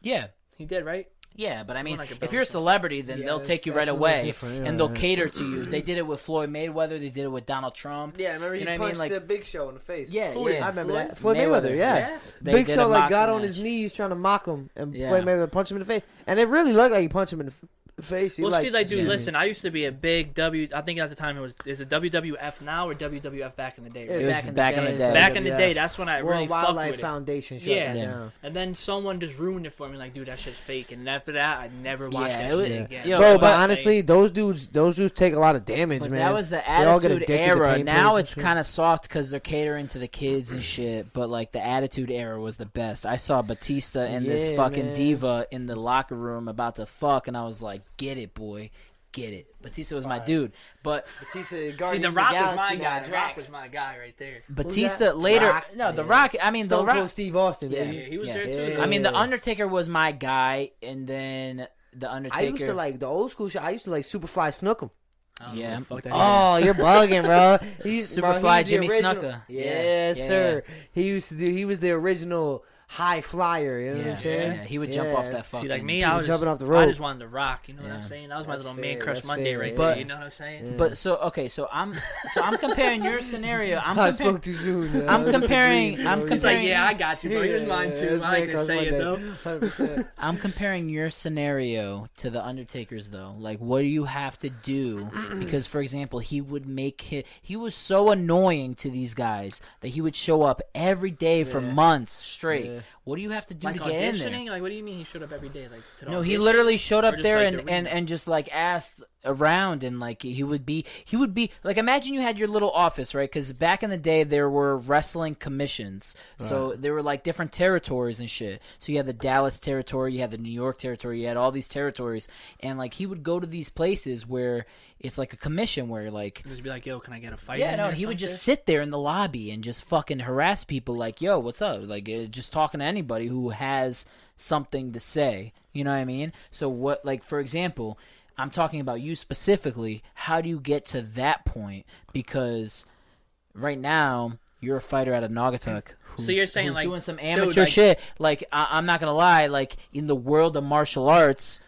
Speaker 3: yeah
Speaker 2: he did right.
Speaker 3: yeah but i mean
Speaker 2: like a
Speaker 3: if you're a celebrity then
Speaker 1: Yeah,
Speaker 3: they'll
Speaker 1: that's-
Speaker 3: take you
Speaker 1: that's
Speaker 3: right
Speaker 1: a little
Speaker 3: away
Speaker 1: different, yeah,
Speaker 3: and they'll
Speaker 1: right.
Speaker 3: cater to you they did it with floyd mayweather they did it with donald trump
Speaker 1: Yeah, remember
Speaker 3: you
Speaker 1: he
Speaker 3: know what i mean
Speaker 1: punched
Speaker 3: like
Speaker 1: the Big Show in the face.
Speaker 3: yeah,
Speaker 1: Who did?
Speaker 3: yeah.
Speaker 1: I remember that.
Speaker 3: Floyd
Speaker 6: Floyd Mayweather,
Speaker 3: Mayweather,
Speaker 6: yeah.
Speaker 2: yeah.
Speaker 3: They
Speaker 6: Big
Speaker 3: did
Speaker 6: Show
Speaker 3: a
Speaker 6: like
Speaker 3: boxing
Speaker 6: got on his
Speaker 3: match.
Speaker 6: knees trying to mock him, and
Speaker 3: Yeah.
Speaker 6: Floyd Mayweather punched him in the face, and it really looked like he punched him in the f- face. He
Speaker 2: Well,
Speaker 6: like,
Speaker 2: see, like, dude,
Speaker 6: Yeah.
Speaker 2: listen. I used to be a big W. I think at the time it was is it WWF now or WWF back in the day.
Speaker 1: Yeah,
Speaker 2: Right?
Speaker 3: was back in the
Speaker 1: days,
Speaker 3: day.
Speaker 2: Back in the day,
Speaker 1: WWF.
Speaker 2: that's when I
Speaker 1: World
Speaker 2: really fucked
Speaker 1: Wildlife
Speaker 2: with it.
Speaker 1: Foundation shut
Speaker 2: Yeah.
Speaker 1: that
Speaker 3: Yeah.
Speaker 1: down.
Speaker 2: And then someone just ruined it for me. Like, dude, that shit's fake. And after that, I never watched
Speaker 3: Yeah,
Speaker 2: that
Speaker 3: it
Speaker 2: shit
Speaker 3: was-
Speaker 2: again.
Speaker 3: yo,
Speaker 6: Bro,
Speaker 3: but-
Speaker 6: but honestly, those dudes, those dudes take a lot of damage,
Speaker 3: But
Speaker 6: man.
Speaker 3: that was the
Speaker 6: They all get
Speaker 3: attitude
Speaker 6: addicted to
Speaker 3: era.
Speaker 6: pain pills
Speaker 3: Now
Speaker 6: and
Speaker 3: it's
Speaker 6: shit.
Speaker 3: kind of soft because they're catering to the kids and shit. But like the attitude era was the best. I saw Batista and this
Speaker 1: Yeah,
Speaker 3: fucking
Speaker 1: man.
Speaker 3: diva in the locker room about to fuck, and I was like, "Get it, boy, get it." Batista was my dude, but
Speaker 2: see, The Rock was my guy. The Rock was my guy right there.
Speaker 3: Batista
Speaker 1: that?
Speaker 3: later.
Speaker 1: Rock?
Speaker 3: no, the
Speaker 1: Yeah.
Speaker 3: Rock. I mean,
Speaker 1: Stone
Speaker 3: the
Speaker 1: Cold
Speaker 3: Rock.
Speaker 1: Steve Austin,
Speaker 3: Yeah.
Speaker 1: baby.
Speaker 2: Yeah, he was
Speaker 3: Yeah.
Speaker 2: there too.
Speaker 1: Yeah.
Speaker 2: though.
Speaker 3: I mean, the
Speaker 1: Yeah.
Speaker 3: Undertaker was my guy, and then the
Speaker 1: I
Speaker 3: Undertaker.
Speaker 1: used to like the old school shit. I used to like Superfly Snookum.
Speaker 2: I don't know
Speaker 3: yeah.
Speaker 2: what the fuck that is.
Speaker 6: Oh, you're bugging, bro. He's bro, he
Speaker 3: Superfly
Speaker 6: was the
Speaker 3: Jimmy
Speaker 6: original-
Speaker 3: Snuka. Yeah.
Speaker 1: Yes,
Speaker 3: Yeah,
Speaker 1: sir. He used to do. He was the original high flyer. You know what I'm saying?
Speaker 3: yeah, he would jump off
Speaker 1: Yeah.
Speaker 3: that fucking.
Speaker 2: See, like me,
Speaker 3: tube.
Speaker 2: I was
Speaker 6: jumping off the
Speaker 2: I
Speaker 6: rope.
Speaker 2: just wanted to rock. You know what
Speaker 3: Yeah.
Speaker 2: I'm saying? That was my
Speaker 1: That's
Speaker 2: little man
Speaker 1: fair,
Speaker 2: crush
Speaker 1: that's
Speaker 2: Monday
Speaker 1: fair,
Speaker 2: right
Speaker 1: yeah.
Speaker 2: there.
Speaker 3: But-
Speaker 2: You know what I'm saying?
Speaker 3: But so okay, so I'm so I'm comparing your scenario. I'm
Speaker 6: I
Speaker 3: comparing.
Speaker 6: spoke too soon. yo.
Speaker 3: I'm
Speaker 6: That's a
Speaker 3: comparing-
Speaker 6: breeze,
Speaker 3: I'm
Speaker 6: bro.
Speaker 2: It's
Speaker 3: comparing-
Speaker 2: like, yeah, I got you, bro. Here's
Speaker 6: Yeah,
Speaker 2: mine
Speaker 6: yeah,
Speaker 2: too.
Speaker 6: it's
Speaker 2: I ain't
Speaker 6: Nick
Speaker 2: gonna
Speaker 6: Cross
Speaker 2: say it
Speaker 6: Monday.
Speaker 2: though.
Speaker 6: 100%.
Speaker 3: I'm comparing your scenario to the Undertaker's though. Like what do you have to do? Because for example, he would make him, he was so annoying to these guys that he would show up every day for months straight.
Speaker 1: Yeah.
Speaker 3: What do you have to do
Speaker 2: Like
Speaker 3: to get in there?
Speaker 2: auditioning? Like, what do you mean he showed up every day? Like, to the
Speaker 3: No, he
Speaker 2: audition?
Speaker 3: literally showed up
Speaker 2: just,
Speaker 3: there
Speaker 2: like,
Speaker 3: and,
Speaker 2: the
Speaker 3: and,
Speaker 2: remake.
Speaker 3: and just like asked around and like he would be he would be like imagine you had your little office right because back in the day there were wrestling commissions so there were like different territories and shit so you had the Dallas territory you had the New York territory you had all these territories and like he would go to these places where it's like a commission where like
Speaker 2: He'd Just be like, yo, can I get a fight?
Speaker 3: yeah
Speaker 2: in
Speaker 3: no
Speaker 2: there or
Speaker 3: he would
Speaker 2: some
Speaker 3: just
Speaker 2: shit?
Speaker 3: sit there in the lobby and just fucking harass people like yo what's up like uh, just talking to anybody who has something to say you know what i mean so what like for example i'm talking about you specifically how do you get to that point because right now you're a fighter out of Naugatuck. Who's,
Speaker 2: you're saying,
Speaker 3: who's
Speaker 2: like,
Speaker 3: doing some
Speaker 2: dude,
Speaker 3: amateur
Speaker 2: like-
Speaker 3: shit? Like I, I'm not gonna lie, like in the world of martial arts,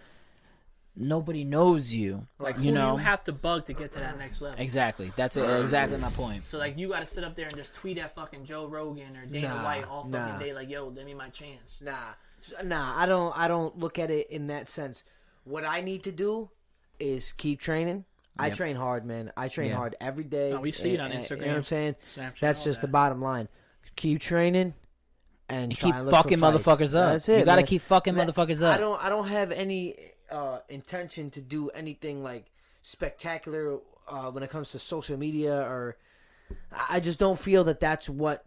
Speaker 3: nobody knows you.
Speaker 2: Like,
Speaker 3: you
Speaker 2: who
Speaker 3: know
Speaker 2: do you have to bug to get to that next level?
Speaker 3: exactly. That's it. exactly my point.
Speaker 2: So like you got to sit up there and just tweet at fucking Joe Rogan or Dana
Speaker 1: Nah,
Speaker 2: White all fucking
Speaker 1: nah.
Speaker 2: day like yo, give me my chance.
Speaker 1: Nah, S- nah. I don't. I don't look at it in that sense. What I need to do is keep training. I train hard, man. I train
Speaker 3: Yeah.
Speaker 1: hard every day.
Speaker 2: No, we see it
Speaker 1: and- and-
Speaker 2: on
Speaker 1: You know
Speaker 2: Instagram,
Speaker 1: what I'm saying?
Speaker 2: Snapchat,
Speaker 1: That's
Speaker 2: all
Speaker 1: just the
Speaker 2: that.
Speaker 1: bottom line. Keep training and
Speaker 3: You
Speaker 1: try
Speaker 3: keep
Speaker 1: and look for
Speaker 3: fucking
Speaker 1: fights.
Speaker 3: motherfuckers up.
Speaker 1: That's it.
Speaker 3: You gotta
Speaker 1: man.
Speaker 3: keep fucking
Speaker 1: Let-
Speaker 3: motherfuckers up.
Speaker 1: I don't. I don't have any uh, intention to do anything like spectacular uh, when it comes to social media, or I I just don't feel that that's what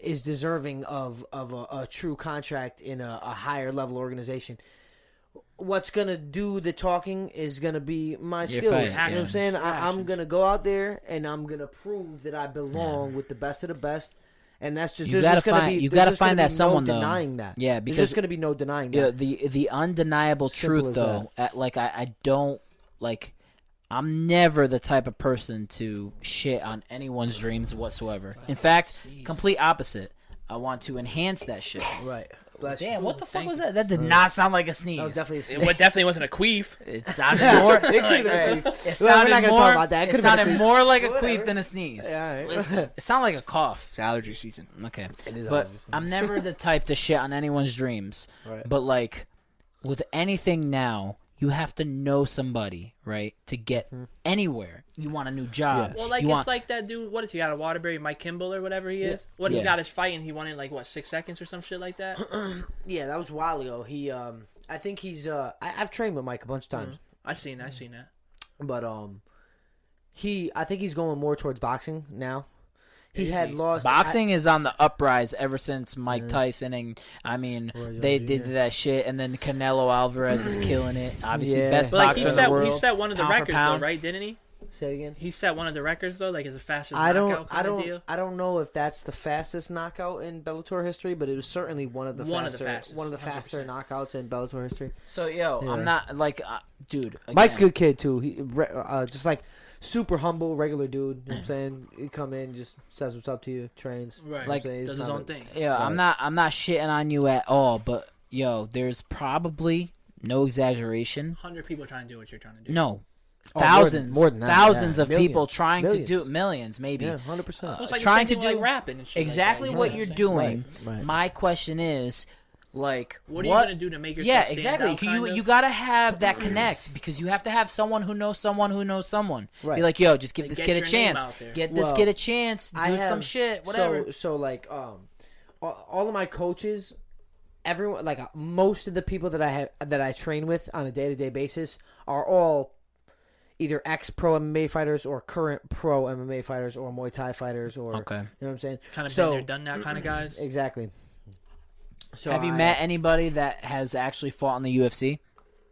Speaker 1: is deserving of of a, a true contract in a, a higher level organization. What's gonna do the talking is gonna be my skills.
Speaker 3: fight,
Speaker 1: you know what
Speaker 3: yeah.
Speaker 1: I'm saying? I, I'm gonna go out there and I'm gonna prove that I belong with the best of the best. And that's just
Speaker 3: You
Speaker 1: there's
Speaker 3: gotta
Speaker 1: just gonna
Speaker 3: find-
Speaker 1: be
Speaker 3: you
Speaker 1: there's
Speaker 3: gotta
Speaker 1: just gonna
Speaker 3: find
Speaker 1: be
Speaker 3: that someone,
Speaker 1: no
Speaker 3: though.
Speaker 1: denying that
Speaker 3: Yeah,
Speaker 1: there's
Speaker 3: because-
Speaker 1: just gonna be no denying that
Speaker 3: Yeah, the the undeniable
Speaker 1: Simple
Speaker 3: truth
Speaker 1: as
Speaker 3: though, at, like I, I don't like I'm never the type of person to shit on anyone's dreams whatsoever. In fact, complete opposite. I want to enhance that shit.
Speaker 1: Right. Bless
Speaker 3: Damn,
Speaker 1: you.
Speaker 3: what the fuck was that? That did not sound like a sneeze.
Speaker 1: That was definitely a
Speaker 2: It
Speaker 1: snake.
Speaker 2: wa- definitely wasn't a queef.
Speaker 3: It sounded more. it,
Speaker 1: been a queef. Well,
Speaker 3: sounded
Speaker 1: we're not gonna
Speaker 3: more.
Speaker 1: talk about that. It
Speaker 3: It,
Speaker 1: could've been a
Speaker 3: sounded
Speaker 1: queef.
Speaker 3: more like a
Speaker 1: Whatever.
Speaker 3: queef than a sneeze.
Speaker 1: Yeah, all right.
Speaker 3: It sounded like a cough.
Speaker 5: It's allergy season.
Speaker 3: Okay.
Speaker 1: is
Speaker 3: But
Speaker 1: obvious.
Speaker 3: I'm never the type to shit on anyone's dreams.
Speaker 1: Right.
Speaker 3: But like with anything now, you have to know somebody, right? To get
Speaker 1: Hmm.
Speaker 3: anywhere. You want a new job.
Speaker 2: Well, like
Speaker 3: you
Speaker 2: it's
Speaker 3: want,
Speaker 2: like that dude. What is he out of Waterbury? Mike Kimball or whatever he is. What
Speaker 3: Yeah.
Speaker 2: he got his fight and he won in like what six seconds or some shit like that.
Speaker 1: Yeah, that was Walio. He um I think he's uh I, I've trained with Mike a bunch of times.
Speaker 2: I seen, I seen that.
Speaker 1: But um he I think he's going more towards boxing now. He had lost
Speaker 3: boxing is on the uprise ever since Mike Tyson and I mean they
Speaker 1: Jr.
Speaker 3: did that shit and then Canelo Alvarez is killing it. Obviously
Speaker 1: Yeah.
Speaker 3: best
Speaker 2: But like
Speaker 3: boxer
Speaker 2: he
Speaker 3: in
Speaker 2: set,
Speaker 3: the world.
Speaker 2: he set one of the
Speaker 3: pound for
Speaker 2: records though,
Speaker 3: pound.
Speaker 2: right? Didn't he?
Speaker 1: I, Say it again.
Speaker 2: He set one of the records though, like as the fastest
Speaker 1: I don't.
Speaker 2: knockout
Speaker 1: I
Speaker 2: kind of
Speaker 1: don't.
Speaker 2: deal.
Speaker 1: I don't know if that's the fastest knockout in Bellator history, but it was certainly one of the
Speaker 2: One of the
Speaker 1: faster,
Speaker 2: fastest,
Speaker 1: one of the faster
Speaker 2: 100%.
Speaker 1: knockouts in Bellator history.
Speaker 5: So yo,
Speaker 1: Yeah.
Speaker 5: I'm not like, uh, dude. Again,
Speaker 1: Mike's a good kid too. He re- uh, just like super humble, regular dude. You know what I'm saying he come in, just says what's up to you, trains. you know
Speaker 2: Right.
Speaker 1: what I'm
Speaker 2: Like
Speaker 1: saying?
Speaker 2: does
Speaker 1: He's
Speaker 2: his
Speaker 1: not
Speaker 2: own
Speaker 1: a-
Speaker 2: thing.
Speaker 3: Yeah, I'm not I'm not shitting on you at all, but yo, there's probably no exaggeration.
Speaker 2: Hundred people trying to do what you're trying to do.
Speaker 3: No.
Speaker 1: Oh, more than-
Speaker 3: Thousands,
Speaker 1: more than that,
Speaker 3: thousands
Speaker 1: yeah.
Speaker 3: of people
Speaker 1: Millions.
Speaker 3: trying to
Speaker 1: Millions.
Speaker 3: do millions, maybe.
Speaker 1: Yeah, hundred percent.
Speaker 2: It's like trying
Speaker 3: Trying to
Speaker 2: to do like
Speaker 3: do
Speaker 2: rapping and shit like that,
Speaker 3: exactly
Speaker 2: you know
Speaker 3: what
Speaker 2: I'm
Speaker 3: you're
Speaker 2: saying?
Speaker 3: doing.
Speaker 1: Right, right.
Speaker 3: My question is, like,
Speaker 2: What are you gonna do to make yourself
Speaker 3: Yeah,
Speaker 2: stand
Speaker 3: exactly.
Speaker 2: out,
Speaker 3: Can
Speaker 2: kind
Speaker 3: you
Speaker 2: of?
Speaker 3: you gotta have that connect because you have to have someone who knows someone who knows someone. Be
Speaker 1: Right.
Speaker 3: like, yo, just give
Speaker 2: Like,
Speaker 3: this
Speaker 2: get
Speaker 3: kid a
Speaker 2: your name
Speaker 3: chance.
Speaker 2: out there.
Speaker 3: Get this
Speaker 1: Well,
Speaker 3: kid a chance. Do
Speaker 1: I have
Speaker 3: some shit, whatever.
Speaker 1: So, so like, um, all, all of my coaches, everyone, like uh, most of the people that I have that I train with on a day to day basis are all either ex pro MMA fighters or current pro MMA fighters or Muay Thai fighters or
Speaker 3: Okay.
Speaker 1: you know what I'm saying.
Speaker 2: Kind of
Speaker 1: so
Speaker 2: been there, done that kind of guys.
Speaker 1: exactly. So
Speaker 3: Have you
Speaker 1: I-
Speaker 3: met anybody that has actually fought in the UFC?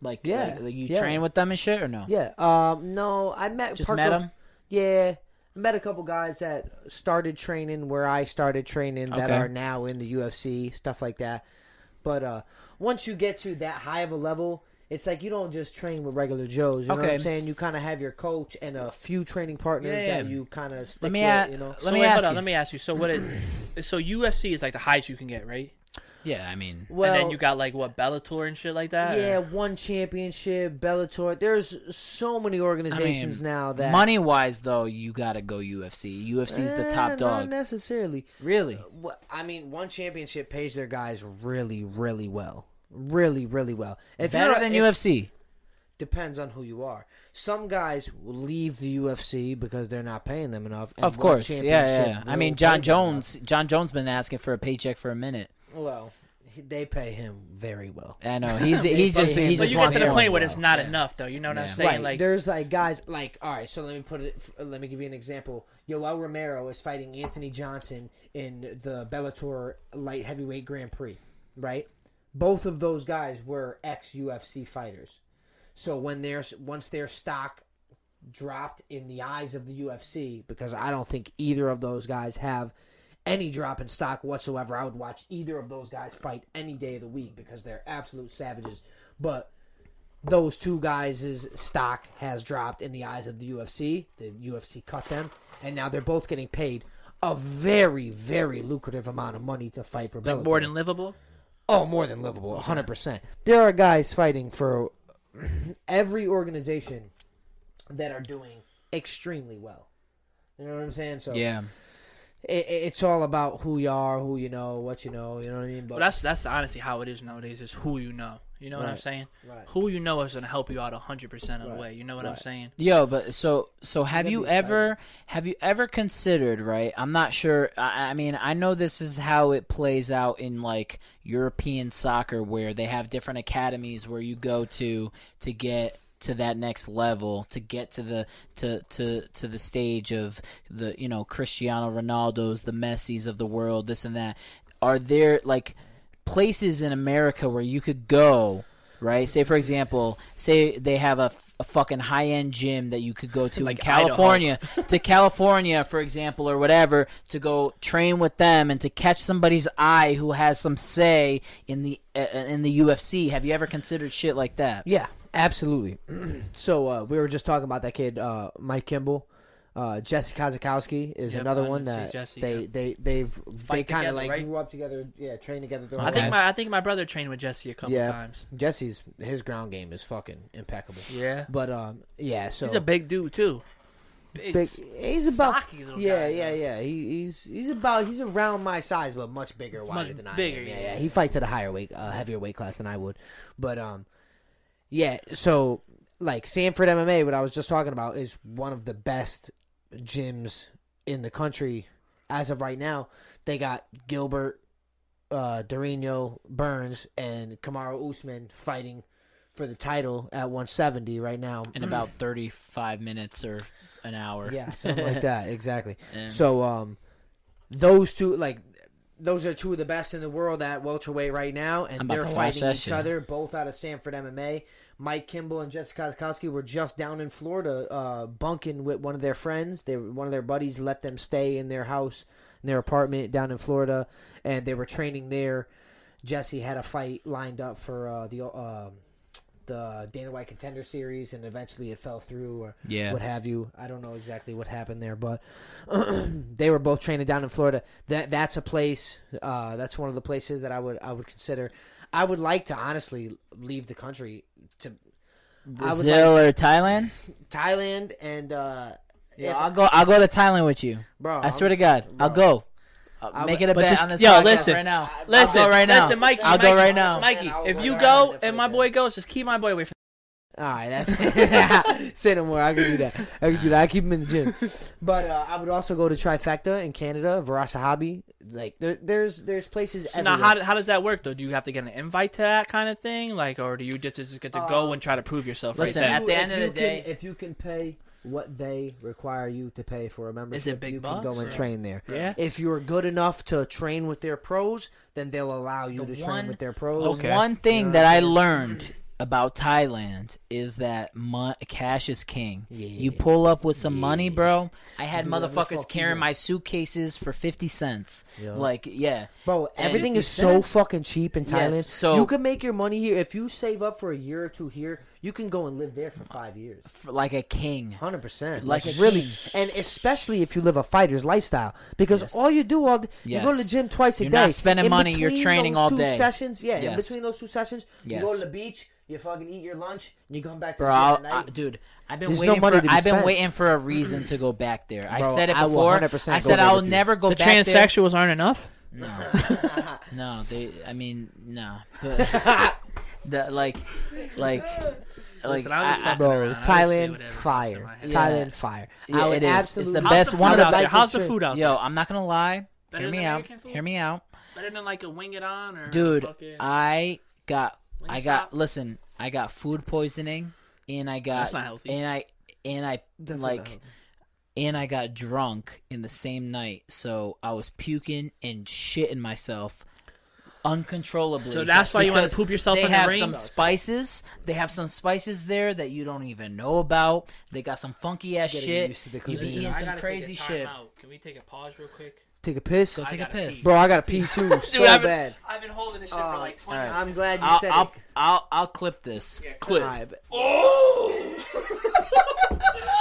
Speaker 3: Like,
Speaker 1: Yeah,
Speaker 3: like, like you
Speaker 1: yeah.
Speaker 3: train with them and shit, or no?
Speaker 1: Yeah. Um. No, I met
Speaker 3: Just
Speaker 1: Parker-
Speaker 3: met 'em?
Speaker 1: Yeah. I met a couple guys that started training where I started training that
Speaker 3: Okay.
Speaker 1: are now in the UFC stuff like that. But uh, once you get to that high of a level, it's like you don't just train with regular Joes. You know what
Speaker 3: Okay.
Speaker 1: I'm saying? You kind of have your coach and a few training partners
Speaker 3: Yeah, yeah.
Speaker 1: that you kind of stick
Speaker 3: Let me
Speaker 1: with.
Speaker 3: ask.
Speaker 1: you know.
Speaker 3: Let
Speaker 2: so
Speaker 3: me
Speaker 2: wait,
Speaker 3: ask.
Speaker 2: hold on,
Speaker 3: you.
Speaker 2: let me ask you. So what is so UFC is like the highest you can get, right?
Speaker 3: Yeah, I mean,
Speaker 1: Well,
Speaker 2: and then you got like what Bellator and shit like that.
Speaker 1: yeah,
Speaker 2: or-
Speaker 1: one championship, Bellator. There's so many organizations now that
Speaker 3: money wise though, you gotta go UFC. UFC is the
Speaker 1: Eh,
Speaker 3: top
Speaker 1: Not
Speaker 3: dog.
Speaker 1: necessarily.
Speaker 3: Really?
Speaker 1: Wha- I mean, one championship pays their guys really, really well. Really, really well. If
Speaker 3: Better
Speaker 1: you're-
Speaker 3: than
Speaker 1: if-
Speaker 3: UFC.
Speaker 1: depends on who you are. Some guys will leave the UFC because they're not paying them enough. and
Speaker 3: Of
Speaker 1: one
Speaker 3: course. Yeah, yeah.
Speaker 1: championship
Speaker 3: yeah. I
Speaker 1: will
Speaker 3: mean,
Speaker 1: pay
Speaker 3: John
Speaker 1: them
Speaker 3: Jones. John Jones been asking for a paycheck for a
Speaker 1: enough.
Speaker 3: minute.
Speaker 1: Well, he- they pay him very well.
Speaker 3: I know he's he just he
Speaker 1: But
Speaker 2: But
Speaker 3: just
Speaker 2: you get
Speaker 3: wants
Speaker 2: to the
Speaker 3: more.
Speaker 2: point where it's not enough, though. You know what I'm
Speaker 3: Yeah.
Speaker 2: saying?
Speaker 1: right.
Speaker 2: Like,
Speaker 1: There's like guys like all right. So let me put it. f- Let me give you an example. Yoel Romero is fighting Anthony Johnson in the Bellator light heavyweight Grand Prix. Right. Both of those guys were ex UFC fighters. So when there's once their stock dropped in the eyes of the UFC, because I don't think either of those guys have any drop in stock whatsoever. I would watch either of those guys fight any day of the week because they're absolute savages. But those two guys' stock has dropped in the eyes of the UFC. The UFC cut them, and now they're both getting paid a very, very lucrative amount of money to fight for Bellator.
Speaker 2: more than livable.
Speaker 1: oh, more than livable, 100%. There are guys fighting for every organization that are doing extremely well. You know what I'm saying? So
Speaker 3: Yeah.
Speaker 1: it, it- it's all about who you are, who you know, what you know. You know what I mean? But
Speaker 2: Well, that's that's honestly how it is nowadays. Is who you know. You know what I'm
Speaker 1: Right.
Speaker 2: saying?
Speaker 1: Right.
Speaker 2: Who you know is gonna help you out 100 percent of the
Speaker 1: Right.
Speaker 2: way. You know what I'm saying?
Speaker 3: Yo, but so so have
Speaker 1: gotta
Speaker 3: you
Speaker 1: be excited.
Speaker 3: ever have you ever considered, right? I'm not sure. I, I mean, I know this is how it plays out in like European soccer where they have different academies where you go to to get to that next level, to get to the to to to the stage of the, you know, Cristiano Ronaldo's, the Messis of the world, this and that. Are there like places in America where you could go, right? Say for example, say they have a, f- a fucking high end gym that you could go to in
Speaker 2: Like Idaho.
Speaker 3: California, to California, for example, or whatever, to go train with them and to catch somebody's eye who has some say in the uh, in the UFC. Have you ever considered shit like that?
Speaker 1: Yeah, absolutely. so uh, we were just talking about that kid, uh, Mike Kimball. Uh, Jesse Kozakowski is
Speaker 2: Yep,
Speaker 1: another
Speaker 2: I
Speaker 1: one
Speaker 2: see
Speaker 1: that
Speaker 2: Jesse,
Speaker 1: they,
Speaker 2: yeah.
Speaker 1: they they've they
Speaker 2: Fight
Speaker 1: kind
Speaker 2: together,
Speaker 1: of like
Speaker 2: right?
Speaker 1: grew up together, yeah, trained together. Their
Speaker 2: I
Speaker 1: whole
Speaker 2: think
Speaker 1: lives.
Speaker 2: my I think my brother trained with Jesse a couple
Speaker 1: yeah,
Speaker 2: times.
Speaker 1: Jesse's his ground game is fucking impeccable.
Speaker 2: Yeah.
Speaker 1: But um, yeah, so
Speaker 2: He's a big dude too. Big,
Speaker 1: big- he's about
Speaker 2: stocky little
Speaker 1: yeah,
Speaker 2: guy,
Speaker 1: yeah,
Speaker 2: though.
Speaker 1: yeah. He, he's he's about he's around my size, but much bigger, wider than I
Speaker 2: bigger,
Speaker 1: am. Yeah,
Speaker 2: yeah.
Speaker 1: yeah, He fights at a higher weight, uh, heavier weight class than I would. But um, yeah. So like Sanford MMA, what I was just talking about is one of the best gyms in the country as of right now. They got Gilbert, uh, Dorino, Burns, and Kamaro Usman fighting for the title at 170 right now.
Speaker 3: In about thirty five minutes or an hour.
Speaker 1: Yeah, something like that. Exactly.
Speaker 3: Yeah.
Speaker 1: So um, those two like those are two of the best in the world at welterweight right now, and
Speaker 3: I'm about
Speaker 1: they're
Speaker 3: to watch
Speaker 1: fighting
Speaker 3: that
Speaker 1: each
Speaker 3: shit.
Speaker 1: other, both out of Sanford MMA. Mike Kimball and Jessica Koskowski were just down in Florida, uh, bunking with one of their friends. They one of their buddies let them stay in their house, in their apartment down in Florida, and they were training there. Jesse had a fight lined up for uh, the uh, the Dana White Contender Series, and eventually it fell through. Or,
Speaker 3: Yeah.
Speaker 1: what have you. I don't know exactly what happened there, but they were both training down in Florida. That that's a place. Uh, that's one of the places that I would I would consider. I would like to honestly leave the country to I
Speaker 3: Brazil
Speaker 1: would
Speaker 3: or Thailand?
Speaker 1: like Thailand and uh,
Speaker 3: Yeah,
Speaker 1: if-
Speaker 3: I'll go. I'll go to Thailand with you.
Speaker 1: bro.
Speaker 3: I swear to God, I'll go.
Speaker 1: I
Speaker 3: I'll make
Speaker 1: would-
Speaker 3: it a
Speaker 2: But
Speaker 3: bet
Speaker 2: just-
Speaker 3: on this
Speaker 2: yo,
Speaker 3: podcast
Speaker 2: listen.
Speaker 3: right now.
Speaker 2: Listen,
Speaker 3: I'll go right now.
Speaker 2: listen, Mikey.
Speaker 3: I'll go
Speaker 2: Mikey,
Speaker 3: right now.
Speaker 2: Mikey,
Speaker 1: I'll
Speaker 2: if
Speaker 1: go
Speaker 2: you
Speaker 1: right now
Speaker 2: go
Speaker 1: if
Speaker 2: and
Speaker 1: I
Speaker 2: my
Speaker 1: do.
Speaker 2: boy goes, just keep my boy away from.
Speaker 1: All right, that's say no more. I can do that. I can do that. I keep him in the gym. But uh, I would also go to Trifecta in Canada, Varasahabi. Like there, there's there's places.
Speaker 2: So now,
Speaker 1: everywhere.
Speaker 2: how, how does that work though? Do you have to get an invite to that kind of thing, like, or do you just, just get to go and try to prove yourself?
Speaker 3: listen,
Speaker 2: right then?
Speaker 3: at the
Speaker 1: If
Speaker 3: end of
Speaker 1: you
Speaker 3: the day-
Speaker 1: can, if you can pay what they require you to pay for a membership,
Speaker 2: big
Speaker 1: you
Speaker 2: bucks,
Speaker 1: can go and
Speaker 2: or-
Speaker 1: train there.
Speaker 2: Yeah.
Speaker 1: If you're good enough to train with their pros, then they'll allow you to
Speaker 3: one-
Speaker 1: train with their pros.
Speaker 3: The
Speaker 2: Okay.
Speaker 3: one thing that I learned about Thailand is that mo- cash is king. You pull up with some money, bro. I had
Speaker 1: Do whatever the
Speaker 3: motherfuckers
Speaker 1: fuck you
Speaker 3: carrying
Speaker 1: want.
Speaker 3: my suitcases for 50 cents.
Speaker 1: Yeah.
Speaker 3: Like, yeah.
Speaker 1: Bro,
Speaker 3: And
Speaker 1: everything
Speaker 3: 50
Speaker 1: is so
Speaker 3: cents?
Speaker 1: fucking cheap in Thailand.
Speaker 3: Yes, so-
Speaker 1: you can make your money here if you save up for a year or two here. You can go and live there for five years.
Speaker 3: for- like a king.
Speaker 1: Hundred percent,
Speaker 3: Like
Speaker 1: like,
Speaker 3: a
Speaker 1: really,
Speaker 3: king.
Speaker 1: and especially if you live a fighter's lifestyle, because
Speaker 3: Yes.
Speaker 1: all you do all d- you go to
Speaker 3: Yes.
Speaker 1: the gym twice a
Speaker 3: You're
Speaker 1: day.
Speaker 3: not spending
Speaker 1: In
Speaker 3: money, you're
Speaker 1: between
Speaker 3: training
Speaker 1: those
Speaker 3: all
Speaker 1: two
Speaker 3: day.
Speaker 1: Sessions, yeah. In
Speaker 3: Yes.
Speaker 1: between those two sessions, you go
Speaker 3: Yes.
Speaker 1: to the beach, you fucking eat your lunch, and you come back to
Speaker 3: Bro,
Speaker 1: the gym
Speaker 3: I'll,
Speaker 1: at
Speaker 3: I,
Speaker 1: night.
Speaker 3: dude, I've been
Speaker 1: There's no
Speaker 3: waiting.
Speaker 1: money
Speaker 3: for,
Speaker 1: to be
Speaker 3: I've been
Speaker 1: spent.
Speaker 3: waiting for a reason to go back there. I
Speaker 1: Bro,
Speaker 3: said it
Speaker 1: I will
Speaker 3: before.
Speaker 1: 100%
Speaker 3: I
Speaker 1: go
Speaker 3: said
Speaker 1: there
Speaker 3: I'll
Speaker 1: with you.
Speaker 3: never go
Speaker 2: the
Speaker 3: back there.
Speaker 2: transsexuals aren't enough.
Speaker 3: No, they. I mean, no. But the like, like, like.
Speaker 2: Listen, I'm just
Speaker 3: I- I-
Speaker 2: fucking
Speaker 1: Bro,
Speaker 2: around. I just say
Speaker 1: Thailand
Speaker 2: whatever comes in
Speaker 1: fire,
Speaker 2: my head.
Speaker 3: Yeah.
Speaker 1: Thailand fire.
Speaker 3: Yeah,
Speaker 1: I would
Speaker 3: it is. It's the
Speaker 1: Absolutely
Speaker 3: best
Speaker 2: How's the
Speaker 3: one
Speaker 2: food
Speaker 3: of the
Speaker 2: out
Speaker 1: like
Speaker 2: there? How's the
Speaker 1: to-
Speaker 2: food out
Speaker 3: yo, I'm not gonna lie.
Speaker 2: Better
Speaker 3: Hear
Speaker 2: than
Speaker 3: me out.
Speaker 2: American food?
Speaker 3: Hear me out,
Speaker 2: there? Better than like a wing it on or
Speaker 3: dude.
Speaker 2: fucking-
Speaker 3: I got. I got.
Speaker 2: Wingstop?
Speaker 3: Listen, I got food poisoning, and I got.
Speaker 2: That's not healthy.
Speaker 3: And I and I
Speaker 1: Definitely not
Speaker 3: like.
Speaker 1: healthy.
Speaker 3: And I got drunk in the same night, so I was puking and shitting myself uncontrollably.
Speaker 2: So that's why you wanna
Speaker 3: because
Speaker 2: poop yourself
Speaker 3: They
Speaker 2: in the
Speaker 3: have
Speaker 2: rain?
Speaker 3: some spices. They have some spices there that you don't even know about. They got some funky ass
Speaker 1: Gotta get
Speaker 3: shit.
Speaker 1: used to the
Speaker 3: You
Speaker 1: cuisine.
Speaker 3: be eating
Speaker 2: I
Speaker 3: some
Speaker 2: gotta take a
Speaker 3: crazy
Speaker 2: time
Speaker 3: shit.
Speaker 2: out. Can we take a pause real quick?
Speaker 1: Take a piss,
Speaker 3: Go take a
Speaker 2: gotta pee.
Speaker 3: piss.
Speaker 1: bro. I got a pee too, so
Speaker 2: I've been,
Speaker 1: bad.
Speaker 2: I've been holding this shit for
Speaker 1: Uh,
Speaker 2: like 20 minutes.
Speaker 1: I'm glad you
Speaker 3: I'll,
Speaker 1: said
Speaker 3: I'll,
Speaker 1: it.
Speaker 3: I'll, I'll clip this. clip.
Speaker 1: All right, but-
Speaker 2: Oh!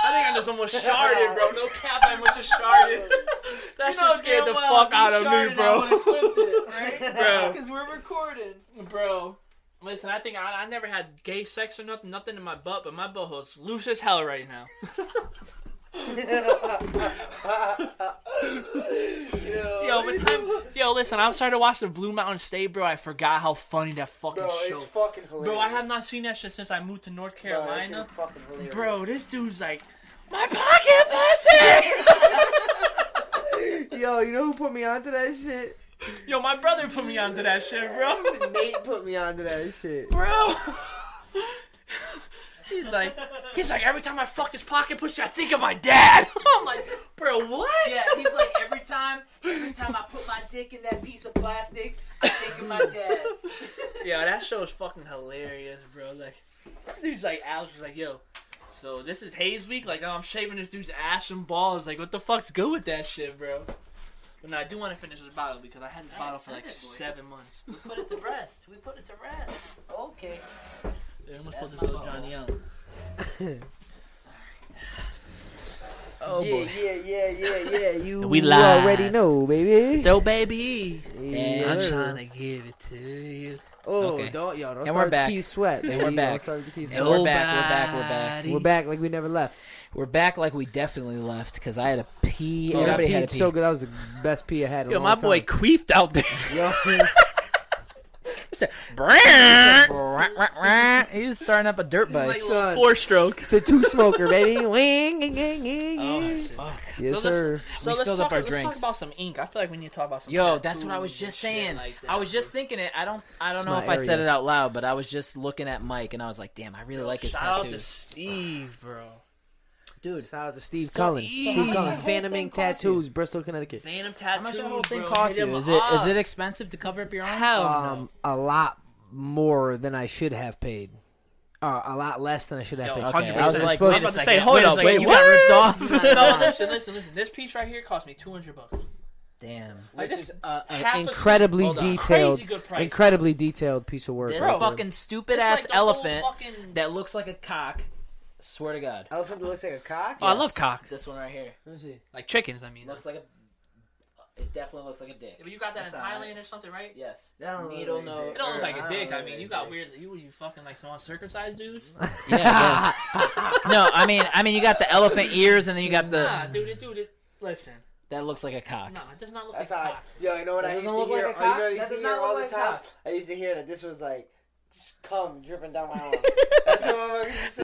Speaker 2: I think I just almost sharded, bro. No cap, I almost just sharded. That shit scared the fuck out of me, bro. Bro.
Speaker 3: Because we're recording.
Speaker 2: Bro. Listen, I think I, I never had gay sex or nothing, nothing in my butt, but my butthole's loose as hell right now. yo, but time, yo, listen, I started watching Blue Mountain State, bro. I forgot how funny that fucking show.
Speaker 1: fucking hilarious.
Speaker 2: Bro, I have not seen that shit since I moved to North Carolina.
Speaker 1: fucking hilarious.
Speaker 2: Bro, this dude's like, my pocket pussy!
Speaker 1: Yo, you know who put me onto that shit?
Speaker 2: Yo, my brother put me onto that shit, bro.
Speaker 1: Nate put me onto that shit.
Speaker 2: Bro. He's like, he's like, every time I fuck his pocket pussy, I think of my dad. I'm like, bro, what?
Speaker 5: Yeah, he's like every time, every time I put my dick in that piece of plastic, I think of my dad.
Speaker 2: Yeah, that show is fucking hilarious, bro. Like, dude's like, Alex is like, yo, so this is Hayes week. Like, I'm shaving this dude's ass and balls. Like, what the fuck's good with that shit, bro? But no, I do want to finish this bottle because I had this
Speaker 5: Alright,
Speaker 2: bottle for
Speaker 5: send
Speaker 2: like
Speaker 5: it, boy.
Speaker 2: seven months.
Speaker 5: Put it to rest. We put it to rest. Okay.
Speaker 2: Dude, I almost
Speaker 5: That's
Speaker 2: put this
Speaker 5: my
Speaker 2: little
Speaker 5: bottle.
Speaker 2: Johnny out.
Speaker 3: Oh
Speaker 1: yeah,
Speaker 3: boy.
Speaker 1: yeah, yeah, yeah, yeah. You
Speaker 3: We
Speaker 1: you
Speaker 3: live.
Speaker 1: already know, baby.
Speaker 2: Yo, baby.
Speaker 1: Yeah.
Speaker 3: I'm
Speaker 2: trying to give it to you.
Speaker 1: Oh,
Speaker 3: Okay.
Speaker 1: don't yo, don't
Speaker 3: And we're
Speaker 1: start
Speaker 3: back.
Speaker 1: the key sweat.
Speaker 3: And
Speaker 1: baby.
Speaker 3: we're
Speaker 1: Don't
Speaker 3: back.
Speaker 1: start the key
Speaker 3: And
Speaker 1: sweat.
Speaker 3: we're back, we're back, we're back.
Speaker 1: We're back like we never left.
Speaker 3: We're back like we definitely left because I had a pee.
Speaker 1: Yo, that
Speaker 3: Everybody
Speaker 1: pee
Speaker 3: had a
Speaker 1: is
Speaker 3: pee.
Speaker 1: so good. That was the best pee I had. in a
Speaker 2: Yo,
Speaker 1: long
Speaker 2: my boy
Speaker 1: time.
Speaker 2: queefed out there.
Speaker 1: Yo,
Speaker 3: He's starting up a dirt bike.
Speaker 1: son,
Speaker 2: Four stroke.
Speaker 1: it's a two smoker, baby. Wing, ging, ging, ging, ging.
Speaker 3: Fuck.
Speaker 1: Yes,
Speaker 2: So let's-
Speaker 1: sir.
Speaker 2: So
Speaker 3: We
Speaker 2: let's
Speaker 3: filled
Speaker 2: talk,
Speaker 3: up our
Speaker 2: let's talk
Speaker 3: drinks.
Speaker 2: about some ink. I feel like we need to talk about some.
Speaker 3: Yo, that's what I was
Speaker 2: tattoos
Speaker 3: just
Speaker 2: and shit
Speaker 3: saying.
Speaker 2: like that,
Speaker 3: I was just
Speaker 2: bro.
Speaker 3: thinking it. I don't. I don't
Speaker 1: It's
Speaker 3: know
Speaker 1: my
Speaker 3: if I said
Speaker 1: area.
Speaker 3: it out loud, but I was just looking at Mike and I was like, "Damn, I really like his
Speaker 2: Shout out to
Speaker 3: tattoos."
Speaker 2: Steve, bro.
Speaker 3: dude.
Speaker 1: Shout out to Steve
Speaker 3: So
Speaker 1: Cullen.
Speaker 2: easy.
Speaker 1: Steve Cullen, Phantom Ink Tattoos, Bristol, Connecticut.
Speaker 2: Phantom
Speaker 3: How much
Speaker 2: tattoos.
Speaker 3: the whole thing
Speaker 2: bro.
Speaker 3: cost
Speaker 2: Hit
Speaker 3: you?
Speaker 2: him
Speaker 3: Is it is
Speaker 2: up.
Speaker 3: it expensive to cover up your arms?
Speaker 2: Hell
Speaker 5: Oh,
Speaker 1: Um, a lot more than I should have paid. Uh, a lot less than I should have
Speaker 2: Yo,
Speaker 1: paid.
Speaker 3: Okay,
Speaker 1: It
Speaker 3: I was
Speaker 1: was
Speaker 3: like,
Speaker 1: supposed
Speaker 3: wait
Speaker 1: to-
Speaker 3: a
Speaker 2: to say,
Speaker 3: second,
Speaker 2: hold
Speaker 3: wait a
Speaker 2: up,
Speaker 3: second,
Speaker 2: wait,
Speaker 3: you got ripped off.
Speaker 2: no, listen, listen, listen. This piece right here cost me two hundred bucks.
Speaker 3: Damn,
Speaker 2: Like,
Speaker 3: which
Speaker 2: this
Speaker 3: is uh, a-
Speaker 2: half a-
Speaker 1: incredibly
Speaker 3: Hold on.
Speaker 1: detailed,
Speaker 2: Crazy good price.
Speaker 1: incredibly detailed piece of work.
Speaker 3: this
Speaker 1: bro.
Speaker 3: fucking stupid
Speaker 2: It's like
Speaker 3: ass
Speaker 2: the whole
Speaker 3: elephant
Speaker 2: fucking-
Speaker 3: that looks like a cock. Swear to God.
Speaker 1: elephant that looks like a cock.
Speaker 2: Oh, I love cock.
Speaker 3: This one right
Speaker 1: Oh,
Speaker 3: here
Speaker 1: Let me see.
Speaker 2: Like chickens, I mean.
Speaker 3: looks like a. It definitely looks like a dick.
Speaker 2: But you got that
Speaker 1: That's
Speaker 2: in
Speaker 1: alright.
Speaker 2: Thailand or something, right?
Speaker 3: Yes.
Speaker 1: That don't look
Speaker 3: Needle
Speaker 1: like a
Speaker 3: nose.
Speaker 1: dick.
Speaker 2: It don't look like
Speaker 1: I
Speaker 2: a
Speaker 1: don't
Speaker 2: dick.
Speaker 1: know
Speaker 2: I mean,
Speaker 1: that
Speaker 2: you got
Speaker 1: dick.
Speaker 2: weird. You you fucking like some uncircumcised dude?
Speaker 3: Yeah. it does. no, I mean, I mean, you got the elephant ears, and then you got the
Speaker 2: Nah, dude, it, dude, it. Listen,
Speaker 3: that looks like a cock.
Speaker 2: nah, it does not look
Speaker 1: That's
Speaker 2: like
Speaker 1: how. I-
Speaker 2: cock.
Speaker 1: Yo, you know what
Speaker 6: That
Speaker 1: I used to
Speaker 6: doesn't look like
Speaker 1: hear?
Speaker 6: a
Speaker 1: oh,
Speaker 6: cock?
Speaker 1: You know what I
Speaker 6: That
Speaker 1: used to
Speaker 6: does
Speaker 1: hear
Speaker 6: not look
Speaker 1: all the
Speaker 6: like a
Speaker 1: time?
Speaker 6: cock.
Speaker 1: I used to hear that this was like cum dripping down my arm. That's what my mother used to say.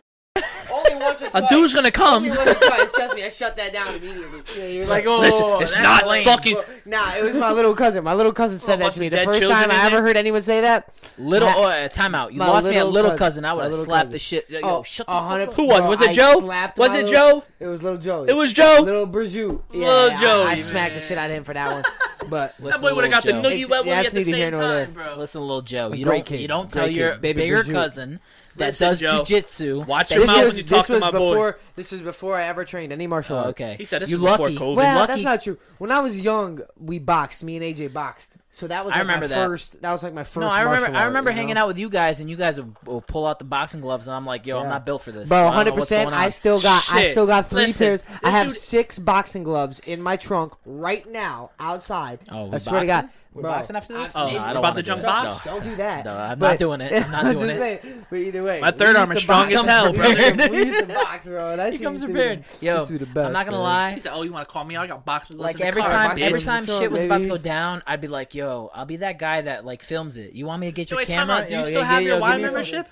Speaker 1: Only once or
Speaker 2: A
Speaker 1: twice.
Speaker 2: dude's gonna come.
Speaker 1: Only once or twice. Trust me, I shut that down immediately.
Speaker 2: Um. It's like, oh, listen, it's not fucking.
Speaker 1: Nah, it was my little cousin. My little cousin said
Speaker 2: Well,
Speaker 1: that to me. The
Speaker 2: bunch of dead
Speaker 1: first
Speaker 2: children
Speaker 1: time I
Speaker 2: in
Speaker 1: ever
Speaker 2: there.
Speaker 1: heard anyone say that.
Speaker 3: Little
Speaker 1: My-
Speaker 3: oh, uh, time out. You
Speaker 1: my
Speaker 3: lost me at
Speaker 1: little
Speaker 3: little cousin.
Speaker 1: cousin.
Speaker 3: I
Speaker 1: My
Speaker 3: would have
Speaker 1: little
Speaker 3: slapped
Speaker 1: cousin.
Speaker 3: the shit. Yo,
Speaker 1: Oh,
Speaker 3: shut the
Speaker 1: a hundred-
Speaker 3: fuck up.
Speaker 2: Who was?
Speaker 1: Bro,
Speaker 2: Was it
Speaker 1: I
Speaker 2: Joe?
Speaker 1: slapped
Speaker 2: Was
Speaker 1: my
Speaker 2: it
Speaker 1: little-
Speaker 2: Joe?
Speaker 1: It was little Joe.
Speaker 2: It was Joe.
Speaker 1: little Brazil. Yeah,
Speaker 2: Little
Speaker 1: I- I
Speaker 2: Joey,
Speaker 1: smacked the
Speaker 2: man.
Speaker 1: shit out of him for that one. But
Speaker 2: That
Speaker 3: Listen,
Speaker 2: boy would have
Speaker 3: little
Speaker 2: got the
Speaker 3: Joe.
Speaker 2: noogie wet
Speaker 1: It's- yeah,
Speaker 2: yeah, at
Speaker 1: it's
Speaker 2: the
Speaker 1: neither here
Speaker 2: same
Speaker 1: nor there.
Speaker 2: time, bro.
Speaker 3: Listen, little Joe, you
Speaker 1: great
Speaker 3: don't
Speaker 1: kid.
Speaker 3: you don't
Speaker 1: Great
Speaker 3: tell your
Speaker 1: kid. Baby
Speaker 3: bigger
Speaker 1: Brazil.
Speaker 3: cousin that
Speaker 2: Listen,
Speaker 3: does
Speaker 2: Joe.
Speaker 3: jujitsu.
Speaker 2: Watch
Speaker 3: that
Speaker 2: your
Speaker 1: this
Speaker 2: mouth
Speaker 3: you should-
Speaker 2: when
Speaker 1: was,
Speaker 2: you talk
Speaker 1: this
Speaker 2: to
Speaker 1: was
Speaker 2: my boy.
Speaker 1: before. This was before I ever trained any martial
Speaker 3: Oh,
Speaker 1: art.
Speaker 3: okay.
Speaker 2: He said this
Speaker 3: you
Speaker 2: was before
Speaker 3: lucky.
Speaker 2: COVID.
Speaker 3: You're
Speaker 1: Well,
Speaker 3: lucky.
Speaker 1: that's not true. When I was young, we boxed. Me and AJ boxed. So that was
Speaker 3: I
Speaker 1: like
Speaker 3: remember
Speaker 1: my
Speaker 3: that.
Speaker 1: first. That was like my first.
Speaker 3: No, I remember.
Speaker 1: martial
Speaker 3: I
Speaker 1: art,
Speaker 3: remember
Speaker 1: you
Speaker 3: hanging
Speaker 1: know?
Speaker 3: out with you guys, and you guys would, would pull out the boxing gloves, and I'm like, "Yo, I'm
Speaker 1: Yeah.
Speaker 3: not built for this."
Speaker 1: Bro,
Speaker 3: I don't know
Speaker 1: hundred
Speaker 3: what's
Speaker 1: percent.
Speaker 3: going on.
Speaker 1: I still got. I
Speaker 2: Shit.
Speaker 1: still got three
Speaker 2: Listen,
Speaker 1: pairs. I
Speaker 2: this
Speaker 1: have
Speaker 2: dude-
Speaker 1: six boxing gloves in my trunk right now, outside.
Speaker 3: Oh, we
Speaker 1: I swear to God,
Speaker 3: boxing? We're
Speaker 1: bro,
Speaker 3: boxing after this?
Speaker 1: I-
Speaker 3: Oh, no, I don't
Speaker 2: About
Speaker 3: wanna
Speaker 2: to
Speaker 3: do
Speaker 2: jump
Speaker 3: it.
Speaker 2: box?
Speaker 1: Don't do that.
Speaker 3: No, I'm
Speaker 1: But-
Speaker 3: not doing it. I'm not
Speaker 1: I'm
Speaker 3: doing
Speaker 1: just
Speaker 3: it.
Speaker 1: Saying, but either way,
Speaker 2: My
Speaker 1: we
Speaker 2: third
Speaker 1: used
Speaker 2: arm
Speaker 1: to
Speaker 2: is strong
Speaker 1: box.
Speaker 2: as hell,
Speaker 1: We used to-
Speaker 2: brother.
Speaker 1: we used to box, bro. That
Speaker 3: He
Speaker 1: shit
Speaker 3: comes
Speaker 1: used to be
Speaker 3: prepared.
Speaker 1: the-
Speaker 3: Yo,
Speaker 1: used to be the
Speaker 3: I'm
Speaker 1: best,
Speaker 3: not gonna
Speaker 1: man.
Speaker 2: He
Speaker 3: lie.
Speaker 2: said, "Oh, you want to call me? I got boxes left
Speaker 3: Like
Speaker 2: in the
Speaker 3: every
Speaker 2: car,
Speaker 3: time,
Speaker 2: bitch."
Speaker 3: every
Speaker 1: bitch.
Speaker 3: time
Speaker 1: Sure,
Speaker 3: shit was about to
Speaker 1: baby.
Speaker 3: go down, I'd be like, "Yo, I'll be that guy that like films it. You want me to get
Speaker 2: Yo,
Speaker 3: your
Speaker 2: wait, time
Speaker 3: camera?
Speaker 2: out. Do you
Speaker 3: Yo,
Speaker 2: still
Speaker 3: yeah,
Speaker 2: have
Speaker 3: yeah,
Speaker 2: your
Speaker 3: yo,
Speaker 2: Y
Speaker 3: give me a photo."
Speaker 2: membership?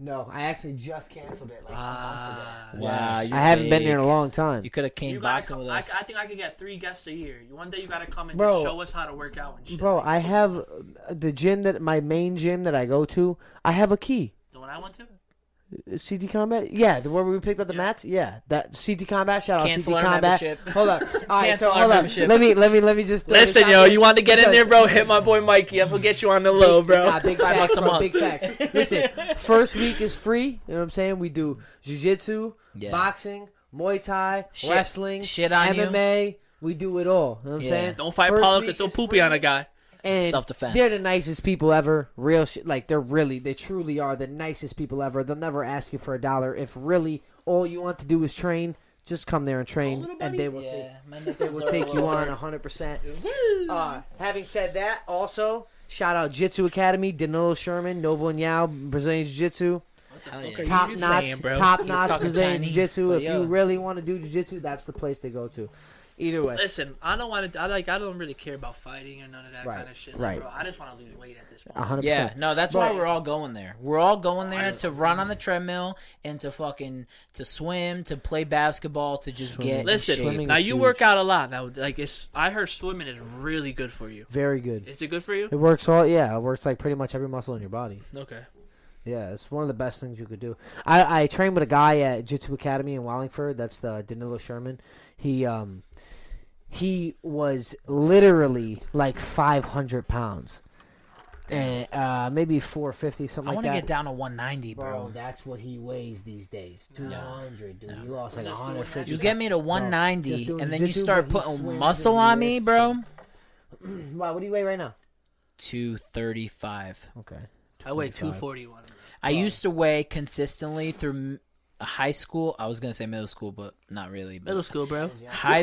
Speaker 1: No, I actually just canceled it. Like, a month ago.
Speaker 3: Wow, you're
Speaker 1: I haven't been there in a
Speaker 3: fake.
Speaker 1: long time.
Speaker 3: You could have came
Speaker 2: You gotta
Speaker 3: boxing
Speaker 2: come-
Speaker 3: with
Speaker 2: I,
Speaker 3: us.
Speaker 2: I think I could get three guests a year. You- One day you gotta come and
Speaker 1: Bro.
Speaker 2: just show us how to work out and shit.
Speaker 1: Bro, I have uh, the gym that my main gym that I go to. I have a key.
Speaker 2: The one I went to.
Speaker 1: CT Combat, yeah, the where we picked up the mats, yeah. That CT Combat, shout out
Speaker 3: Cancel
Speaker 1: CT
Speaker 3: our
Speaker 1: Combat.
Speaker 3: membership.
Speaker 1: Hold up, all right,
Speaker 3: Cancel
Speaker 1: so
Speaker 3: our
Speaker 1: hold up.
Speaker 3: membership.
Speaker 1: Let me let me let me just throw this
Speaker 2: Listen,
Speaker 1: out
Speaker 2: yo,
Speaker 1: there
Speaker 2: you want to get in
Speaker 1: because-
Speaker 2: there, bro? Hit my boy Mikey up. We'll get you on the low, bro.
Speaker 1: Nah, big
Speaker 3: Five
Speaker 1: facts,
Speaker 3: bucks a
Speaker 1: bro,
Speaker 3: month.
Speaker 1: Big facts. Listen, first week is free. You know what I'm saying? We do jujitsu,
Speaker 3: Yeah.
Speaker 1: boxing, Muay Thai,
Speaker 3: Shit-
Speaker 1: wrestling,
Speaker 3: shit on you.
Speaker 1: MMA. We do it all. You know what I'm
Speaker 3: Yeah.
Speaker 1: saying?
Speaker 2: Don't fight
Speaker 1: First
Speaker 2: Paulo
Speaker 1: week
Speaker 2: because he'll
Speaker 1: is
Speaker 2: poopy
Speaker 1: free.
Speaker 2: on a guy.
Speaker 1: and
Speaker 3: Self-defense.
Speaker 1: They're the nicest people ever. Real shit. Like they're really, they truly are the nicest people ever. They'll never ask you for a dollar. If really all you want to do is train, just come there and train, and they will take they will take
Speaker 3: uh,
Speaker 1: you on hundred percent. Uh, having said that, also shout out Jitsu Academy, Danilo Sherman, Novo and Yao, Brazilian Jiu Jitsu.
Speaker 2: What are
Speaker 1: Top
Speaker 2: you
Speaker 1: notch,
Speaker 2: saying, bro?
Speaker 1: top
Speaker 3: He's
Speaker 1: notch
Speaker 3: talking
Speaker 1: Brazilian Jiu
Speaker 3: Chinese,
Speaker 1: Jitsu.
Speaker 3: but
Speaker 1: If
Speaker 3: yo.
Speaker 1: you really want to do Jiu Jitsu, that's the place to go to. Either way,
Speaker 2: Listen, I don't want to. I like. I don't really care about fighting or none of that
Speaker 1: Right,
Speaker 2: kind of shit,
Speaker 1: right.
Speaker 2: bro. I just want to lose weight at this point.
Speaker 1: hundred
Speaker 3: Yeah,
Speaker 1: percent.
Speaker 3: no, that's
Speaker 1: But-
Speaker 3: why we're all going there. We're all going there to run on the treadmill and to fucking to swim, to play basketball, to just
Speaker 1: Swimming.
Speaker 3: get
Speaker 2: Listen,
Speaker 3: in shape.
Speaker 1: Swimming
Speaker 2: now
Speaker 1: is
Speaker 2: you
Speaker 1: huge.
Speaker 2: work out a lot. Now, like it's. I heard swimming is really good for you.
Speaker 1: Very good.
Speaker 2: Is it good for you?
Speaker 1: It works all. Yeah, it works like pretty much every muscle in your body.
Speaker 2: Okay.
Speaker 1: Yeah, it's one of the best things you could do. I, I trained with a guy at Jitsu Academy in Wallingford. That's the Danilo Sherman. He um he was literally like 500 pounds, and uh, maybe 450 something
Speaker 3: I
Speaker 1: like
Speaker 3: want to
Speaker 1: that.
Speaker 3: get down to 190,
Speaker 1: Bro,
Speaker 3: bro.
Speaker 1: that's what he weighs these days. 200, dude. He lost like
Speaker 2: Just doing
Speaker 1: 150.
Speaker 2: that
Speaker 3: You get me to 190,
Speaker 1: Just doing
Speaker 3: and then you
Speaker 1: jiu-jitsu,
Speaker 3: start
Speaker 1: but he swims
Speaker 3: putting
Speaker 1: and
Speaker 3: muscle on me,
Speaker 1: lifts
Speaker 3: bro.
Speaker 1: and- Wow, what do you weigh right now?
Speaker 3: 235.
Speaker 1: Okay.
Speaker 2: I weigh two forty one.
Speaker 3: I used to weigh consistently through m- high school. I was gonna say middle school, but not really. But
Speaker 2: Middle school, bro.
Speaker 3: high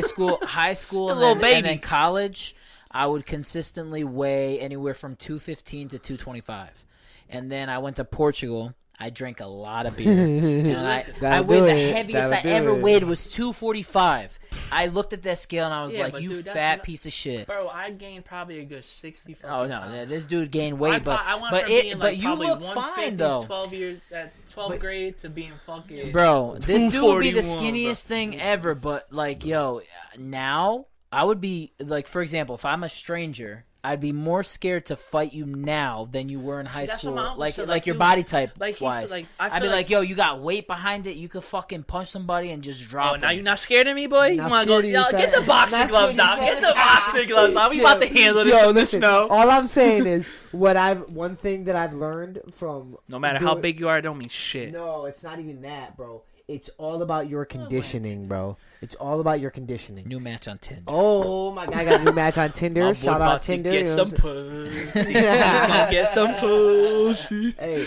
Speaker 3: school, high school,
Speaker 2: A
Speaker 3: and
Speaker 2: little
Speaker 3: then, and
Speaker 2: baby.
Speaker 3: then college, I would consistently weigh anywhere from 215 to 225. And then I went to Portugal. I drank a lot of beer. and I, I
Speaker 1: That'll
Speaker 3: weighed
Speaker 1: do
Speaker 3: the
Speaker 1: it.
Speaker 3: heaviest
Speaker 1: That'll do
Speaker 3: I ever
Speaker 1: it.
Speaker 3: weighed was 245. I looked at that scale and I was
Speaker 2: Yeah,
Speaker 3: like,
Speaker 2: but
Speaker 3: you
Speaker 2: dude, that's
Speaker 3: fat
Speaker 2: not-
Speaker 3: piece of shit.
Speaker 2: Bro, I gained probably a good sixty. fucking
Speaker 3: Oh no,
Speaker 2: pounds.
Speaker 3: yeah, this dude gained
Speaker 2: I,
Speaker 3: weight,
Speaker 2: pro-
Speaker 3: but
Speaker 2: I went
Speaker 3: but
Speaker 2: from
Speaker 3: it
Speaker 2: being
Speaker 3: but
Speaker 2: like
Speaker 3: you
Speaker 2: probably
Speaker 3: look
Speaker 2: 150
Speaker 3: fine
Speaker 2: to
Speaker 3: though.
Speaker 2: Twelve years at twelfth grade to being fucking
Speaker 3: Bro, this dude would be
Speaker 2: 241,
Speaker 3: the skinniest thing ever, but like, yo, now I would be like, for example, if I'm a stranger, I'd be more scared to fight you now than you were in high
Speaker 2: that's what
Speaker 3: school.
Speaker 2: my uncle
Speaker 3: Like,
Speaker 2: said,
Speaker 3: like
Speaker 2: like,
Speaker 3: your
Speaker 2: dude,
Speaker 3: body type
Speaker 2: like, he's-
Speaker 3: wise.
Speaker 2: like, I
Speaker 3: I'd
Speaker 2: feel
Speaker 3: be like,
Speaker 2: like-
Speaker 3: yo, you got weight behind it. You could fucking punch somebody and just drop.
Speaker 2: Oh, now
Speaker 3: him.
Speaker 2: you're not scared of me, boy? You
Speaker 1: Not
Speaker 2: want to go?
Speaker 1: scared of
Speaker 2: Yo,
Speaker 1: you,
Speaker 2: get
Speaker 1: son.
Speaker 2: the boxing
Speaker 1: Not
Speaker 2: gloves
Speaker 1: scared
Speaker 2: out.
Speaker 1: of you,
Speaker 2: Get the boxing gloves out. We about to handle this
Speaker 1: Yo,
Speaker 2: in the
Speaker 1: listen,
Speaker 2: snow.
Speaker 1: All I'm saying is what I've one thing that I've learned from
Speaker 2: No matter how
Speaker 1: doing-
Speaker 2: big you are, it Oh, don't mean shit.
Speaker 1: No, it's not even that, bro. It's all about your conditioning, bro. It's all about your conditioning.
Speaker 3: New match on Tinder.
Speaker 1: Oh my god, I got a new match on
Speaker 2: My
Speaker 1: Tinder.
Speaker 2: boy
Speaker 1: Shout
Speaker 2: about
Speaker 1: out
Speaker 2: to
Speaker 1: Tinder.
Speaker 2: Get
Speaker 1: you know
Speaker 2: some
Speaker 1: what
Speaker 2: pussy. He
Speaker 1: I'm saying?
Speaker 2: gonna get some pussy.
Speaker 1: hey,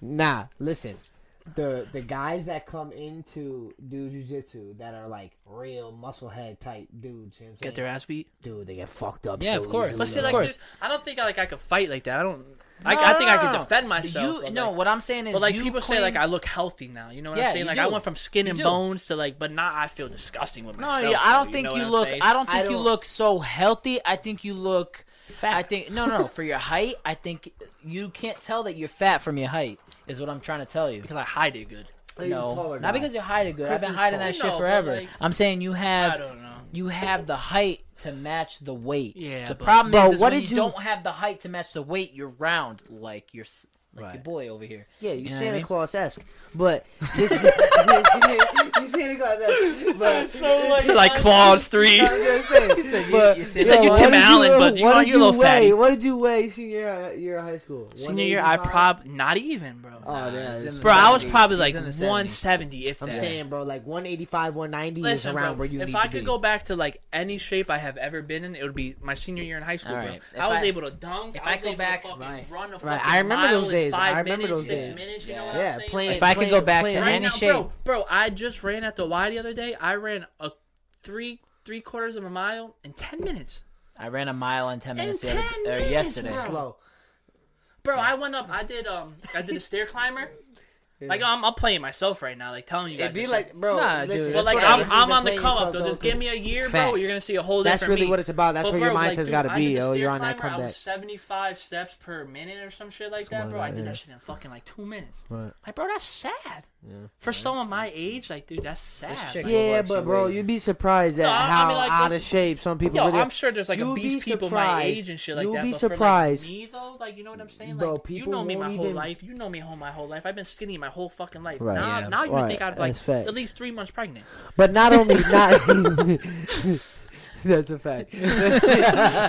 Speaker 1: nah, listen. The the guys that come into do jujitsu that are like real muscle head type dudes, you know what I'm
Speaker 2: Get
Speaker 1: saying?
Speaker 2: their ass beat.
Speaker 1: dude, they get fucked up.
Speaker 3: Yeah,
Speaker 1: so
Speaker 3: of course.
Speaker 1: easily,
Speaker 2: But
Speaker 3: Let's
Speaker 2: see,
Speaker 3: Of
Speaker 1: bro.
Speaker 2: like,
Speaker 3: course.
Speaker 2: dude, I don't think I like I could fight like that. I don't. I,
Speaker 3: No,
Speaker 2: I think I
Speaker 3: no,
Speaker 2: could
Speaker 3: no.
Speaker 2: defend myself.
Speaker 3: You
Speaker 2: but,
Speaker 3: no,
Speaker 2: like-
Speaker 3: what I'm saying is,
Speaker 2: But like
Speaker 3: you
Speaker 2: people say,
Speaker 3: claim-
Speaker 2: like I look healthy now. You know what
Speaker 3: Yeah,
Speaker 2: I'm saying?
Speaker 3: you
Speaker 2: Like I
Speaker 3: do.
Speaker 2: went from skin
Speaker 3: You
Speaker 2: and
Speaker 3: do.
Speaker 2: bones to like, but now I feel disgusting with
Speaker 3: No,
Speaker 2: myself.
Speaker 3: yeah, I
Speaker 2: though,
Speaker 3: don't
Speaker 2: you
Speaker 3: think
Speaker 2: know
Speaker 3: you
Speaker 2: what I'm
Speaker 3: look.
Speaker 2: saying?
Speaker 3: I don't
Speaker 1: I
Speaker 3: think you
Speaker 1: don't-
Speaker 3: look so healthy. I think you look fat. I think no, no, no. For your height, I think you can't tell that you're fat from your height. Is what I'm trying to tell you.
Speaker 2: because I hide it good.
Speaker 1: He's a
Speaker 3: No,
Speaker 1: taller
Speaker 3: not
Speaker 1: guy.
Speaker 3: because you're hiding good.
Speaker 1: Chris
Speaker 3: I've been
Speaker 1: is
Speaker 3: hiding
Speaker 1: tall.
Speaker 3: that shit
Speaker 2: No, but,
Speaker 3: forever.
Speaker 2: like,
Speaker 3: I'm saying you
Speaker 2: I
Speaker 3: have
Speaker 2: don't know.
Speaker 3: you have the height to match the weight.
Speaker 2: Yeah,
Speaker 3: The
Speaker 2: but-
Speaker 3: problem
Speaker 1: Bro,
Speaker 3: is, is
Speaker 1: what
Speaker 3: when
Speaker 1: did
Speaker 3: you,
Speaker 1: you-
Speaker 3: don't have the height to match the weight, you're round like your s- like your
Speaker 1: Right.
Speaker 3: boy over here.
Speaker 1: Yeah, you
Speaker 3: You know what I
Speaker 1: Santa
Speaker 3: mean?
Speaker 1: Claus esque, but this, you Santa Claus esque. But
Speaker 2: So like claws three.
Speaker 1: I'm just saying. but,
Speaker 3: you said
Speaker 1: yo,
Speaker 3: you Tim
Speaker 1: what did
Speaker 2: Allen, but you
Speaker 1: what
Speaker 2: know,
Speaker 1: did
Speaker 2: you little
Speaker 1: weigh?
Speaker 2: fatty.
Speaker 1: What did you weigh senior year, year of high school?
Speaker 2: Senior year, I
Speaker 1: 185?
Speaker 2: prob not even, bro.
Speaker 1: Oh, yeah,
Speaker 3: it's in the
Speaker 2: bro, I was
Speaker 3: 70s.
Speaker 2: probably
Speaker 3: He's
Speaker 2: like
Speaker 3: in the 70s.
Speaker 2: 170, if
Speaker 1: I'm
Speaker 2: that.
Speaker 1: saying, bro, like 185, 190 is
Speaker 2: Listen,
Speaker 1: around
Speaker 2: bro,
Speaker 1: where you
Speaker 2: if
Speaker 1: need
Speaker 2: I
Speaker 1: to
Speaker 2: could
Speaker 1: be.
Speaker 2: go back to like any shape I have ever been in, it would be my senior year in high school,
Speaker 3: All
Speaker 2: bro.
Speaker 3: right. If
Speaker 2: I was
Speaker 3: I-
Speaker 2: able to dunk.
Speaker 3: if
Speaker 2: I
Speaker 3: I
Speaker 2: was
Speaker 3: go
Speaker 2: able
Speaker 3: back-
Speaker 2: to fucking
Speaker 1: Right.
Speaker 2: run a fucking
Speaker 1: Right. I remember
Speaker 2: mile
Speaker 1: those
Speaker 2: in
Speaker 1: days.
Speaker 2: Five
Speaker 1: I remember
Speaker 2: minutes,
Speaker 1: those
Speaker 2: six
Speaker 1: days.
Speaker 2: Minutes, you
Speaker 3: Yeah.
Speaker 2: know what
Speaker 1: yeah,
Speaker 2: I'm saying?
Speaker 1: playing.
Speaker 3: If I could
Speaker 1: playing-
Speaker 3: go back to
Speaker 1: playing-
Speaker 3: any
Speaker 2: right now,
Speaker 3: shape.
Speaker 2: bro, bro. I just ran at the Y the other day. I ran a three three quarters of a mile in ten minutes,
Speaker 3: I ran a mile in ten minutes the
Speaker 2: 10
Speaker 3: other- or
Speaker 2: minutes,
Speaker 3: yesterday.
Speaker 2: bro.
Speaker 1: slow.
Speaker 2: bro. I went up. I did um. I did a stair climber. Like I'm, I'm playing myself right now. Like telling you
Speaker 1: It'd
Speaker 2: guys.
Speaker 1: be
Speaker 2: this shit.
Speaker 1: like, bro,
Speaker 3: Nah,
Speaker 1: listen,
Speaker 3: dude,
Speaker 2: But
Speaker 3: That's
Speaker 2: like
Speaker 3: what I
Speaker 2: I'm,
Speaker 3: mean.
Speaker 2: I'm on the
Speaker 1: Playing
Speaker 2: come up
Speaker 1: yourself
Speaker 2: though. Just
Speaker 1: goes-
Speaker 2: give me a year, bro.
Speaker 1: Facts.
Speaker 2: You're gonna see a whole
Speaker 1: That's
Speaker 2: different
Speaker 1: really
Speaker 2: me.
Speaker 1: what it's about. That's
Speaker 2: But,
Speaker 1: where your
Speaker 2: bro, like,
Speaker 1: mindset's
Speaker 2: dude,
Speaker 1: got to
Speaker 2: I
Speaker 1: be,
Speaker 2: did the
Speaker 1: yo.
Speaker 2: stair
Speaker 1: You're on that
Speaker 2: climber, I was
Speaker 1: comeback.
Speaker 2: 75 steps per minute or some shit like that,
Speaker 1: Something
Speaker 2: bro.
Speaker 1: like
Speaker 2: I
Speaker 1: that,
Speaker 2: did
Speaker 1: yeah.
Speaker 2: that shit in fucking like two minutes.
Speaker 1: Right.
Speaker 2: Like, bro, that's sad. For someone my age, like, dude, that's sad.
Speaker 3: This
Speaker 2: Like,
Speaker 3: chick-
Speaker 1: Yeah,
Speaker 3: Watch your
Speaker 1: but bro,
Speaker 3: ways.
Speaker 1: you'd be surprised at
Speaker 2: No, I- I
Speaker 1: how
Speaker 2: mean, like,
Speaker 1: out of
Speaker 2: listen-
Speaker 1: shape some people
Speaker 2: Yo,
Speaker 1: really.
Speaker 2: I'm sure there's like
Speaker 1: You'll
Speaker 2: obese
Speaker 1: be
Speaker 2: people my
Speaker 1: surprised.
Speaker 2: age and shit like
Speaker 1: You'll
Speaker 2: that.
Speaker 1: be
Speaker 2: but for, like,
Speaker 1: surprised.
Speaker 2: me though, like you know what I'm saying? Like
Speaker 1: Bro,
Speaker 2: you
Speaker 1: people
Speaker 2: know me my
Speaker 1: won't
Speaker 2: whole
Speaker 1: even-
Speaker 2: life. You know me whole my whole life. I've been skinny my whole fucking life.
Speaker 1: Right.
Speaker 2: Now,
Speaker 3: Yeah.
Speaker 2: now you
Speaker 1: Right.
Speaker 2: think I'd like
Speaker 1: That's facts.
Speaker 2: at least three months pregnant.
Speaker 1: But not only not. That's a fact.
Speaker 2: All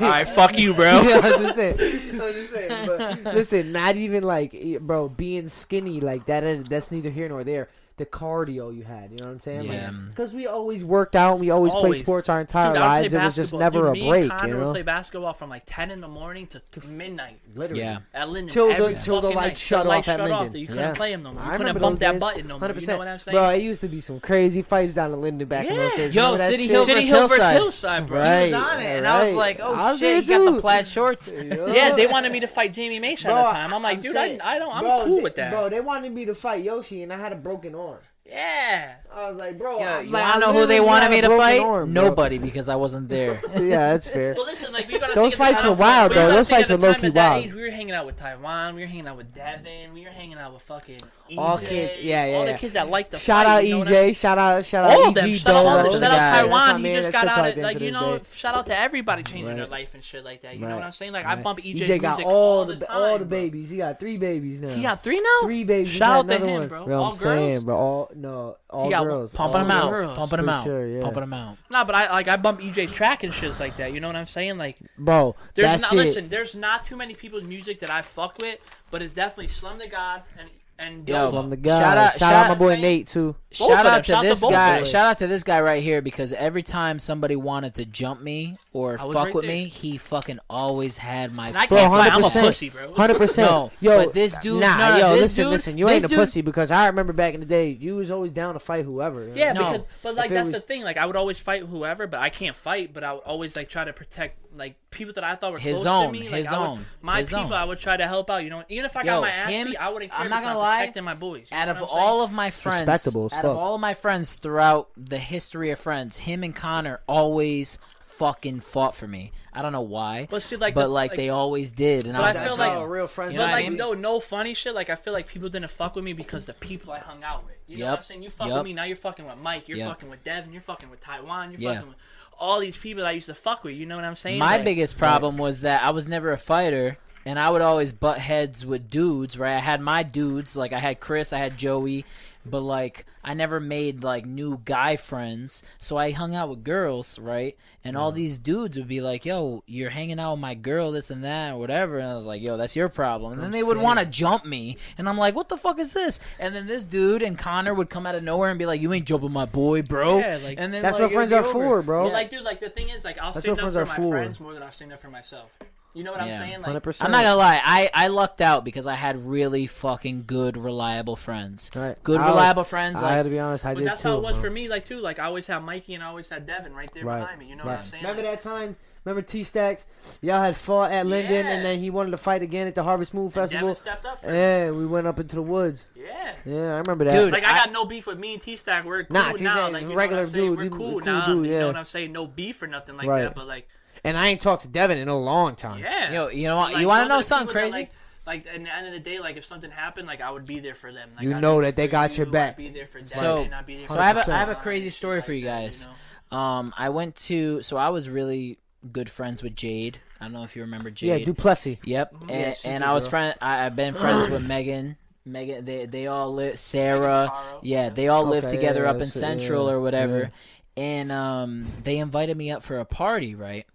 Speaker 2: right, fuck you, bro.
Speaker 1: Yeah, I was just saying. I was just saying. But listen, not even like, eh, bro, being skinny like that. That's neither here nor there. The cardio you had, you know what I'm saying?
Speaker 3: Yeah.
Speaker 1: Because we always worked out, and we always, played
Speaker 2: Always.
Speaker 1: sports our entire
Speaker 2: Dude, I would
Speaker 1: lives.
Speaker 2: play
Speaker 1: It was just
Speaker 2: basketball.
Speaker 1: never
Speaker 2: Dude, me
Speaker 1: a break,
Speaker 2: and Connor
Speaker 1: you
Speaker 2: would
Speaker 1: know.
Speaker 2: play basketball from like ten in the morning to midnight
Speaker 1: Literally.
Speaker 3: Yeah.
Speaker 2: at Linden.
Speaker 1: Till the-
Speaker 2: every
Speaker 1: till the
Speaker 2: fucking
Speaker 1: lights
Speaker 2: night.
Speaker 1: shut
Speaker 2: Till the
Speaker 1: off
Speaker 2: lights
Speaker 1: at
Speaker 2: shut
Speaker 1: Linden.
Speaker 2: so you couldn't
Speaker 1: Yeah.
Speaker 2: play him no more.
Speaker 1: I
Speaker 2: You couldn't
Speaker 1: remember
Speaker 2: bump
Speaker 1: those
Speaker 2: that
Speaker 1: days.
Speaker 2: button no more. You know what I'm saying?
Speaker 1: Bro, it used to be some crazy fights down in Linden back in those
Speaker 2: Yeah.
Speaker 1: days.
Speaker 3: Yo,
Speaker 1: Remember that
Speaker 3: City
Speaker 1: shit?
Speaker 3: Hill
Speaker 2: City
Speaker 3: versus
Speaker 2: Hill versus
Speaker 3: Hillside.
Speaker 2: Hillside, bro.
Speaker 1: Right.
Speaker 3: He was on it, and I was like, "Oh
Speaker 1: I was
Speaker 3: shit,
Speaker 1: there
Speaker 3: you got
Speaker 1: too.
Speaker 3: the plaid shorts."
Speaker 2: Yeah, they wanted me to fight Jamie Mason at the time. I'm like, dude,
Speaker 1: saying-
Speaker 2: I, I don't, I'm
Speaker 1: bro,
Speaker 2: cool
Speaker 1: they-
Speaker 2: with that.
Speaker 1: Bro, they wanted me to fight Yoshi, and I had a broken arm.
Speaker 2: yeah,
Speaker 1: I was like, bro,
Speaker 3: Yeah,
Speaker 1: I,
Speaker 3: you
Speaker 1: like,
Speaker 3: wanna know who
Speaker 1: literally
Speaker 3: they wanted
Speaker 1: had a
Speaker 3: me to
Speaker 1: broken
Speaker 3: fight?
Speaker 1: arm, bro.
Speaker 3: Nobody, because I wasn't there.
Speaker 1: yeah, that's fair.
Speaker 2: Well, listen, like, we gotta
Speaker 1: Those
Speaker 2: think at the
Speaker 1: fights
Speaker 2: time-
Speaker 1: were wild,
Speaker 2: we gotta
Speaker 1: bro. Those
Speaker 2: think at
Speaker 1: fights were
Speaker 2: the time
Speaker 1: low-key
Speaker 2: at that
Speaker 1: wild.
Speaker 2: age, we were hanging out with Taiwan. We were hanging out with Devin. We were hanging out with fucking EJ,
Speaker 1: All kids, yeah, yeah,
Speaker 2: all the
Speaker 1: yeah.
Speaker 2: kids that like the
Speaker 1: Shout
Speaker 2: fight,
Speaker 1: out
Speaker 2: you know what I mean?
Speaker 1: EJ. Shout out, shout out
Speaker 2: All of
Speaker 1: EG
Speaker 2: them. Shout out, all
Speaker 1: Dole,
Speaker 2: the,
Speaker 1: those
Speaker 2: shout out
Speaker 1: guys. That's
Speaker 2: Taiwan.
Speaker 1: my
Speaker 2: He
Speaker 1: man,
Speaker 2: just
Speaker 1: that
Speaker 2: got
Speaker 1: sits
Speaker 2: out
Speaker 1: out
Speaker 2: of,
Speaker 1: there
Speaker 2: like,
Speaker 1: to
Speaker 2: you
Speaker 1: this
Speaker 2: know,
Speaker 1: day.
Speaker 2: shout out to everybody changing their
Speaker 1: Right.
Speaker 2: life and shit like that. You know
Speaker 1: Right.
Speaker 2: what I'm saying? Like, I
Speaker 1: Right.
Speaker 2: bump EJ,
Speaker 1: EJ
Speaker 2: music
Speaker 1: E got
Speaker 2: all
Speaker 1: all
Speaker 2: the
Speaker 1: the
Speaker 2: time,
Speaker 1: all the
Speaker 2: bro.
Speaker 1: babies. He got three babies now.
Speaker 2: He got three now?
Speaker 1: three babies.
Speaker 2: Shout out to
Speaker 1: another
Speaker 2: him,
Speaker 1: one.
Speaker 2: bro.
Speaker 1: I'm
Speaker 2: All girls?
Speaker 1: saying, bro. All no, all
Speaker 2: got
Speaker 1: girls.
Speaker 3: Pumping
Speaker 1: all
Speaker 3: them out,
Speaker 2: girls,
Speaker 3: pumping them
Speaker 1: for
Speaker 3: out,
Speaker 1: sure, yeah.
Speaker 3: pumping them out.
Speaker 2: Nah, but I like I bump EJ's track and shit like that. You know what I'm saying? Like
Speaker 1: bro.
Speaker 2: there's
Speaker 1: that
Speaker 2: not
Speaker 1: shit.
Speaker 2: listen, there's not too many people's music that I fuck with, but it's definitely Slum the God and and
Speaker 3: Yo,
Speaker 1: From
Speaker 2: Dola.
Speaker 1: the guy.
Speaker 3: Shout out-
Speaker 1: shout, out
Speaker 3: shout-
Speaker 1: my boy Nate too.
Speaker 2: Both of
Speaker 3: shout
Speaker 2: them.
Speaker 3: out to
Speaker 2: Shout out to
Speaker 3: this
Speaker 2: both of
Speaker 3: guy.
Speaker 2: them.
Speaker 3: Shout out to this guy right here because every time somebody wanted to jump me or
Speaker 2: I was
Speaker 3: fuck
Speaker 2: right
Speaker 3: with
Speaker 2: there.
Speaker 3: me, he fucking always had my.
Speaker 2: And I
Speaker 3: fuck-
Speaker 2: can't fight. I'm a
Speaker 1: 100%.
Speaker 2: pussy, bro.
Speaker 1: Hundred percent.
Speaker 3: No,
Speaker 1: yo,
Speaker 3: but this dude-
Speaker 1: Nah,
Speaker 3: no, no,
Speaker 1: yo,
Speaker 3: this
Speaker 1: listen,
Speaker 3: dude-
Speaker 1: listen. You
Speaker 3: this
Speaker 1: ain't a
Speaker 3: dude-
Speaker 1: pussy because I remember back in the day, you was always down to fight whoever. you know?
Speaker 2: Yeah,
Speaker 3: No.
Speaker 2: because but like
Speaker 1: If it
Speaker 2: that's the
Speaker 1: was-
Speaker 2: thing. Like I would always fight whoever, but I can't fight. But I would always like try to protect like people that I thought were
Speaker 3: His
Speaker 2: close
Speaker 3: own,
Speaker 2: to me. Like,
Speaker 3: his
Speaker 2: I would,
Speaker 3: own,
Speaker 2: My
Speaker 3: his
Speaker 2: people,
Speaker 3: own.
Speaker 2: I would try to help out. You know, even if I
Speaker 3: Yo,
Speaker 2: got my ass
Speaker 3: him-
Speaker 2: beat, I wouldn't care.
Speaker 3: I'm not
Speaker 2: because
Speaker 3: gonna lie,
Speaker 2: protecting my boys. You
Speaker 3: out
Speaker 2: know
Speaker 3: of
Speaker 2: what I'm
Speaker 3: all
Speaker 2: saying?
Speaker 3: of my friends,
Speaker 1: Respectable as
Speaker 3: out of
Speaker 1: fuck.
Speaker 3: all of my friends throughout the history of friends, him and Connor always fucking fought for me. I don't know why,
Speaker 2: But see, like,
Speaker 3: but
Speaker 2: the-
Speaker 3: like, they always did, and
Speaker 2: But
Speaker 3: I was "Oh,
Speaker 2: I
Speaker 1: That's
Speaker 2: feel
Speaker 1: how
Speaker 2: like-
Speaker 1: a real friends.
Speaker 3: You know
Speaker 2: but
Speaker 3: what I
Speaker 2: like
Speaker 3: mean?
Speaker 2: no, no funny shit. Like I feel like people didn't fuck with me because the people I hung out with. You know what I'm
Speaker 3: Yep.
Speaker 2: saying? You fuck
Speaker 3: Yep.
Speaker 2: with me now. You're fucking with Mike. You're
Speaker 3: Yep.
Speaker 2: fucking with Devin. You're fucking with Taiwan. You're
Speaker 3: Yeah.
Speaker 2: fucking with all these people that I used to fuck with. You know what I'm saying?
Speaker 3: My
Speaker 2: Like,
Speaker 3: biggest problem was that I was never a fighter, and I would always butt heads with dudes. Right? I had my dudes, like I had Chris, I had Joey, but like I never made like new guy friends. So I hung out with girls, right? And all these dudes would be like, "Yo, you're hanging out with my girl, this and that, or whatever." And I was like, "Yo, that's your problem."
Speaker 6: Oh,
Speaker 3: And then they would
Speaker 1: Insane.
Speaker 3: want to jump me, and I'm like, "What the fuck is this?" And then this dude and Connor would come out of nowhere and be like, "You ain't jumping my boy, bro."
Speaker 2: Yeah, like-
Speaker 3: and then
Speaker 6: That's
Speaker 3: like,
Speaker 6: what
Speaker 3: it would
Speaker 6: friends
Speaker 3: be
Speaker 6: are
Speaker 3: over.
Speaker 6: for, bro.
Speaker 2: Well, like, dude, like the thing is, like I'll
Speaker 6: That's
Speaker 2: sing
Speaker 6: what
Speaker 2: that for
Speaker 6: friends are
Speaker 2: my
Speaker 6: for.
Speaker 2: friends more than I've seen that for myself. You know what
Speaker 3: Yeah.
Speaker 2: I'm saying? Like,
Speaker 6: Hundred percent.
Speaker 3: I'm not gonna lie. I, I lucked out because I had really fucking good, reliable friends.
Speaker 6: Right.
Speaker 3: Good,
Speaker 6: I was-
Speaker 3: reliable friends.
Speaker 6: I
Speaker 3: Like,
Speaker 6: had to be honest. I
Speaker 2: but
Speaker 6: did
Speaker 2: that's
Speaker 6: too.
Speaker 2: how it was
Speaker 6: bro.
Speaker 2: for me. Like too, like I always had Mikey and I always had Devin right there
Speaker 6: Right.
Speaker 2: behind me. You know what
Speaker 6: Right.
Speaker 2: I'm saying?
Speaker 6: Remember
Speaker 2: Like,
Speaker 6: that time? Remember T Stacks? Y'all had fought at Linden,
Speaker 2: Yeah.
Speaker 6: and then he wanted to fight again at the Harvest Moon
Speaker 2: Devin
Speaker 6: Festival.
Speaker 2: stepped up. For me.
Speaker 6: Yeah, we went up into the woods.
Speaker 2: Yeah.
Speaker 6: Yeah, I remember that.
Speaker 3: Dude,
Speaker 2: Like I,
Speaker 3: I-
Speaker 2: got no beef with me and T Stack. We're cool
Speaker 6: Nah, T-Stack
Speaker 2: now.
Speaker 6: is
Speaker 2: Like
Speaker 6: a
Speaker 2: you
Speaker 6: regular
Speaker 2: know what I'm saying?
Speaker 6: dude.
Speaker 2: We're
Speaker 6: You-
Speaker 2: cool
Speaker 6: cool
Speaker 2: now.
Speaker 6: dude,
Speaker 2: You know
Speaker 6: yeah.
Speaker 2: what I'm saying? No beef or nothing like
Speaker 6: Right.
Speaker 2: that. But like,
Speaker 6: and I ain't talked to Devin in a long time.
Speaker 2: yeah.
Speaker 3: yo, you know what?
Speaker 2: Like,
Speaker 3: you want
Speaker 2: those
Speaker 3: to
Speaker 2: are
Speaker 3: know
Speaker 2: the
Speaker 3: something
Speaker 2: people that,
Speaker 3: crazy?
Speaker 2: like, like at the end of the day, like if something happened, like I would be there for them. Like,
Speaker 6: You
Speaker 2: I'd
Speaker 6: know
Speaker 2: be
Speaker 6: that
Speaker 2: there
Speaker 6: they
Speaker 2: for
Speaker 6: got
Speaker 2: you,
Speaker 6: your back.
Speaker 2: I'd be there for
Speaker 3: So-
Speaker 2: Devin, I'd be there
Speaker 3: so
Speaker 2: for
Speaker 3: I have a,
Speaker 2: Sean,
Speaker 3: I have a
Speaker 2: and
Speaker 3: crazy
Speaker 2: shit
Speaker 3: story
Speaker 2: like
Speaker 3: for you
Speaker 2: that,
Speaker 3: guys.
Speaker 2: know?
Speaker 3: Um, I went to so I was really good friends with Jade. I don't know if you remember
Speaker 6: Yeah,
Speaker 3: Jade.
Speaker 6: Duplessis.
Speaker 3: Yep.
Speaker 2: Mm-hmm.
Speaker 3: And,
Speaker 6: she's
Speaker 3: and
Speaker 6: a
Speaker 3: I was
Speaker 6: girl.
Speaker 3: friend. I, I've been friends with Megan. Megan. They they all live. Sarah.
Speaker 2: Caro,
Speaker 3: Yeah,
Speaker 2: yeah.
Speaker 3: they all live
Speaker 6: Okay,
Speaker 3: together
Speaker 6: yeah,
Speaker 3: up in
Speaker 6: that's it,
Speaker 3: Central
Speaker 6: yeah,
Speaker 3: or whatever. And um, they invited me up for a party, right?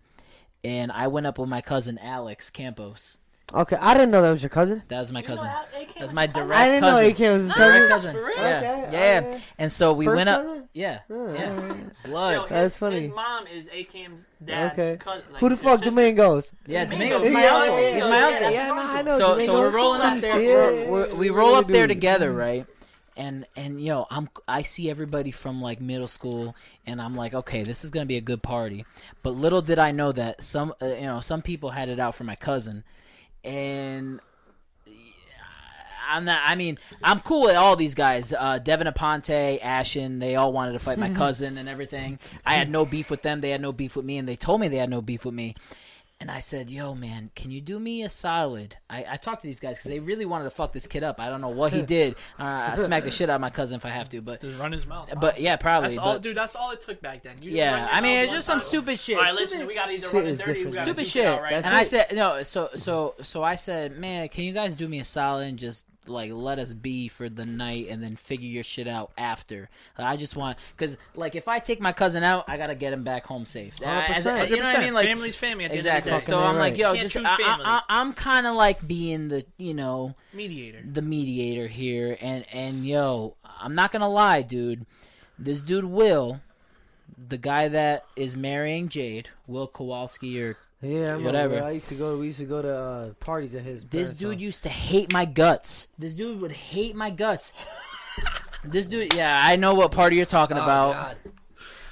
Speaker 3: And I went up with my cousin Alex Campos.
Speaker 6: Okay, I didn't know that was your cousin.
Speaker 3: That was my
Speaker 2: You know,
Speaker 3: cousin.
Speaker 2: how- it came
Speaker 3: That's
Speaker 2: with
Speaker 3: my
Speaker 2: the color.
Speaker 3: direct
Speaker 6: I didn't know
Speaker 3: cousin.
Speaker 6: AK was his
Speaker 3: Direct
Speaker 6: cousin.
Speaker 3: cousin.
Speaker 2: for real?
Speaker 3: Yeah.
Speaker 6: Okay,
Speaker 3: yeah.
Speaker 6: okay.
Speaker 3: And so we
Speaker 6: First
Speaker 3: went up.
Speaker 6: cousin?
Speaker 3: Yeah. Yeah.
Speaker 6: Oh,
Speaker 3: Blood.
Speaker 2: Yo, his-
Speaker 6: That's funny.
Speaker 2: His mom is Akim's dad's
Speaker 6: Okay.
Speaker 2: cousin. Like,
Speaker 6: Who the
Speaker 2: his
Speaker 6: fuck
Speaker 2: sister.
Speaker 6: Domingos?
Speaker 3: yeah,
Speaker 2: Domingo's
Speaker 3: Domingo's my
Speaker 2: yeah,
Speaker 3: uncle.
Speaker 2: yeah,
Speaker 3: He's my
Speaker 2: yeah,
Speaker 3: uncle.
Speaker 2: that's
Speaker 6: Yeah,
Speaker 2: his
Speaker 6: no, I
Speaker 2: uncle.
Speaker 6: know.
Speaker 3: so so
Speaker 6: Domingo's
Speaker 3: we're rolling up
Speaker 6: cool. Yeah,
Speaker 3: there. we're,
Speaker 6: yeah,
Speaker 3: we're,
Speaker 6: yeah,
Speaker 3: we
Speaker 6: yeah,
Speaker 3: roll
Speaker 6: yeah,
Speaker 3: up there
Speaker 6: dude.
Speaker 3: together, right? And and yo, I'm I see everybody from like middle school, and I'm like, okay, this is gonna be a good party. But little did I know that some uh, you know some people had it out for my cousin, and. I'm not. I mean, I'm cool with all these guys. Uh, Devin Aponte, Ashen, they all wanted to fight my cousin and everything. I had no beef with them. They had no beef with me, and they told me they had no beef with me. And I said, "Yo, man, can you do me a solid?" I, I talked to these guys because they really wanted to fuck this kid up. I don't know what he did. Uh, I smack the shit out of my cousin if I have to, but
Speaker 2: Just run his mouth.
Speaker 3: but yeah, probably.
Speaker 2: That's all,
Speaker 3: but-
Speaker 2: dude. That's all it took back then. You just run
Speaker 3: yeah,
Speaker 2: your
Speaker 3: I mean,
Speaker 2: mouth
Speaker 3: it's
Speaker 2: one
Speaker 3: just some
Speaker 2: time.
Speaker 3: stupid shit.
Speaker 2: All right, listen.
Speaker 3: Stupid-
Speaker 2: We got either
Speaker 6: Shit
Speaker 2: run it
Speaker 6: is
Speaker 2: dirty. We
Speaker 6: different.
Speaker 2: got
Speaker 3: stupid
Speaker 2: shit. Mm-hmm.
Speaker 3: shit.
Speaker 2: Out right
Speaker 3: and
Speaker 2: now.
Speaker 3: I said no. So so so I said, man, can you guys do me a solid and just like let us be for the night and then figure your shit out after? Like, I just want because like if I take my cousin out, I gotta get him back home safe. I- as-
Speaker 6: 100%.
Speaker 3: you know what I mean? Like
Speaker 2: family's family. At the End of
Speaker 3: exactly.
Speaker 2: the day.
Speaker 3: So I'm
Speaker 6: right.
Speaker 3: like, yo,
Speaker 2: Can't
Speaker 3: just I,
Speaker 2: choose family.
Speaker 3: I, I, I'm kind of like being the you know
Speaker 2: mediator.
Speaker 3: the mediator here, and and yo, I'm not gonna lie, dude. This dude Will, the guy that is marrying Jade, Will Kowalski or
Speaker 6: Yeah, I remember,
Speaker 3: Whatever.
Speaker 6: I used to go. We used to go to uh, parties at his.
Speaker 3: This
Speaker 6: parents'
Speaker 3: dude
Speaker 6: house.
Speaker 3: used to hate my guts. This dude would hate my guts. this dude, yeah, I know what party you're talking about,
Speaker 1: God.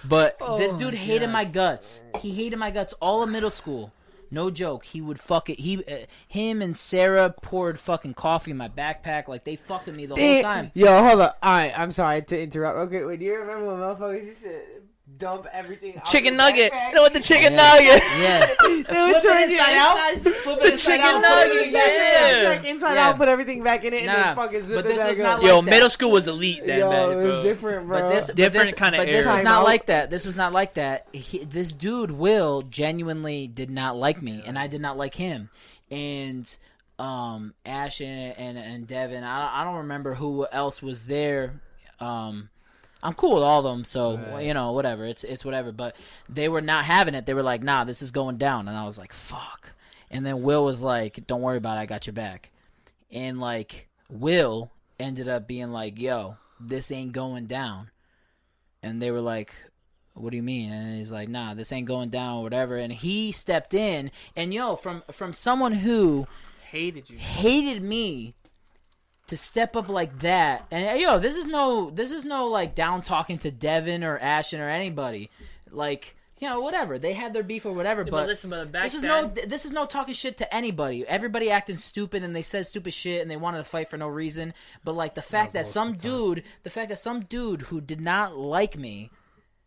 Speaker 3: but this dude hated Oh, my guts. He hated my guts all of middle school. No joke. He would fuck it. He, uh, him, and Sarah poured fucking coffee in my backpack. Like they fucking me the whole
Speaker 6: Damn.
Speaker 3: time.
Speaker 6: Yo, hold up. All right, I'm sorry to interrupt. Okay, wait. Do you remember when motherfuckers used to dump everything? out
Speaker 2: Chicken
Speaker 6: their
Speaker 2: nugget.
Speaker 6: backpack?
Speaker 2: You know what the chicken
Speaker 3: Yeah.
Speaker 2: nugget?
Speaker 3: Yeah.
Speaker 6: They would turn it inside out. Flip it inside
Speaker 2: chicken
Speaker 6: out, put
Speaker 2: nugget,
Speaker 6: everything back in,
Speaker 2: yeah.
Speaker 6: back inside
Speaker 3: Yeah.
Speaker 6: out, put everything back in it, and
Speaker 3: Nah,
Speaker 6: then fucking zip
Speaker 3: but
Speaker 6: it
Speaker 3: this
Speaker 6: back
Speaker 3: was
Speaker 6: up.
Speaker 3: not
Speaker 2: Yo,
Speaker 3: like that.
Speaker 2: middle school was elite then,
Speaker 6: Yo,
Speaker 2: man,
Speaker 6: it
Speaker 2: bro.
Speaker 6: was different, bro.
Speaker 3: But this,
Speaker 2: Different
Speaker 3: but this,
Speaker 2: kinda
Speaker 3: But this
Speaker 2: era.
Speaker 3: was not
Speaker 6: Timeout.
Speaker 3: like that. This was not like that. He, this dude Will genuinely did not like me, and I did not like him. And um, Ash and and, and Devin, I, I don't remember who else was there. Um, I'm cool with all of them, so you know, whatever. It's it's whatever. But they were not having it. They were like, "Nah, this is going down," and I was like, "Fuck." And then Will was like, "Don't worry about it. I got your back." And like Will ended up being like, "Yo, this ain't going down." And they were like, "What do you mean?" And he's like, "Nah, this ain't going down, or whatever." And he stepped in, and yo, from from someone who
Speaker 2: Hated you.
Speaker 3: hated me to step up like that. And hey, yo, this is no this is no like down talking to Devin or Ashton or anybody. Like, you know, whatever. They had their beef or whatever,
Speaker 2: But
Speaker 3: but
Speaker 2: listen, brother, back
Speaker 3: this is
Speaker 2: then,
Speaker 3: no this is no talking shit to anybody. Everybody acting stupid and they said stupid shit and they wanted to fight for no reason. But like the fact that some dude, the fact that some dude who did not like me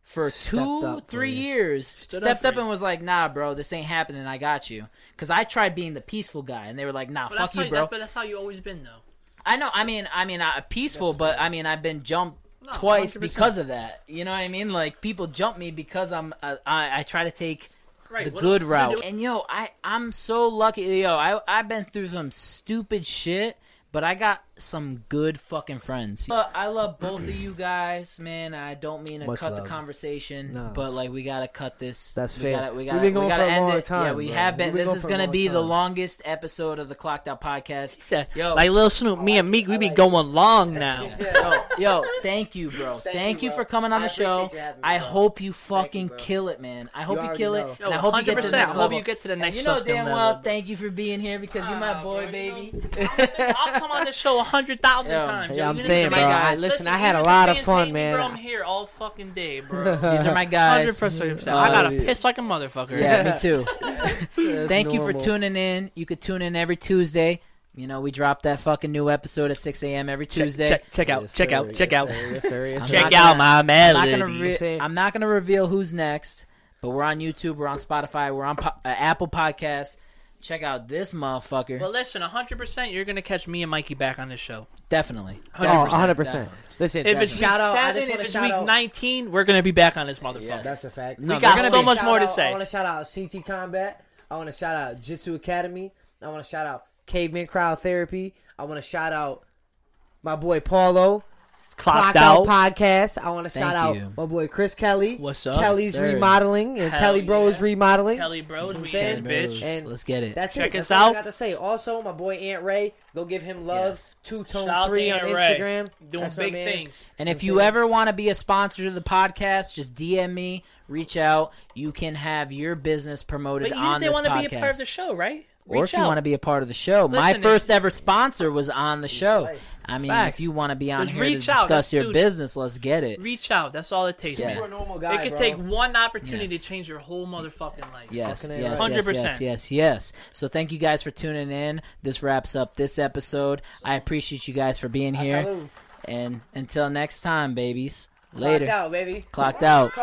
Speaker 3: for
Speaker 1: Stepped
Speaker 3: two,
Speaker 1: up for
Speaker 3: three
Speaker 1: you.
Speaker 3: years,
Speaker 2: Stood up
Speaker 3: stepped
Speaker 2: for
Speaker 3: up
Speaker 2: you.
Speaker 3: and was like, "Nah, bro, this ain't happening. I got you." Because I tried being the peaceful guy, and they were like, "Nah,
Speaker 2: But
Speaker 3: fuck
Speaker 2: that's,
Speaker 3: you,
Speaker 2: how,
Speaker 3: bro."
Speaker 2: that- but that's how you always been though.
Speaker 3: I know. I mean, I mean, I, peaceful, but I mean, I've been jumped
Speaker 2: No,
Speaker 3: twice
Speaker 2: 100%.
Speaker 3: because of that. You know what I mean? Like people jump me because I'm I, I, I try to take
Speaker 2: Right.
Speaker 3: the
Speaker 2: what
Speaker 3: good
Speaker 2: else-
Speaker 3: route. And yo, I I'm so lucky. Yo, I I've been through some stupid shit, but I got some good fucking friends. Look, I love both of you guys, man. I don't mean to
Speaker 1: Much
Speaker 3: cut
Speaker 1: love.
Speaker 3: the conversation,
Speaker 1: No,
Speaker 3: but
Speaker 1: it's-
Speaker 3: like we gotta cut this.
Speaker 1: That's
Speaker 3: we
Speaker 1: fair.
Speaker 3: Gotta, we
Speaker 1: We've
Speaker 3: gotta,
Speaker 1: been going
Speaker 3: we gotta
Speaker 1: for a
Speaker 3: end
Speaker 1: long
Speaker 3: it. Yeah,
Speaker 1: time,
Speaker 3: we
Speaker 1: bro.
Speaker 3: have been.
Speaker 1: We've been
Speaker 3: this
Speaker 1: going
Speaker 3: is
Speaker 1: for a
Speaker 3: gonna
Speaker 1: long
Speaker 3: be the
Speaker 1: time.
Speaker 3: longest episode of the Clocked Out podcast. Yo,
Speaker 2: Yo. Like Lil Snoop, me and Meek, we be going long now.
Speaker 3: yo, yo, thank you, bro. Thank,
Speaker 6: you,
Speaker 3: you,
Speaker 6: bro.
Speaker 3: for coming on
Speaker 6: I
Speaker 3: the show.
Speaker 6: appreciate you having me,
Speaker 3: I
Speaker 6: bro.
Speaker 3: hope you fucking
Speaker 6: bro.
Speaker 3: kill it, man. I hope you,
Speaker 6: already
Speaker 3: kill it.
Speaker 6: know.
Speaker 3: And I hope you get to
Speaker 2: 100%.
Speaker 3: the
Speaker 2: I
Speaker 3: next
Speaker 2: hope
Speaker 3: level.
Speaker 2: you get to the
Speaker 3: And
Speaker 2: next
Speaker 3: you know
Speaker 2: fucking
Speaker 3: damn
Speaker 2: level.
Speaker 3: well, thank you for being here because you're my
Speaker 2: Nah,
Speaker 3: boy,
Speaker 2: Ah, bro,
Speaker 3: baby.
Speaker 2: you I'll come on this show a hundred thousand
Speaker 3: Yo,
Speaker 2: times.
Speaker 1: yeah,
Speaker 2: yo.
Speaker 1: I'm
Speaker 2: You
Speaker 1: saying,
Speaker 2: need to
Speaker 1: bro,
Speaker 2: make
Speaker 1: I-
Speaker 2: guys-
Speaker 1: listen, I had a
Speaker 2: even if
Speaker 1: lot
Speaker 2: the
Speaker 1: of
Speaker 2: fans
Speaker 1: fun,
Speaker 2: hate me,
Speaker 1: man.
Speaker 2: Bro, I'm here all fucking day, bro.
Speaker 3: These are my
Speaker 2: Hundred
Speaker 3: guys.
Speaker 2: percent. I got
Speaker 1: Uh,
Speaker 2: a piss like a motherfucker.
Speaker 3: Yeah, me too.
Speaker 6: That's
Speaker 3: Thank you for
Speaker 6: normal.
Speaker 3: tuning in. You could tune in every Tuesday. You know, we drop that fucking new episode at 6 a.m. every Tuesday.
Speaker 2: Check, check out.
Speaker 6: Yes,
Speaker 2: check
Speaker 6: sir.
Speaker 2: out. Check
Speaker 6: Yes,
Speaker 2: out.
Speaker 6: sir. Yes, sir. Yes,
Speaker 3: I'm
Speaker 6: sir.
Speaker 2: Check
Speaker 3: not
Speaker 2: out
Speaker 3: gonna-
Speaker 2: my
Speaker 3: I'm not gonna
Speaker 2: melody.
Speaker 3: re-
Speaker 6: saying?
Speaker 3: I'm not gonna reveal who's next, but we're on YouTube, we're on Spotify, we're on po- uh, Apple Podcasts. Check out this motherfucker.
Speaker 2: but listen, hundred percent, you're gonna catch me and Mikey back on this show.
Speaker 3: definitely.
Speaker 6: Oh,
Speaker 2: 100%.
Speaker 6: 100%. Listen,
Speaker 2: If it's week
Speaker 6: shout out, I just
Speaker 2: seven, if
Speaker 6: want to
Speaker 2: it's
Speaker 6: shout
Speaker 2: week
Speaker 6: out.
Speaker 2: nineteen, we're gonna be back on this motherfucker.
Speaker 6: That's a fact.
Speaker 2: We got
Speaker 3: gonna
Speaker 2: so
Speaker 3: be-
Speaker 2: much
Speaker 6: Shout
Speaker 2: more to
Speaker 6: out- I
Speaker 2: say.
Speaker 6: want to shout out CT Combat. I want to shout out Jitsu Academy. I want to shout out Caveman Crowd Therapy. I want to shout out my boy Paulo.
Speaker 2: Clocked,
Speaker 6: Clock Out Podcast. I want to shout out
Speaker 3: you.
Speaker 6: my boy Chris Kelly.
Speaker 2: What's up,
Speaker 6: Kelly's
Speaker 3: sir?
Speaker 6: remodeling and
Speaker 2: Hell
Speaker 6: Kelly Bros
Speaker 2: yeah.
Speaker 6: remodeling.
Speaker 2: Kelly Bros, we
Speaker 6: saying?
Speaker 2: in, bitch.
Speaker 6: Bros.
Speaker 3: Let's get it.
Speaker 6: That's
Speaker 2: Check
Speaker 6: it.
Speaker 2: us
Speaker 6: That's all I
Speaker 2: out.
Speaker 6: got to say. Also, my boy Aunt Ray. Go give him love.
Speaker 3: Yes.
Speaker 6: Two Tone
Speaker 2: Shout out to
Speaker 6: Three on
Speaker 2: Aunt Ray.
Speaker 6: Instagram.
Speaker 2: Doing
Speaker 6: That's my
Speaker 2: big
Speaker 6: man.
Speaker 2: things.
Speaker 3: and if
Speaker 6: I'm
Speaker 3: you
Speaker 6: saying-
Speaker 3: ever want to be a sponsor to the podcast, just DM me, reach out. You can have your business promoted
Speaker 2: But you
Speaker 3: on
Speaker 2: didn't
Speaker 3: this
Speaker 2: want to be a
Speaker 3: podcast.
Speaker 2: part of the show, right?
Speaker 3: Or
Speaker 2: Reach
Speaker 3: if you
Speaker 2: out.
Speaker 3: want to be a part of the show, my
Speaker 2: Listen, if-
Speaker 3: first ever sponsor was on the show. I mean,
Speaker 2: Facts.
Speaker 3: if you want to be on
Speaker 2: Just
Speaker 3: here to
Speaker 2: reach out.
Speaker 3: discuss
Speaker 2: Let's
Speaker 3: your
Speaker 2: do-
Speaker 3: business, let's get it.
Speaker 2: reach out. That's all it takes,
Speaker 3: Yeah.
Speaker 2: man.
Speaker 6: You're a normal
Speaker 2: It
Speaker 6: guy,
Speaker 2: could
Speaker 6: bro.
Speaker 2: take one opportunity
Speaker 3: Yes.
Speaker 2: to change your whole motherfucking life.
Speaker 3: Yes,
Speaker 6: Fucking A right.
Speaker 3: yes, yes, yes,
Speaker 2: 100%.
Speaker 3: yes, yes. So thank you guys for tuning in. This wraps up this episode. I appreciate you guys for being here.
Speaker 6: Salute.
Speaker 3: And until next time, babies.
Speaker 6: Clocked
Speaker 3: Later.
Speaker 6: out, baby.
Speaker 3: Clocked out.